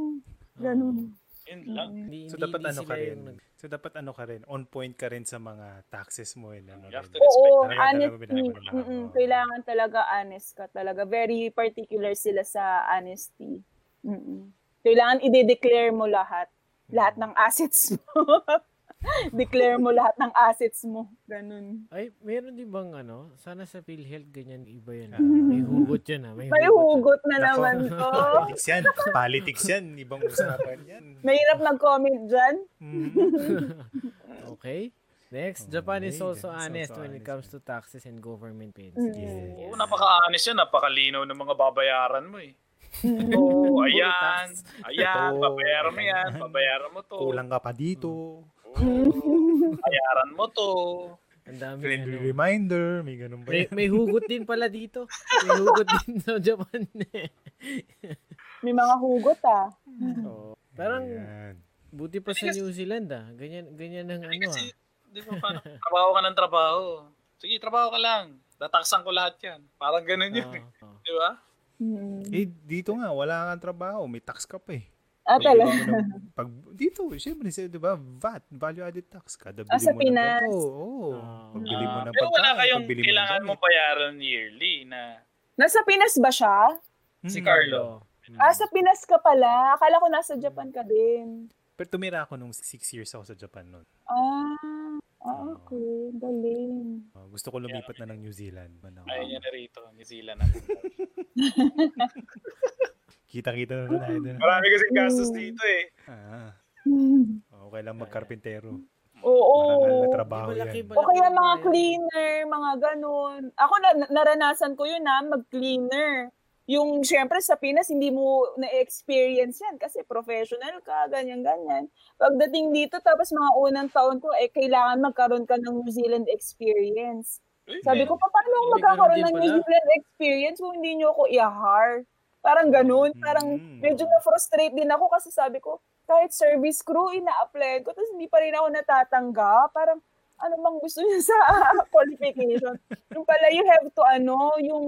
Speaker 4: Ganun.
Speaker 1: Yun lang.
Speaker 4: Mm.
Speaker 2: Hindi,
Speaker 3: So
Speaker 2: hindi-
Speaker 3: dapat
Speaker 2: hindi
Speaker 3: ano
Speaker 2: sila
Speaker 3: ka rin.
Speaker 2: yung nag-
Speaker 3: So dapat ano ka rin, on point ka rin sa mga taxes mo and ano.
Speaker 1: You have
Speaker 3: rin.
Speaker 1: to respect
Speaker 4: Oo,
Speaker 3: talaga, talaga
Speaker 4: honesty.
Speaker 3: binabalik ako.
Speaker 4: Mm-mm, kailangan talaga honest ka talaga. Very particular sila sa honesty. Mm-mm. Kailangan i-declare mo lahat.
Speaker 3: Mm.
Speaker 4: Lahat ng assets mo. Declare mo lahat ng assets mo. Ganun.
Speaker 2: Ay, meron din bang ano? Sana sa PhilHealth ganyan iba yan.
Speaker 3: Ah.
Speaker 2: May hugot yun ah. May
Speaker 4: Mm-hmm. May
Speaker 2: hugot.
Speaker 4: hugot na
Speaker 3: Nako.
Speaker 4: naman to.
Speaker 3: Politics yan. Politics yan. Ibang usapan yan.
Speaker 4: Mahirap mag-comment dyan.
Speaker 3: Mm.
Speaker 2: ah. Okay. Next,
Speaker 3: Okay,
Speaker 2: Japan is also
Speaker 3: Japan is
Speaker 2: honest
Speaker 3: also
Speaker 2: when it
Speaker 3: honest,
Speaker 2: comes
Speaker 3: man.
Speaker 2: to taxes and government payments.
Speaker 4: Mm.
Speaker 3: Yes.
Speaker 1: Oo, napaka-honest yan. Napakalinaw ng mga babayaran mo eh.
Speaker 4: Hmm.
Speaker 1: Oo, ayan. Ayan,
Speaker 3: Ito,
Speaker 1: babayaran mo yan.
Speaker 3: ayan.
Speaker 1: Babayaran mo to.
Speaker 3: Kulang ka pa dito.
Speaker 1: Oo, bayaran mo to.
Speaker 2: Ang dami
Speaker 3: Friendly
Speaker 2: ano.
Speaker 3: reminder. May ganun ba
Speaker 2: May,
Speaker 3: yan?
Speaker 2: may hugot din pala dito. May hugot din sa Japan.
Speaker 4: May mga hugot ah.
Speaker 2: Oo. Parang
Speaker 3: Ayan.
Speaker 2: buti pa sa New Zealand ah. Ganyan, ganyan ang
Speaker 1: Hindi Eh,
Speaker 2: ano
Speaker 1: kasi,
Speaker 2: ah.
Speaker 1: di ba, parang trabaho ka ng trabaho. Sige, trabaho ka lang. Tataksan ko lahat yan. Parang ganun
Speaker 3: Ah.
Speaker 1: yun. eh.
Speaker 2: Oo, oo.
Speaker 1: Di
Speaker 4: Ah,
Speaker 1: ba?
Speaker 4: Mm.
Speaker 3: Eh, dito nga, wala kang trabaho. May tax ka pa eh.
Speaker 4: Ah,
Speaker 3: Pag
Speaker 4: talaga.
Speaker 3: binili mo ng- Pag, dito, syempre, sa, di ba, VAT, value added tax. Kada bili
Speaker 4: Ah, sa
Speaker 3: mo ng
Speaker 4: Pinas.
Speaker 3: ganito, oo.
Speaker 2: Ah.
Speaker 3: Pagbili mo
Speaker 1: Ah,
Speaker 3: ng
Speaker 1: pero wala
Speaker 3: pagkain,
Speaker 1: kayong
Speaker 3: pagbili mo ng
Speaker 1: kailangan mo
Speaker 3: gamit.
Speaker 1: bayaran yearly na
Speaker 4: Nasa Pinas ba siya?
Speaker 1: si
Speaker 3: Mm.
Speaker 2: Oh,
Speaker 1: Carlo.
Speaker 2: hmm.
Speaker 4: Ah, sa Pinas ka pala. Akala ko nasa Japan ka din.
Speaker 3: Pero tumira ako nung six years ako sa Japan noon.
Speaker 4: Ah, ah, okay. Galing.
Speaker 3: Uh, gusto ko lumipat na ng New Zealand. Ano, Man ako.
Speaker 1: Ayaw niya na rito, New Zealand. na.
Speaker 3: Kita-kita na rin tayo doon.
Speaker 1: Marami kasing gastos dito eh.
Speaker 3: Ah,
Speaker 4: Hmm.
Speaker 3: okay lang magkarpintero.
Speaker 4: Mm. Oo.
Speaker 3: Marangal na trabaho
Speaker 2: Di ba laki
Speaker 3: yan.
Speaker 2: ba?
Speaker 4: O kaya mga
Speaker 2: Malaki-
Speaker 4: cleaner, mga ganun. Ako na, naranasan ko yun na mag-cleaner. Yung syempre sa Pinas, hindi mo na-experience yan kasi professional ka, ganyan-ganyan. Pagdating dito, tapos mga unang taon ko, eh, kailangan magkaroon ka ng New Zealand experience.
Speaker 1: Uy,
Speaker 4: Sabi ko, pa, paano ako
Speaker 2: May ganun
Speaker 4: magkakaroon
Speaker 2: din
Speaker 4: ng New
Speaker 2: pala.
Speaker 4: Zealand experience kung hindi nyo ako i-hire? Parang ganun. Parang
Speaker 3: Mm.
Speaker 4: medyo na-frustrate din ako kasi sabi ko, kahit service crew, ina-apply ko, tapos hindi pa rin ako natatanggap. Parang, ano bang gusto niya sa qualification? yung pala, you have to, ano, yung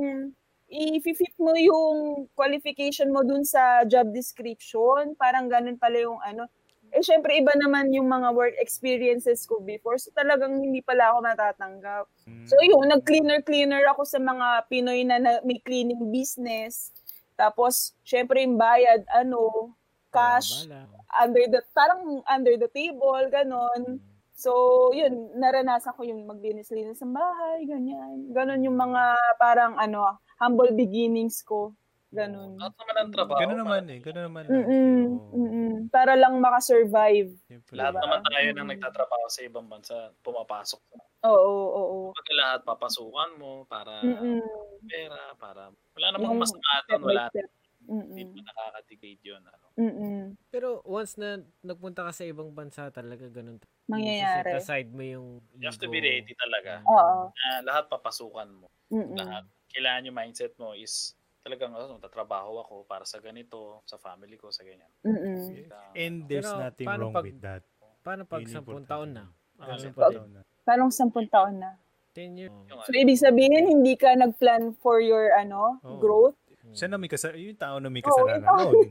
Speaker 4: i-fit mo yung qualification mo dun sa job description. Parang ganun pala yung ano. Eh, syempre, iba naman yung mga work experiences ko before. So, talagang hindi pala ako natatanggap.
Speaker 3: Mm.
Speaker 4: So yun, nag-cleaner-cleaner ako sa mga Pinoy na, na may cleaning business. Tapos, syempre yung bayad, ano, cash,
Speaker 2: Wala.
Speaker 4: under the, parang under the table, ganon.
Speaker 1: Hmm.
Speaker 4: So, yun, naranasan ko yung maglinis-linis ng bahay, ganyan. Ganon yung mga parang ano, humble beginnings ko. Ganon.
Speaker 1: Lahat naman ang trabaho.
Speaker 3: Ganun naman
Speaker 1: parang-
Speaker 3: eh. Ganun naman.
Speaker 4: Mm-mm, mm-mm. Para lang makasurvive.
Speaker 3: Siyempre.
Speaker 1: Lahat
Speaker 4: Diba?
Speaker 1: naman tayo
Speaker 4: Mm.
Speaker 1: nang nagtatrabaho sa ibang bansa, pumapasok.
Speaker 4: Oo, oo, oo.
Speaker 1: Pag lahat papasukan mo para
Speaker 4: Mm-mm.
Speaker 1: pera, para... Wala namang
Speaker 4: Yung
Speaker 1: masama
Speaker 4: Step
Speaker 1: doon,
Speaker 4: by
Speaker 1: wala
Speaker 4: step.
Speaker 1: hindi
Speaker 4: Mm-mm.
Speaker 1: pa nakaka-degrade yun. Ano.
Speaker 4: Mm-mm.
Speaker 2: Pero once na nagpunta ka sa ibang bansa, talaga ganun.
Speaker 4: Mangyayari.
Speaker 2: Set aside mo yung
Speaker 1: You have to be ready talaga.
Speaker 4: Oo.
Speaker 1: Na lahat papasukan mo.
Speaker 4: Mm-mm.
Speaker 1: Lahat. Kailangan yung mindset mo is talagang oh, tatrabaho ako para sa ganito, sa family ko, sa ganyan. ano.
Speaker 4: Mm-mm.
Speaker 1: Kaya,
Speaker 3: And there's
Speaker 2: Pero
Speaker 3: nothing
Speaker 2: paano
Speaker 3: wrong
Speaker 2: pag-
Speaker 3: with that.
Speaker 2: Paano pag
Speaker 3: Yun
Speaker 2: 10
Speaker 3: importante.
Speaker 2: taon na?
Speaker 1: Ah,
Speaker 3: Sampung
Speaker 1: pag-
Speaker 3: taon na.
Speaker 4: Parang 10 taon na.
Speaker 2: 10 years?
Speaker 1: ano, yung
Speaker 4: So, ibig sabihin, hindi ka nag-plan for your, ano,
Speaker 3: Oo.
Speaker 4: growth?
Speaker 3: Siya na may kasalanan. Yung tao na may
Speaker 4: Oo,
Speaker 3: kasalanan
Speaker 4: yung tao.
Speaker 3: noon.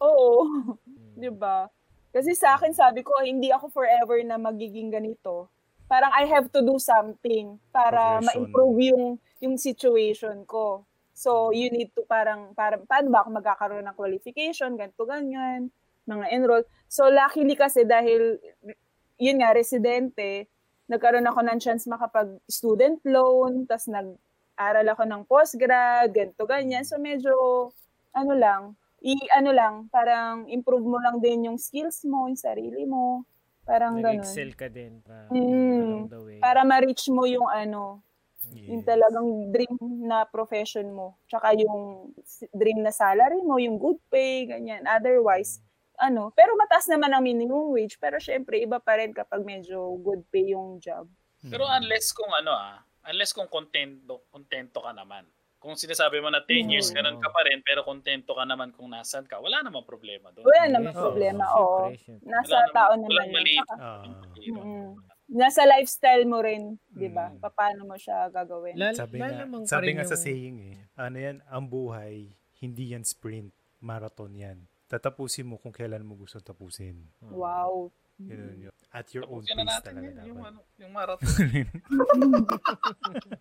Speaker 4: Oo.
Speaker 2: Mm.
Speaker 4: Di ba? Kasi sa akin, sabi ko, hindi ako forever na magiging ganito. Parang I have to do something
Speaker 3: Progression.
Speaker 4: para ma-improve yung, yung situation ko. So, you need to parang, parang, paano ba ako magkakaroon ng qualification, ganito, ganyan, mga enroll. So, luckily kasi dahil, yun nga, residente, nagkaroon ako ng chance makapag-student loan, tas nag-aral ako ng postgrad, ganito, ganyan. So, medyo, ano lang, i ano lang, parang improve mo lang din yung skills mo, yung sarili mo. Parang ganun.
Speaker 2: Nag-excel ka din pa
Speaker 4: Mm.
Speaker 2: along the way.
Speaker 4: Para ma-reach mo yung ano, yung
Speaker 3: Yes.
Speaker 4: talagang dream na profession mo. Tsaka yung s- dream na salary mo, yung good pay, ganyan. Otherwise, ano, pero mataas naman ang minimum wage, pero syempre iba pa rin kapag medyo good pay yung job.
Speaker 3: Mm.
Speaker 1: Pero unless kung ano ah, unless kung contento, contento ka naman. Kung sinasabi mo na
Speaker 3: Mm.
Speaker 1: 10 years,
Speaker 2: Oo.
Speaker 1: ganun ka pa rin, pero contento ka naman kung nasan ka, wala namang problema doon.
Speaker 4: Wala naman
Speaker 2: Yes,
Speaker 4: problema,
Speaker 2: oo.
Speaker 4: oo.
Speaker 2: Siyempre, siyempre.
Speaker 4: Nasa tao
Speaker 1: Walang
Speaker 4: naman
Speaker 1: mali.
Speaker 4: yun. Tsaka,
Speaker 3: Ah.
Speaker 4: Mm-mm. Nasa lifestyle mo rin, di ba?
Speaker 3: Mm.
Speaker 4: Paano mo siya gagawin?
Speaker 2: Lal-
Speaker 3: sabi nga,
Speaker 2: lalamang pa
Speaker 3: sabi
Speaker 2: rin
Speaker 3: nga sa
Speaker 2: yung-
Speaker 3: saying eh, ano yan, ang buhay, hindi yan sprint, marathon yan. Tatapusin mo kung kailan mo gusto tapusin.
Speaker 2: Oo.
Speaker 4: Wow.
Speaker 3: Ganun yun. At your own
Speaker 1: Tapusin na
Speaker 3: pace
Speaker 1: natin
Speaker 3: talaga
Speaker 1: yun, yung,
Speaker 3: dapat.
Speaker 1: ano, yung marathon.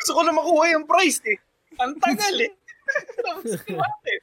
Speaker 1: Gusto ko na makuha yung prize eh. Ang tagal eh. Tapos eh? natin.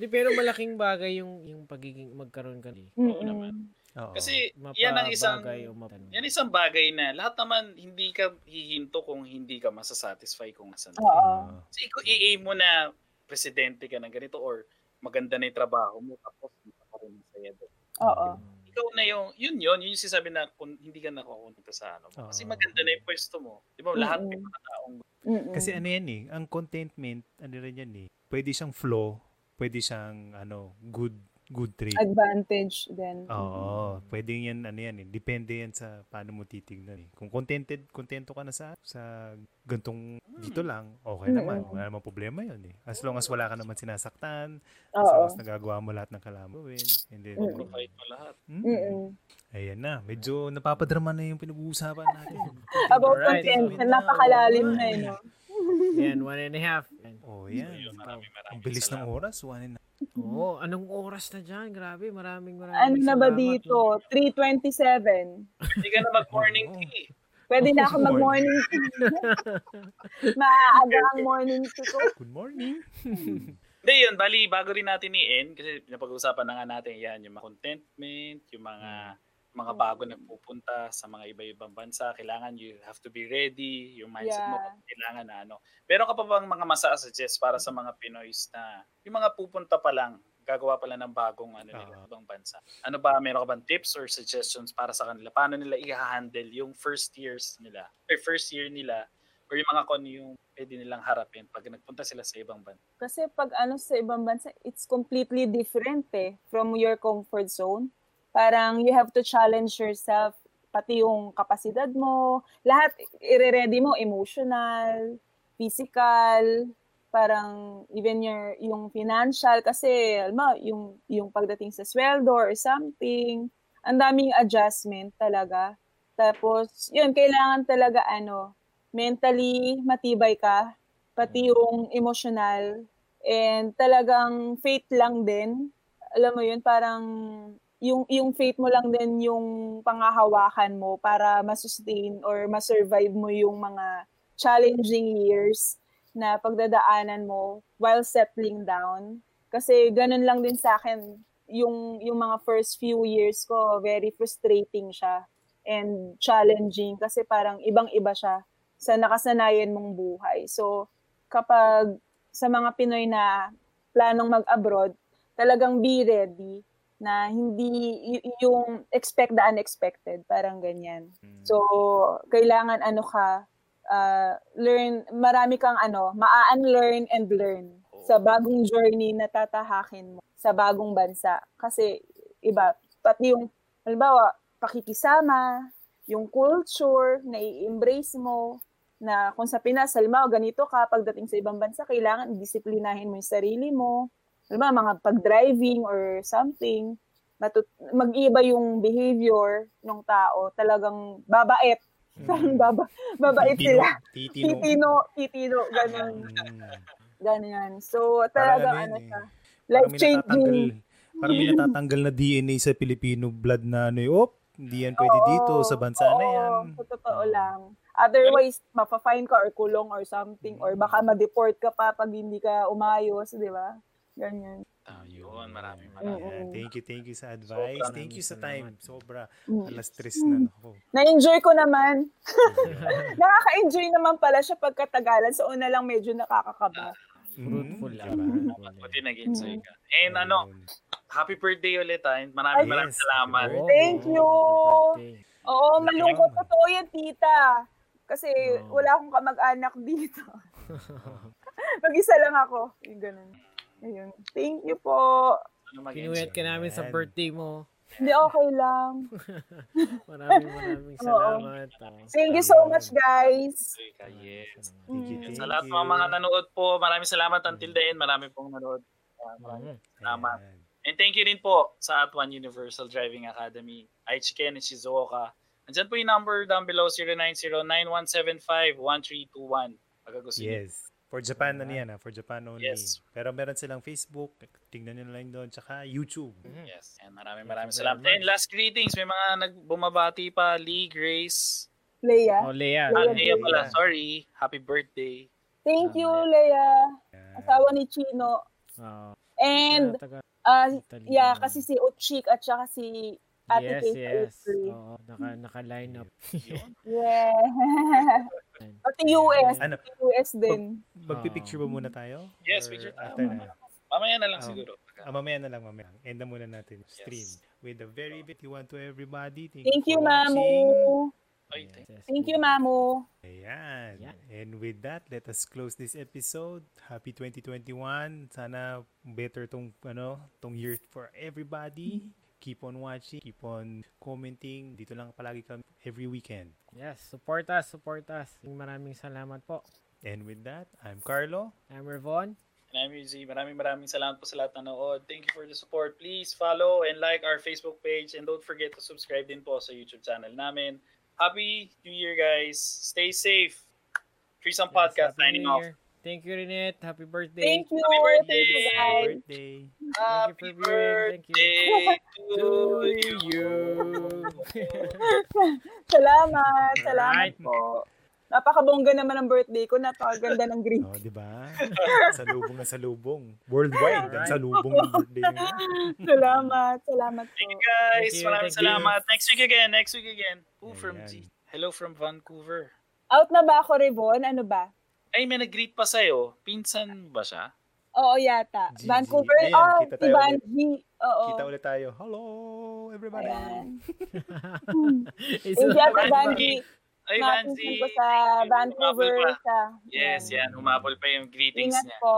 Speaker 2: Di, pero malaking bagay yung yung pagiging magkaroon ka ni.
Speaker 1: Oo naman.
Speaker 3: Oo.
Speaker 1: Kasi
Speaker 2: Mapabagay
Speaker 1: yan ang isang
Speaker 2: o mapan-
Speaker 1: yan isang bagay na lahat naman hindi ka hihinto kung hindi ka masasatisfy kung nasan. ka.
Speaker 4: Oo.
Speaker 3: Ah,
Speaker 1: Kasi kung i-aim mo na presidente ka ng ganito or maganda na yung trabaho mo tapos hindi ka pa rin masaya doon.
Speaker 4: Oo.
Speaker 1: Ikaw na yung, yun yun, yun yung sinasabi na kung hindi ka nakakunta sa ano mo. Kasi
Speaker 3: Oo.
Speaker 1: maganda na yung pwesto mo. Di ba lahat
Speaker 4: Mm-mm.
Speaker 1: may mga taong
Speaker 4: Mm-mm.
Speaker 3: Kasi ano yan eh, ang contentment, ano rin yan eh, pwede siyang flow, pwede siyang ano, good good trait.
Speaker 4: advantage din. Mm.
Speaker 3: Oo, pwede yan, ano yan eh, depende yan sa paano mo titignan eh. Kung contented, contento ka na sa, sa gantong
Speaker 4: Mm.
Speaker 3: dito lang, okay naman, wala namang problema yun eh. As long as wala ka naman sinasaktan, as long
Speaker 4: Oo.
Speaker 3: as nagagawa mo lahat ng kailangan mo gawin, and then,
Speaker 4: Mm.
Speaker 1: provide mo lahat.
Speaker 3: Mm.
Speaker 4: Mm-mm.
Speaker 3: ayan na, medyo napapadrama na yung pinag-uusapan natin.
Speaker 4: About
Speaker 2: Alright.
Speaker 4: content,
Speaker 3: Alright.
Speaker 4: napakalalim na eh, yun.
Speaker 2: Yan, one and a half. Yan.
Speaker 3: Oh, yan.
Speaker 1: Ayun, maraming maraming
Speaker 3: Ang bilis ng
Speaker 1: salamat.
Speaker 3: oras, one and
Speaker 2: Oo, anong oras na dyan? Grabe, maraming maraming
Speaker 4: Ano na ba
Speaker 2: salamat.
Speaker 4: dito? 3.27.
Speaker 1: Hindi ka na mag-morning tea.
Speaker 4: Pwede na ako mag-morning tea. Maaaga ang morning tea ko.
Speaker 3: Good morning.
Speaker 1: Hindi yun, bali, bago rin natin i-end, kasi napag-uusapan na nga natin yan, yung mga contentment, yung mga mga bago na pupunta sa mga iba-ibang bansa, kailangan you have to be ready, yung mindset mo,
Speaker 4: Yeah.
Speaker 1: kailangan na ano. Pero ka pa bang mga masasuggest para sa mga Pinoys na yung mga pupunta pa lang, gagawa pala ng bagong ano nila,
Speaker 3: Ah.
Speaker 1: ibang bansa. Ano ba, meron ka bang tips or suggestions para sa kanila? Paano nila i-handle yung first years nila, or first year nila, or yung mga kon yung pwede nilang harapin pag nagpunta sila sa ibang bansa?
Speaker 4: Kasi pag ano sa ibang bansa, it's completely different eh from your comfort zone. Parang you have to challenge yourself, pati yung kapasidad mo, lahat ire-ready mo, emotional, physical, parang even your yung financial kasi alam mo yung yung pagdating sa sweldo or something ang daming adjustment talaga tapos yun kailangan talaga ano mentally matibay ka pati yung emotional and talagang faith lang din alam mo yun parang yung yung faith mo lang din yung pangahawakan mo para masustain or ma-survive mo yung mga challenging years na pagdadaanan mo while settling down. Kasi ganun lang din sa akin yung yung mga first few years ko, very frustrating siya and challenging kasi parang ibang-iba siya sa nakasanayan mong buhay. So kapag sa mga Pinoy na planong mag-abroad, talagang be ready na hindi y- yung expect the unexpected, parang ganyan. So, kailangan ano ka, uh, learn, marami kang ano, maa-unlearn and learn sa bagong journey na tatahakin mo sa bagong bansa. Kasi, iba, pati yung, halimbawa, pakikisama, yung culture na i-embrace mo, na kung sa Pinas, halimbawa, ganito ka, pagdating sa ibang bansa, kailangan disiplinahin mo yung sarili mo. Halimbawa, mga pag-driving or something, matut- mag-iba yung behavior ng tao, talagang babait.
Speaker 3: Hmm.
Speaker 4: Parang baba, babait
Speaker 3: Mm. Titino.
Speaker 4: sila.
Speaker 3: Titino.
Speaker 4: Titino, titino, ganun,
Speaker 3: Mm.
Speaker 4: ganyan. So,
Speaker 3: Parang
Speaker 4: talaga, ano
Speaker 3: yun eh.
Speaker 4: siya,
Speaker 3: Parang may natatanggal,
Speaker 4: life-changing.
Speaker 3: parang may natatanggal na DNA sa Filipino blood na ano, eh, oh, hindi yan pwede dito sa bansa na yan.
Speaker 4: Oo, sa totoo lang. Otherwise, mapafine ka or kulong or something or baka ma-deport ka pa pag hindi ka umayos, di ba? Ganyan.
Speaker 1: Ah, yun, maraming
Speaker 3: Ayan.
Speaker 1: maraming.
Speaker 4: Mm-mm.
Speaker 3: Thank you, thank you sa advice.
Speaker 1: Sobra.
Speaker 3: Thank you sa time. Sobra.
Speaker 4: Mm.
Speaker 3: Alas tres na ako.
Speaker 4: Na-enjoy ko naman. Nakaka-enjoy naman pala siya pagkatagalan. So, una lang medyo nakakakaba.
Speaker 3: Mm.
Speaker 2: Diba? Fruitful lang.
Speaker 1: Dapat buti nag-enjoy ka. And ano, happy birthday ulit ha. And
Speaker 4: Ay,
Speaker 1: Maraming maraming
Speaker 3: yes.
Speaker 1: salamat.
Speaker 3: Oo.
Speaker 4: Thank you.
Speaker 2: Happy birthday.
Speaker 4: Oo, malungkot. Totoo yan, tita. Kasi
Speaker 2: Oo.
Speaker 4: wala akong kamag-anak dito. Mag-isa lang ako. Yung ganun. Ayun. Thank you po.
Speaker 1: Ano mag-enjoy?
Speaker 2: Kinuwet ka namin sa
Speaker 3: Yan.
Speaker 2: birthday mo.
Speaker 4: Hindi, okay lang.
Speaker 2: Maraming maraming
Speaker 4: Oo.
Speaker 2: salamat. Oh.
Speaker 4: Thank you so much, guys.
Speaker 1: Enjoy
Speaker 2: Ah,
Speaker 1: ka, yes.
Speaker 3: Thank
Speaker 4: Mm.
Speaker 3: you,
Speaker 1: And
Speaker 3: thank
Speaker 1: sa lahat
Speaker 3: you.
Speaker 1: mga mga nanood po, maraming salamat until the end. Marami pong nanood. Ah, maraming
Speaker 2: Mm.
Speaker 1: salamat.
Speaker 3: Ayan.
Speaker 1: And thank you din po sa Atwan Universal Driving Academy, Aichi Ken and Shizuoka. Andyan po yung number down below, 090-9175-1321. Pagka gusto niyo.
Speaker 3: Yes. For Japan na niyan, ah, for Japan only.
Speaker 1: Yes.
Speaker 3: Pero meron silang Facebook, tingnan nyo na lang doon, tsaka YouTube.
Speaker 2: Mm.
Speaker 1: Yes. And maraming maraming
Speaker 2: Thank you
Speaker 1: salamat.
Speaker 2: very
Speaker 1: And last greetings, may mga nagbumabati pa, Lee Grace.
Speaker 4: Leia.
Speaker 2: Oh, Lea.
Speaker 1: Ah,
Speaker 4: Ayun,
Speaker 1: Lea
Speaker 3: Lea.
Speaker 1: pala, sorry. Happy birthday.
Speaker 4: Thank you,
Speaker 2: Amen.
Speaker 4: Leia.
Speaker 3: Ayan.
Speaker 4: Asawa ni Chino.
Speaker 2: Oh. Ah,
Speaker 4: And,
Speaker 2: taga-
Speaker 4: uh,
Speaker 2: Italy
Speaker 4: yeah,
Speaker 2: naman.
Speaker 4: kasi si Ochik at saka si Ate
Speaker 2: Yes,
Speaker 4: Kate
Speaker 2: yes.
Speaker 4: April.
Speaker 2: Oo, naka, naka-line up.
Speaker 1: Yun.
Speaker 4: Yeah. Pati US.
Speaker 3: Ano?
Speaker 4: Pati US din.
Speaker 3: Magpipicture ba muna tayo?
Speaker 1: Yes,
Speaker 3: Or
Speaker 1: picture tayo.
Speaker 3: after na?
Speaker 1: Mamaya na lang
Speaker 3: Um,
Speaker 1: siguro.
Speaker 3: Ah, mamaya na lang, mamaya. End na muna natin. Stream.
Speaker 1: Yes.
Speaker 3: With a very big one to everybody. Thank,
Speaker 4: Thank you,
Speaker 3: for watching.
Speaker 4: Mamu.
Speaker 1: Ay, thank
Speaker 2: Yes, yes.
Speaker 4: Thank you, Mamu.
Speaker 3: Ayan.
Speaker 2: Ayan.
Speaker 3: And with that, let us close this episode. Happy 2021. Sana better tong ano, tong year for everybody. Keep on watching, keep on commenting. Dito lang palagi kami every weekend.
Speaker 2: Yes, support us, support us. Maraming salamat po.
Speaker 3: And with that, I'm Carlo.
Speaker 2: I'm Revon.
Speaker 1: And I'm UG. Maraming maraming salamat po sa lahat na nanood. Thank you for the support. Please follow and like our Facebook page and don't forget to subscribe din po sa YouTube channel namin. Happy New Year, guys. Stay safe. Threesome
Speaker 2: Yes,
Speaker 1: Podcast
Speaker 2: Happy
Speaker 1: signing
Speaker 2: New
Speaker 1: off.
Speaker 2: Year. Thank you, Rinette. Happy birthday.
Speaker 4: Thank you.
Speaker 1: Happy birthday.
Speaker 4: Thank you, guys.
Speaker 3: birthday.
Speaker 2: Thank
Speaker 1: Happy
Speaker 2: you for viewing. Thank you.
Speaker 1: birthday to
Speaker 2: you.
Speaker 4: Salamat. Salamat
Speaker 2: Alright.
Speaker 4: po. Napakabongga naman ang birthday ko. Napakaganda ng green.
Speaker 3: Oh, di ba? salubong na salubong. Worldwide, ang
Speaker 2: Alright.
Speaker 3: salubong ng birthday. ngayon.
Speaker 4: Salamat. Salamat po.
Speaker 1: Thank you, guys.
Speaker 2: Thank you,
Speaker 1: Maraming
Speaker 2: thank you.
Speaker 1: salamat. Next week again. Next week again. Who from
Speaker 3: Ayan.
Speaker 1: G? Hello from Vancouver.
Speaker 4: Out na ba ako, Revon? Ano ba?
Speaker 1: Ay, may nag-greet pa sa'yo. Pinsan ba siya?
Speaker 4: Oo, yata.
Speaker 3: Gigi.
Speaker 4: Vancouver.
Speaker 3: Ayan,
Speaker 4: oh,
Speaker 3: kita
Speaker 4: si
Speaker 3: tayo
Speaker 4: Banji. Oo.
Speaker 3: Kita ulit tayo. Hello, everybody.
Speaker 4: Oh. Ayan.
Speaker 2: It's
Speaker 4: Thank you, Ate
Speaker 1: Banji.
Speaker 4: Banji.
Speaker 1: Ay,
Speaker 4: Napunta
Speaker 1: Vanzi.
Speaker 4: ko sa
Speaker 1: Thank you.
Speaker 4: Vancouver.
Speaker 1: Humabol pa.
Speaker 4: Sa,
Speaker 1: Yes,
Speaker 4: Ayan.
Speaker 1: yan. Humabol pa yung greetings
Speaker 4: Ingat
Speaker 1: niya.
Speaker 4: po.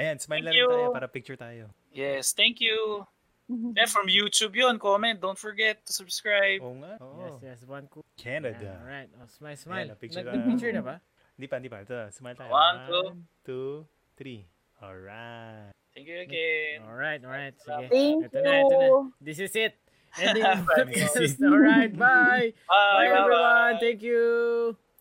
Speaker 3: Ayan, smile na
Speaker 1: Thank
Speaker 3: rin
Speaker 1: you.
Speaker 3: tayo para picture tayo.
Speaker 1: Yes, thank you. Yeah, from YouTube yun. Comment. Don't forget to
Speaker 2: Oh.
Speaker 1: subscribe.
Speaker 3: Oo nga. Oo.
Speaker 2: Yes, yes. One cool.
Speaker 3: Canada.
Speaker 2: All right. Oh, smile, smile.
Speaker 3: Ayan, picture
Speaker 2: Nag-
Speaker 3: tayo.
Speaker 2: picture na ba?
Speaker 3: Hindi pa, hindi pa. Ito, smile tayo.
Speaker 1: One, two.
Speaker 3: One, two, three. Alright.
Speaker 1: Thank you again.
Speaker 2: All right, all right. Sige.
Speaker 4: Thank
Speaker 2: Ito na, ito na.
Speaker 4: you.
Speaker 2: This is it. Ending of the podcast. All right,
Speaker 1: Bye,
Speaker 2: bye. Bye,
Speaker 1: bye-bye.
Speaker 2: everyone. Thank you.